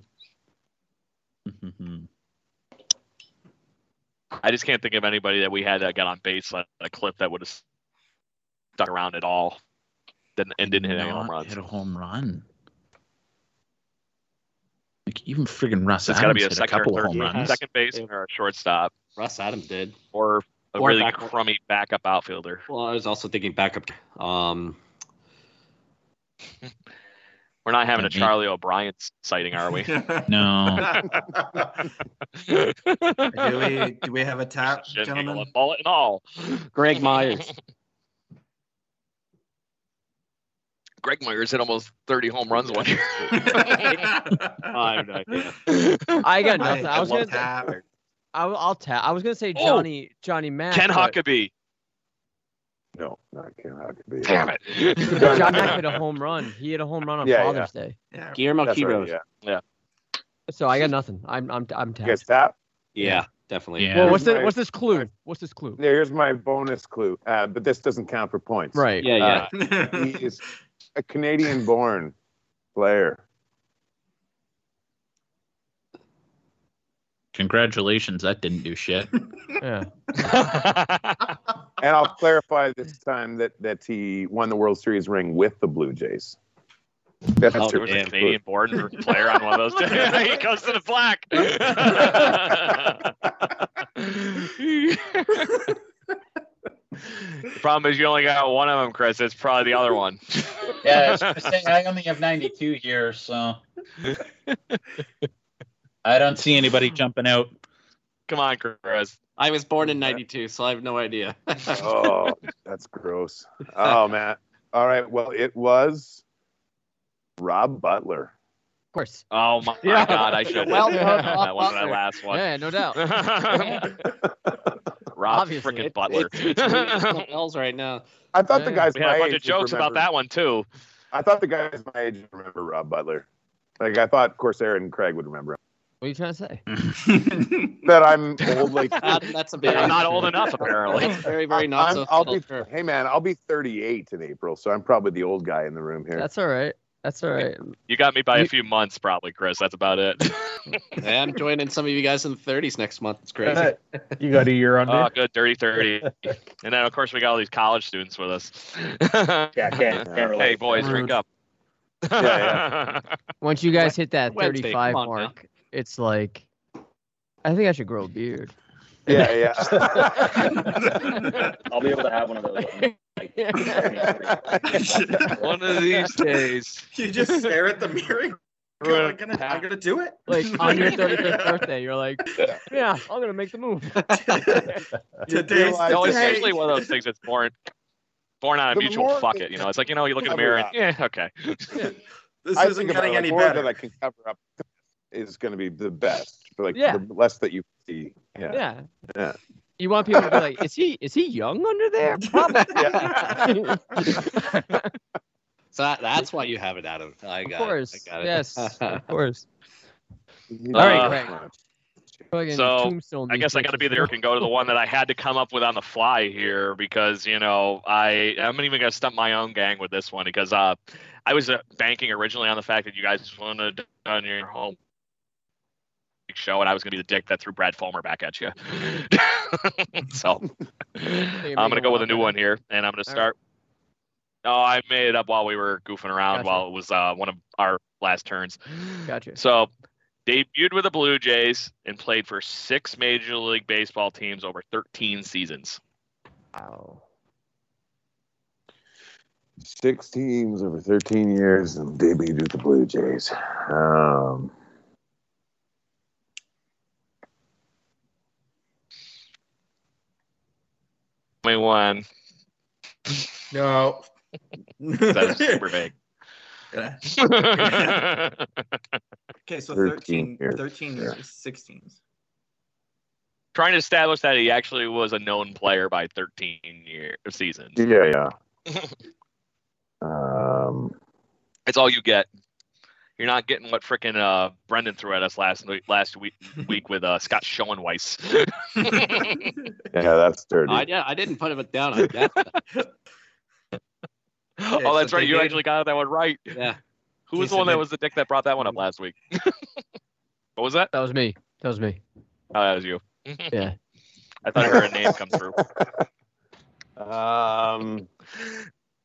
Speaker 1: I just can't think of anybody that we had that got on base on a clip that would have stuck around at all didn't, and didn't hit any home
Speaker 3: Not
Speaker 1: runs.
Speaker 3: Hit a home run. Like even friggin' Russ
Speaker 1: It's got to
Speaker 3: Adams
Speaker 1: be a
Speaker 3: hit a
Speaker 1: second
Speaker 3: couple
Speaker 1: or
Speaker 3: of
Speaker 1: third,
Speaker 3: home runs.
Speaker 1: second baseman or a shortstop
Speaker 8: Russ Adams did.
Speaker 1: or a
Speaker 8: Or
Speaker 1: really
Speaker 8: backup.
Speaker 1: crummy backup outfielder.
Speaker 8: Well, I was also thinking backup. Um,
Speaker 1: We're not having a
Speaker 3: That'd be-
Speaker 1: Charlie O'Brien sighting, are we?
Speaker 3: No.
Speaker 7: Oh.
Speaker 1: Shit,
Speaker 2: do we do we have a tap,
Speaker 1: giggle
Speaker 2: gentlemen?
Speaker 1: and Bullet and all.
Speaker 8: Greg Myers.
Speaker 1: Greg Myers hit almost 30 home runs one year.
Speaker 8: I'm not- yeah.
Speaker 7: I got
Speaker 2: I,
Speaker 7: nothing. I, was
Speaker 2: love
Speaker 7: gonna.
Speaker 2: tap.
Speaker 7: I'll, I'll tap. I was gonna say
Speaker 1: Oh!
Speaker 7: Johnny. Johnny Mack.
Speaker 1: Ken
Speaker 7: but-
Speaker 1: Huckabee.
Speaker 4: No, not Ken Huckabee.
Speaker 1: Damn it.
Speaker 7: John Mack hit a home run. He hit a home run on
Speaker 4: Yeah,
Speaker 7: Father's Day.
Speaker 2: Yeah.
Speaker 8: Guillermo
Speaker 4: That's right,
Speaker 8: Quiros.
Speaker 4: yeah.
Speaker 7: So I got nothing. I'm I'm I'm
Speaker 4: You
Speaker 7: tapped.
Speaker 4: guys tap?
Speaker 8: yeah. definitely.
Speaker 3: Yeah.
Speaker 7: Well, what's the,
Speaker 4: Right.
Speaker 7: what's this clue? What's this clue?
Speaker 4: There- Here's my bonus clue, uh, but this doesn't count for points.
Speaker 7: Right.
Speaker 8: Yeah, yeah.
Speaker 4: Uh, he is a Canadian born player.
Speaker 3: Congratulations, that didn't do shit.
Speaker 7: Yeah.
Speaker 4: And I'll clarify this time that, that he won the World Series ring with the Blue Jays. That's
Speaker 8: Oh,
Speaker 1: There was a
Speaker 8: damn.
Speaker 1: Canadian born player on one of those. he goes to the black. the problem is you only got one of them, Chris. It's probably the other one.
Speaker 3: yeah, it's just saying I only have 92 here, so I don't see anybody jumping out.
Speaker 1: Come on, Chris.
Speaker 8: I was born in '92, so I have no idea.
Speaker 4: oh, that's gross. Oh, man. All right. Well, it was Rob Butler.
Speaker 7: Of course.
Speaker 1: Oh my
Speaker 7: Yeah.
Speaker 1: God! I should.
Speaker 8: Well,
Speaker 1: that wasn't my
Speaker 8: Butler.
Speaker 1: last one.
Speaker 7: Yeah, no doubt.
Speaker 1: Rob
Speaker 7: Obviously.
Speaker 1: freaking
Speaker 8: It-
Speaker 1: Butler.
Speaker 8: It's, it's me and someone else right now.
Speaker 4: I thought the
Speaker 7: Yeah.
Speaker 4: guys
Speaker 1: we had a
Speaker 4: my
Speaker 1: bunch of
Speaker 4: age would
Speaker 1: jokes about
Speaker 4: remember-
Speaker 1: that one too.
Speaker 4: I thought the guys my age would remember Rob Butler. Like I thought Corsair and Craig would remember him.
Speaker 7: What are you trying to say?
Speaker 4: That I'm old like
Speaker 8: That, that's a bit.
Speaker 1: They're not old enough, apparently.
Speaker 8: That's very, very not
Speaker 4: I'm-
Speaker 8: so.
Speaker 4: I'll be,
Speaker 8: sure.
Speaker 4: hey man, I'll be 38 in April, so I'm probably the old guy in the room here.
Speaker 7: That's all right. That's all right.
Speaker 1: You got me by a
Speaker 7: You-
Speaker 1: few months, probably, Chris. That's about it.
Speaker 8: Yeah, I'm joining some of you guys in the 30s next month. It's crazy.
Speaker 6: You got a year on
Speaker 7: Uh,
Speaker 1: oh,
Speaker 6: there.
Speaker 1: good, dirty thirty. and then, of course, we got all these college students with us.
Speaker 5: Yeah, can't, can't relate.
Speaker 1: hey, boys, drink up.
Speaker 4: Yeah,
Speaker 7: Once you guys hit that
Speaker 8: Wednesday,
Speaker 7: 35
Speaker 8: come on now.
Speaker 7: mark, it's like, I think I should grow a beard.
Speaker 4: yeah, yeah.
Speaker 5: I'll be able to have one of those. on, Like,
Speaker 2: Yeah.
Speaker 1: One of these days.
Speaker 2: you just stare at the mirror. and go, I'm gonna, I'm gonna do it.
Speaker 7: Like on your 35th birthday, you're like, yeah, I'm gonna make the move.
Speaker 2: Today's
Speaker 4: realize-
Speaker 1: No,
Speaker 2: the
Speaker 1: it's
Speaker 4: Hey.
Speaker 1: usually one of those things that's born born out of
Speaker 4: The
Speaker 1: mutual
Speaker 4: more-
Speaker 1: fuck it. You know, it's like you know, you look in the mirror and yeah, okay.
Speaker 2: This
Speaker 4: I
Speaker 2: isn't
Speaker 4: think about it,
Speaker 2: getting
Speaker 4: like,
Speaker 2: any
Speaker 4: more
Speaker 2: better.
Speaker 4: that I can cover up is going to be the best, but like
Speaker 7: Yeah.
Speaker 4: the less that you see. Yeah.
Speaker 7: Yeah.
Speaker 4: Yeah.
Speaker 7: You want people to be like, is he is he young under there? Probably.
Speaker 4: Yeah.
Speaker 8: So that, that's why you have it out of. I
Speaker 7: Of
Speaker 8: got
Speaker 7: course.
Speaker 8: It. I got it.
Speaker 7: Yes. Of course.
Speaker 4: All
Speaker 1: right,
Speaker 7: Craig. Fucking
Speaker 1: Uh, So,
Speaker 7: tombstone
Speaker 1: I
Speaker 7: these
Speaker 1: guess I got to be
Speaker 7: bitches.
Speaker 1: the jerk and go to the one that I had to come up with on the fly here because you know I I'm not even gonna stump my own gang with this one because uh I was uh, banking originally on the fact that you guys wouldn't have done your home show and I was gonna be the dick that threw Brad Fulmer back at you. so I'm gonna
Speaker 7: making
Speaker 1: go
Speaker 7: one
Speaker 1: with a
Speaker 7: up
Speaker 1: new
Speaker 7: now.
Speaker 1: one here and I'm gonna
Speaker 7: All right.
Speaker 1: start. No, I made it up while we were goofing around
Speaker 7: Gotcha.
Speaker 1: while it was uh, one of our last turns.
Speaker 7: Gotcha.
Speaker 1: So, debuted with the Blue Jays and played for six Major League Baseball teams over 13 seasons.
Speaker 7: Wow.
Speaker 4: Six teams over 13 years and debuted with the Blue Jays. Um,
Speaker 1: Only one.
Speaker 2: No.
Speaker 1: That is super vague.
Speaker 2: Yeah. Okay, so
Speaker 4: 13
Speaker 2: 13,
Speaker 4: years.
Speaker 2: 13
Speaker 4: Yeah.
Speaker 2: years, six teams.
Speaker 1: Trying to establish that he actually was a known player by 13 year seasons.
Speaker 4: yeah, yeah. um,
Speaker 1: It's all you get. You're not getting what frickin' uh, Brendan threw at us last week, last week, week with uh, Scott Schoenweiss.
Speaker 4: yeah, that's dirty.
Speaker 8: I, yeah, I didn't put it down. I guess.
Speaker 1: oh, that's
Speaker 2: so
Speaker 1: right.
Speaker 2: they
Speaker 1: You
Speaker 2: did-
Speaker 1: actually got that one right.
Speaker 8: yeah.
Speaker 1: Who
Speaker 2: Okay,
Speaker 1: was the
Speaker 2: so
Speaker 1: one that
Speaker 2: they-
Speaker 1: was the dick that brought that one
Speaker 4: Mm-hmm.
Speaker 1: up last week? what was that?
Speaker 7: That was me. That was me.
Speaker 1: Oh, that was you.
Speaker 4: Mm-hmm.
Speaker 7: Yeah.
Speaker 1: I thought I heard a name come through.
Speaker 4: um,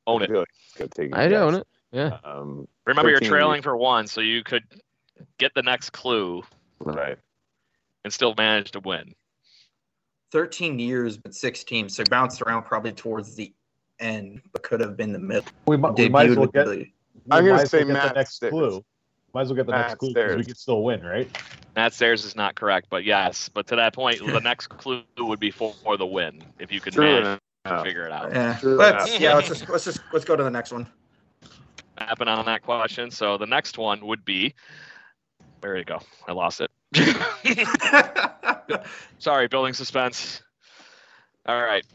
Speaker 1: Own it.
Speaker 4: feel like it's gonna take
Speaker 7: I
Speaker 4: you
Speaker 7: don't.
Speaker 4: guys.
Speaker 7: know. Yeah.
Speaker 4: Um,
Speaker 1: Remember, you're
Speaker 4: 13.
Speaker 1: trailing for one, so you could get the next clue
Speaker 4: right.
Speaker 1: and still manage to win.
Speaker 2: 13 years, but six teams. So bounced around probably towards the end, but could have been the middle.
Speaker 6: We, mi- we might
Speaker 2: Debuted
Speaker 6: as well
Speaker 2: with the
Speaker 6: get
Speaker 2: Blue-
Speaker 4: I'm gonna
Speaker 6: might as
Speaker 4: say
Speaker 6: well get
Speaker 4: Matt
Speaker 6: the next
Speaker 4: Stairs.
Speaker 6: clue. Might as well get the next
Speaker 4: Matt
Speaker 6: clue because we
Speaker 4: Stairs.
Speaker 6: could still win, right?
Speaker 1: Matt Stairs is not correct, but yes. But to that point, the next clue would be for the win if you could
Speaker 4: True
Speaker 1: manage to
Speaker 4: enough.
Speaker 1: figure it out.
Speaker 2: Yeah.
Speaker 4: Sure.
Speaker 2: Let's yeah. Let's just let's just let's go to the next one.
Speaker 1: Happen on that question. So the next one would be. Where did it go? I lost it. Sorry, building suspense. All right.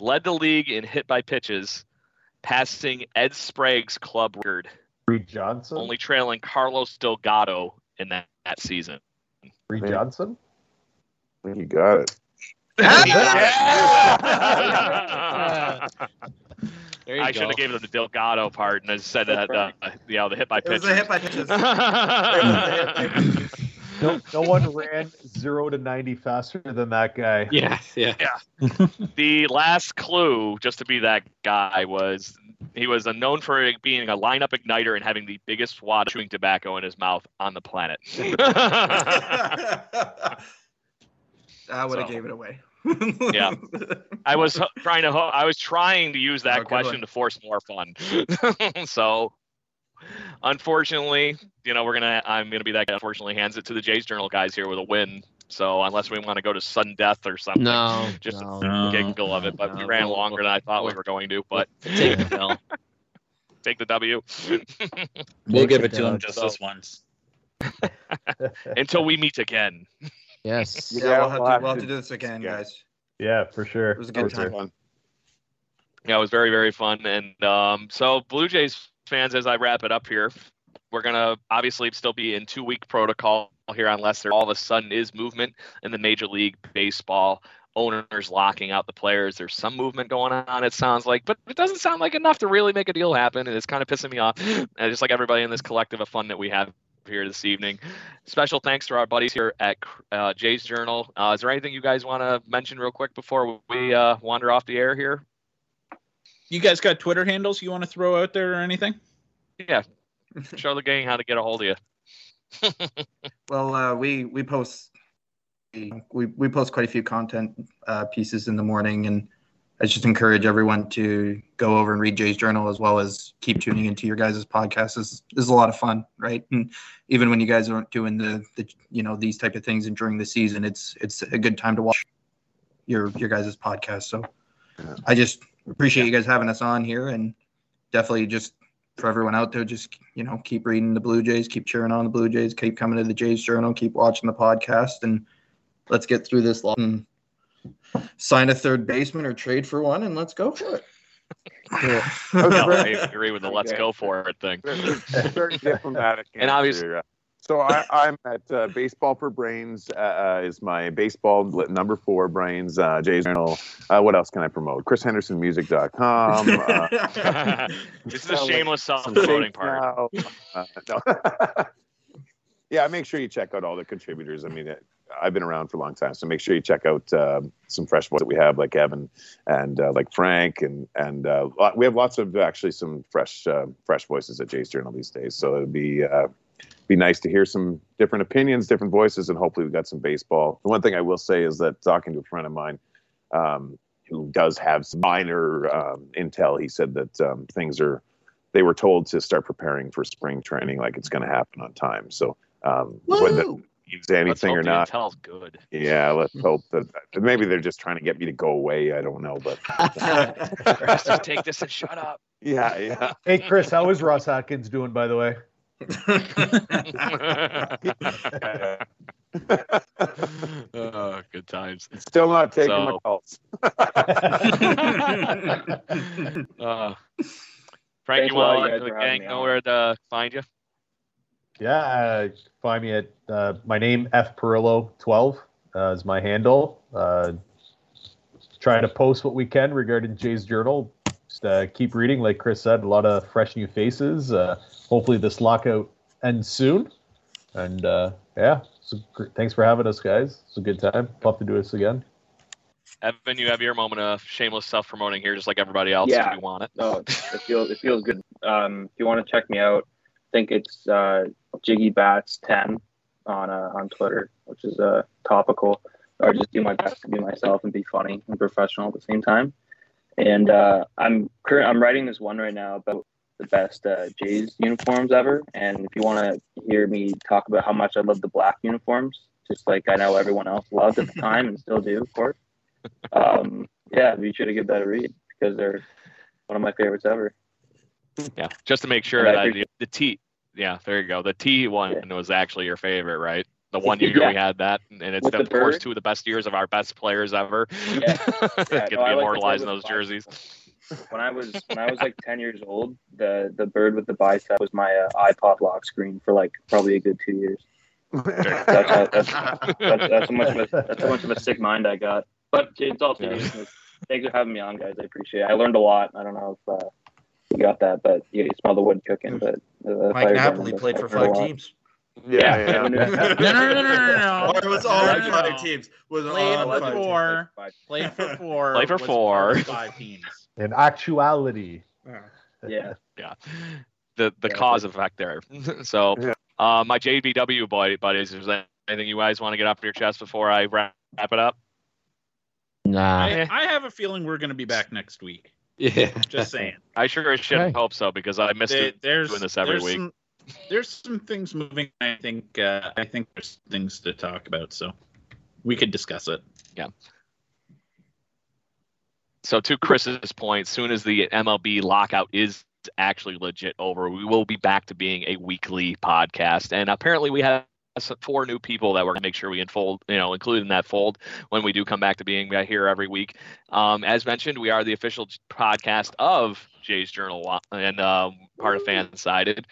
Speaker 1: Led the league in hit by pitches, passing Ed Sprague's club record,
Speaker 6: Reed Johnson.
Speaker 1: only trailing Carlos Delgado in that, that season.
Speaker 6: Reed Johnson.
Speaker 4: I think You got it.
Speaker 1: Yeah!
Speaker 8: There you
Speaker 1: Ah, I
Speaker 8: go.
Speaker 1: should have given them the Delgado part and I said that the, you know, the hit by
Speaker 2: It was
Speaker 1: pitches.
Speaker 2: a hit by pitches.
Speaker 6: No, no one ran zero to ninety faster than that guy.
Speaker 8: Yeah, yeah.
Speaker 1: the last clue, just to be that guy, was he was known for being a lineup igniter and having the biggest wad of chewing tobacco in his mouth on the planet.
Speaker 2: I would have
Speaker 1: So.
Speaker 2: gave it away.
Speaker 1: Yeah. I was ho- trying to ho- I was trying to use
Speaker 2: Oh,
Speaker 1: that
Speaker 2: good
Speaker 1: question
Speaker 2: one.
Speaker 1: to force more fun. so unfortunately, you know, we're gonna I'm gonna be that guy. that Unfortunately, hands it to the Jays Journal guys here with a win. So unless we want to go to sudden death or something,
Speaker 7: No,
Speaker 1: just
Speaker 7: no.
Speaker 1: the giggle of it. But we
Speaker 8: No,
Speaker 1: ran
Speaker 8: we'll-
Speaker 1: longer than I thought we were going to. But
Speaker 8: Take the L.
Speaker 1: take the W
Speaker 3: We'll
Speaker 6: We'll
Speaker 3: give
Speaker 6: give
Speaker 3: it to him
Speaker 6: him
Speaker 3: just
Speaker 1: so-
Speaker 3: this once.
Speaker 1: until we meet again.
Speaker 7: Yes.
Speaker 2: Yeah, we'll have, to, we'll have to do this again,
Speaker 4: yeah.
Speaker 2: guys.
Speaker 6: Yeah, for sure.
Speaker 2: It was a
Speaker 4: That
Speaker 2: good
Speaker 4: was
Speaker 2: time.
Speaker 4: fun.
Speaker 1: Yeah, it was very, very fun. And um, so, Blue Jays fans, as I wrap it up here, we're going to obviously still be in two week protocol here, unless there all of a sudden is movement in the Major League Baseball. Owners locking out the players. There's some movement going on, it sounds like, but it doesn't sound like enough to really make a deal happen. And it's kind of pissing me off. And just like everybody in this collective of fun that we have here this evening. Special thanks to our buddies here at uh, Jay's Journal. Uh, is there anything you guys want to mention real quick before we uh, wander off the air here?
Speaker 3: You guys got Twitter handles you want to throw out there or anything?
Speaker 1: Yeah. Show the gang how to get a hold of you.
Speaker 2: Well, uh, we we post we we post quite a few content uh, pieces in the morning, and I just encourage everyone to go over and read Jay's journal as well as keep tuning into your guys' podcasts. This this is a lot of fun, right? And even when you guys aren't doing the, the you know these type of things and during the season, it's it's a good time to watch your your guys' podcast. So
Speaker 4: Yeah.
Speaker 2: I just appreciate you guys having us on here, and definitely just for everyone out there, just you know, keep reading the Blue Jays, keep cheering on the Blue Jays, keep coming to the Jays Journal, keep watching the podcast, and let's get through this lot and sign a third baseman or trade for one, and let's go for it.
Speaker 1: No, I
Speaker 4: Okay.
Speaker 1: agree with the let's
Speaker 4: Okay.
Speaker 1: go for it thing.
Speaker 4: Very- very diplomatic.
Speaker 1: And obviously-
Speaker 4: answer. So I, I'm at uh, Baseball for Brains uh, uh, is my baseball li- number four brains uh, Jay's Journal. Uh, what else can I promote?
Speaker 2: Um,
Speaker 4: ChrisHendersonMusic.com. Uh,
Speaker 1: This is a
Speaker 4: Sound like
Speaker 1: shameless self
Speaker 4: some
Speaker 1: promoting
Speaker 4: shakes
Speaker 1: part.
Speaker 4: now. Uh, no. yeah, make sure you check out all the contributors. I mean, it, I've been around for a long time, so make sure you check out uh, some fresh ones that we have, like Evan and uh, like Frank, and and uh, lot- we have lots of actually some fresh uh, fresh voices at Jay's Journal these days. So it'd be uh, be nice to hear some different opinions, different voices, and hopefully we got some baseball. The one thing I will say is that talking to a friend of mine. Um, who does have some minor um, intel? He said that um, things are they were told to start preparing for spring training, like it's going to happen on time. So um, whether that means
Speaker 1: Let's
Speaker 4: anything
Speaker 1: hope
Speaker 4: or
Speaker 1: the
Speaker 4: not,
Speaker 1: intel's good.
Speaker 4: yeah, let's hope that maybe they're just trying to get me to go away. I don't know, but
Speaker 1: Preston, take this and shut up.
Speaker 4: yeah, yeah,
Speaker 6: Hey Chris, how is Ross Atkins doing, by the way?
Speaker 1: oh, good times.
Speaker 4: still not taking my
Speaker 1: So-
Speaker 4: calls.
Speaker 1: Uh, Frank,
Speaker 5: Thanks
Speaker 1: you
Speaker 5: a lot,
Speaker 1: want to
Speaker 5: you
Speaker 1: let
Speaker 5: guys,
Speaker 1: the
Speaker 5: for having
Speaker 1: gang
Speaker 5: me
Speaker 1: know
Speaker 5: on.
Speaker 1: where to find you?
Speaker 6: Yeah, uh, find me at uh, my name F Perillo twelve uh, is my handle. Uh, trying to post what we can regarding Jay's journal. Just uh, keep reading, like Chris said, a lot of fresh new faces. Uh, hopefully, this lockout ends soon. And uh, yeah, so gr- thanks for having us, guys. It's a good time. Love to do this again.
Speaker 1: Evan, you have your moment of shameless self promoting here, just like everybody else.
Speaker 5: Yeah.
Speaker 1: If you want it.
Speaker 5: No, Oh, it feels it feels good. Um, if you want to check me out, I think it's uh, Jiggy Bats ten on uh, on Twitter, which is uh, topical. Or just do my best to be myself and be funny and professional at the same time. And uh, I'm current. I'm writing this one right now about the the best uh, Jays uniforms ever. And if you want to hear me talk about how much I love the black uniforms, just like I know everyone else loved at the time and still do, of course. Um, yeah, be sure to give that a read because they're one of my favorites ever.
Speaker 1: Yeah, just to make sure
Speaker 5: And I
Speaker 1: that the,
Speaker 5: appreciate-
Speaker 1: the T. Yeah, there you go. The T one was actually your favorite, right? The one year
Speaker 5: Yeah.
Speaker 1: we had that, and it's
Speaker 5: With
Speaker 1: the,
Speaker 5: the
Speaker 1: of course
Speaker 5: bird.
Speaker 1: two of the best years of our best players ever.
Speaker 5: Yeah. Yeah,
Speaker 1: Get
Speaker 5: no,
Speaker 1: to
Speaker 5: I
Speaker 1: be
Speaker 5: like the
Speaker 1: immortalized in
Speaker 5: bird with the
Speaker 1: those jerseys.
Speaker 5: When I was when I was like ten years old, the the bird with the bicep was my uh, iPod lock screen for like probably a good two years. That's how, that's, that's, that's, how much of a, that's how much of a sick mind I got. But it's all seriousness. Thanks for having me on, guys. I appreciate it. I learned a lot. I don't know if uh, you got that, but you, you smell the wood cooking. But uh,
Speaker 9: Mike Napoli played for five teams.
Speaker 5: Yeah,
Speaker 4: yeah.
Speaker 3: No, no, no, no, no, no.
Speaker 9: Or it was
Speaker 3: No,
Speaker 9: all
Speaker 3: no,
Speaker 9: on
Speaker 3: no,
Speaker 9: five
Speaker 3: no.
Speaker 9: teams. Was
Speaker 3: Played
Speaker 9: all on
Speaker 3: for
Speaker 9: five teams.
Speaker 3: four. Played for four.
Speaker 1: Played for
Speaker 3: was
Speaker 1: four.
Speaker 3: part of Five teams.
Speaker 6: In actuality,
Speaker 9: Yeah.
Speaker 5: Yeah.
Speaker 1: yeah the the
Speaker 5: Yeah,
Speaker 1: cause and effect there so
Speaker 4: Yeah.
Speaker 1: uh my jbw buddy buddies is there anything you guys want to get off your chest before i wrap, wrap it up Ah.
Speaker 7: Nah.
Speaker 3: I, I have a feeling we're going to be back next week.
Speaker 8: Yeah.
Speaker 3: Just saying.
Speaker 1: i sure as shit
Speaker 7: Okay.
Speaker 1: hope so because i missed
Speaker 3: There-
Speaker 1: it
Speaker 3: there's
Speaker 1: doing this every
Speaker 3: there's
Speaker 1: week.
Speaker 3: Some, there's some things moving. I think uh, I think there's things to talk about, so we could discuss it.
Speaker 1: so to chris's point soon as the mlb lockout is actually legit over we will be back to being a weekly podcast and apparently we have some- four new people that we're going to make sure we unfold you know include in that fold when we do come back to being back here every week um, as mentioned we are the official j- podcast of jay's journal Wa- and um, part of fansided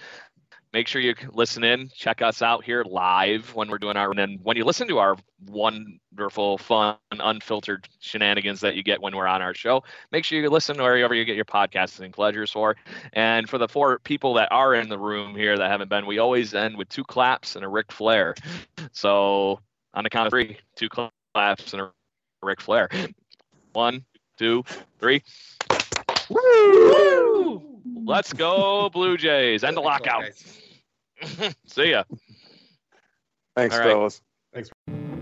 Speaker 1: make sure you c- listen in check us out here live when we're doing our and then when you listen to our wonderful fun unfiltered shenanigans that you get when we're on our show make sure you listen wherever you get your podcasting pleasures for. And for the four people that are in the room here that haven't been, we always end with two claps and a Ric Flair. So on the count of three, two claps and a Ric Flair. One, two, three. Woo! Let's go, Blue Jays. End the
Speaker 9: Excellent,
Speaker 1: lockout.
Speaker 9: guys.
Speaker 1: See ya.
Speaker 4: Thanks,
Speaker 1: All right.
Speaker 4: fellas.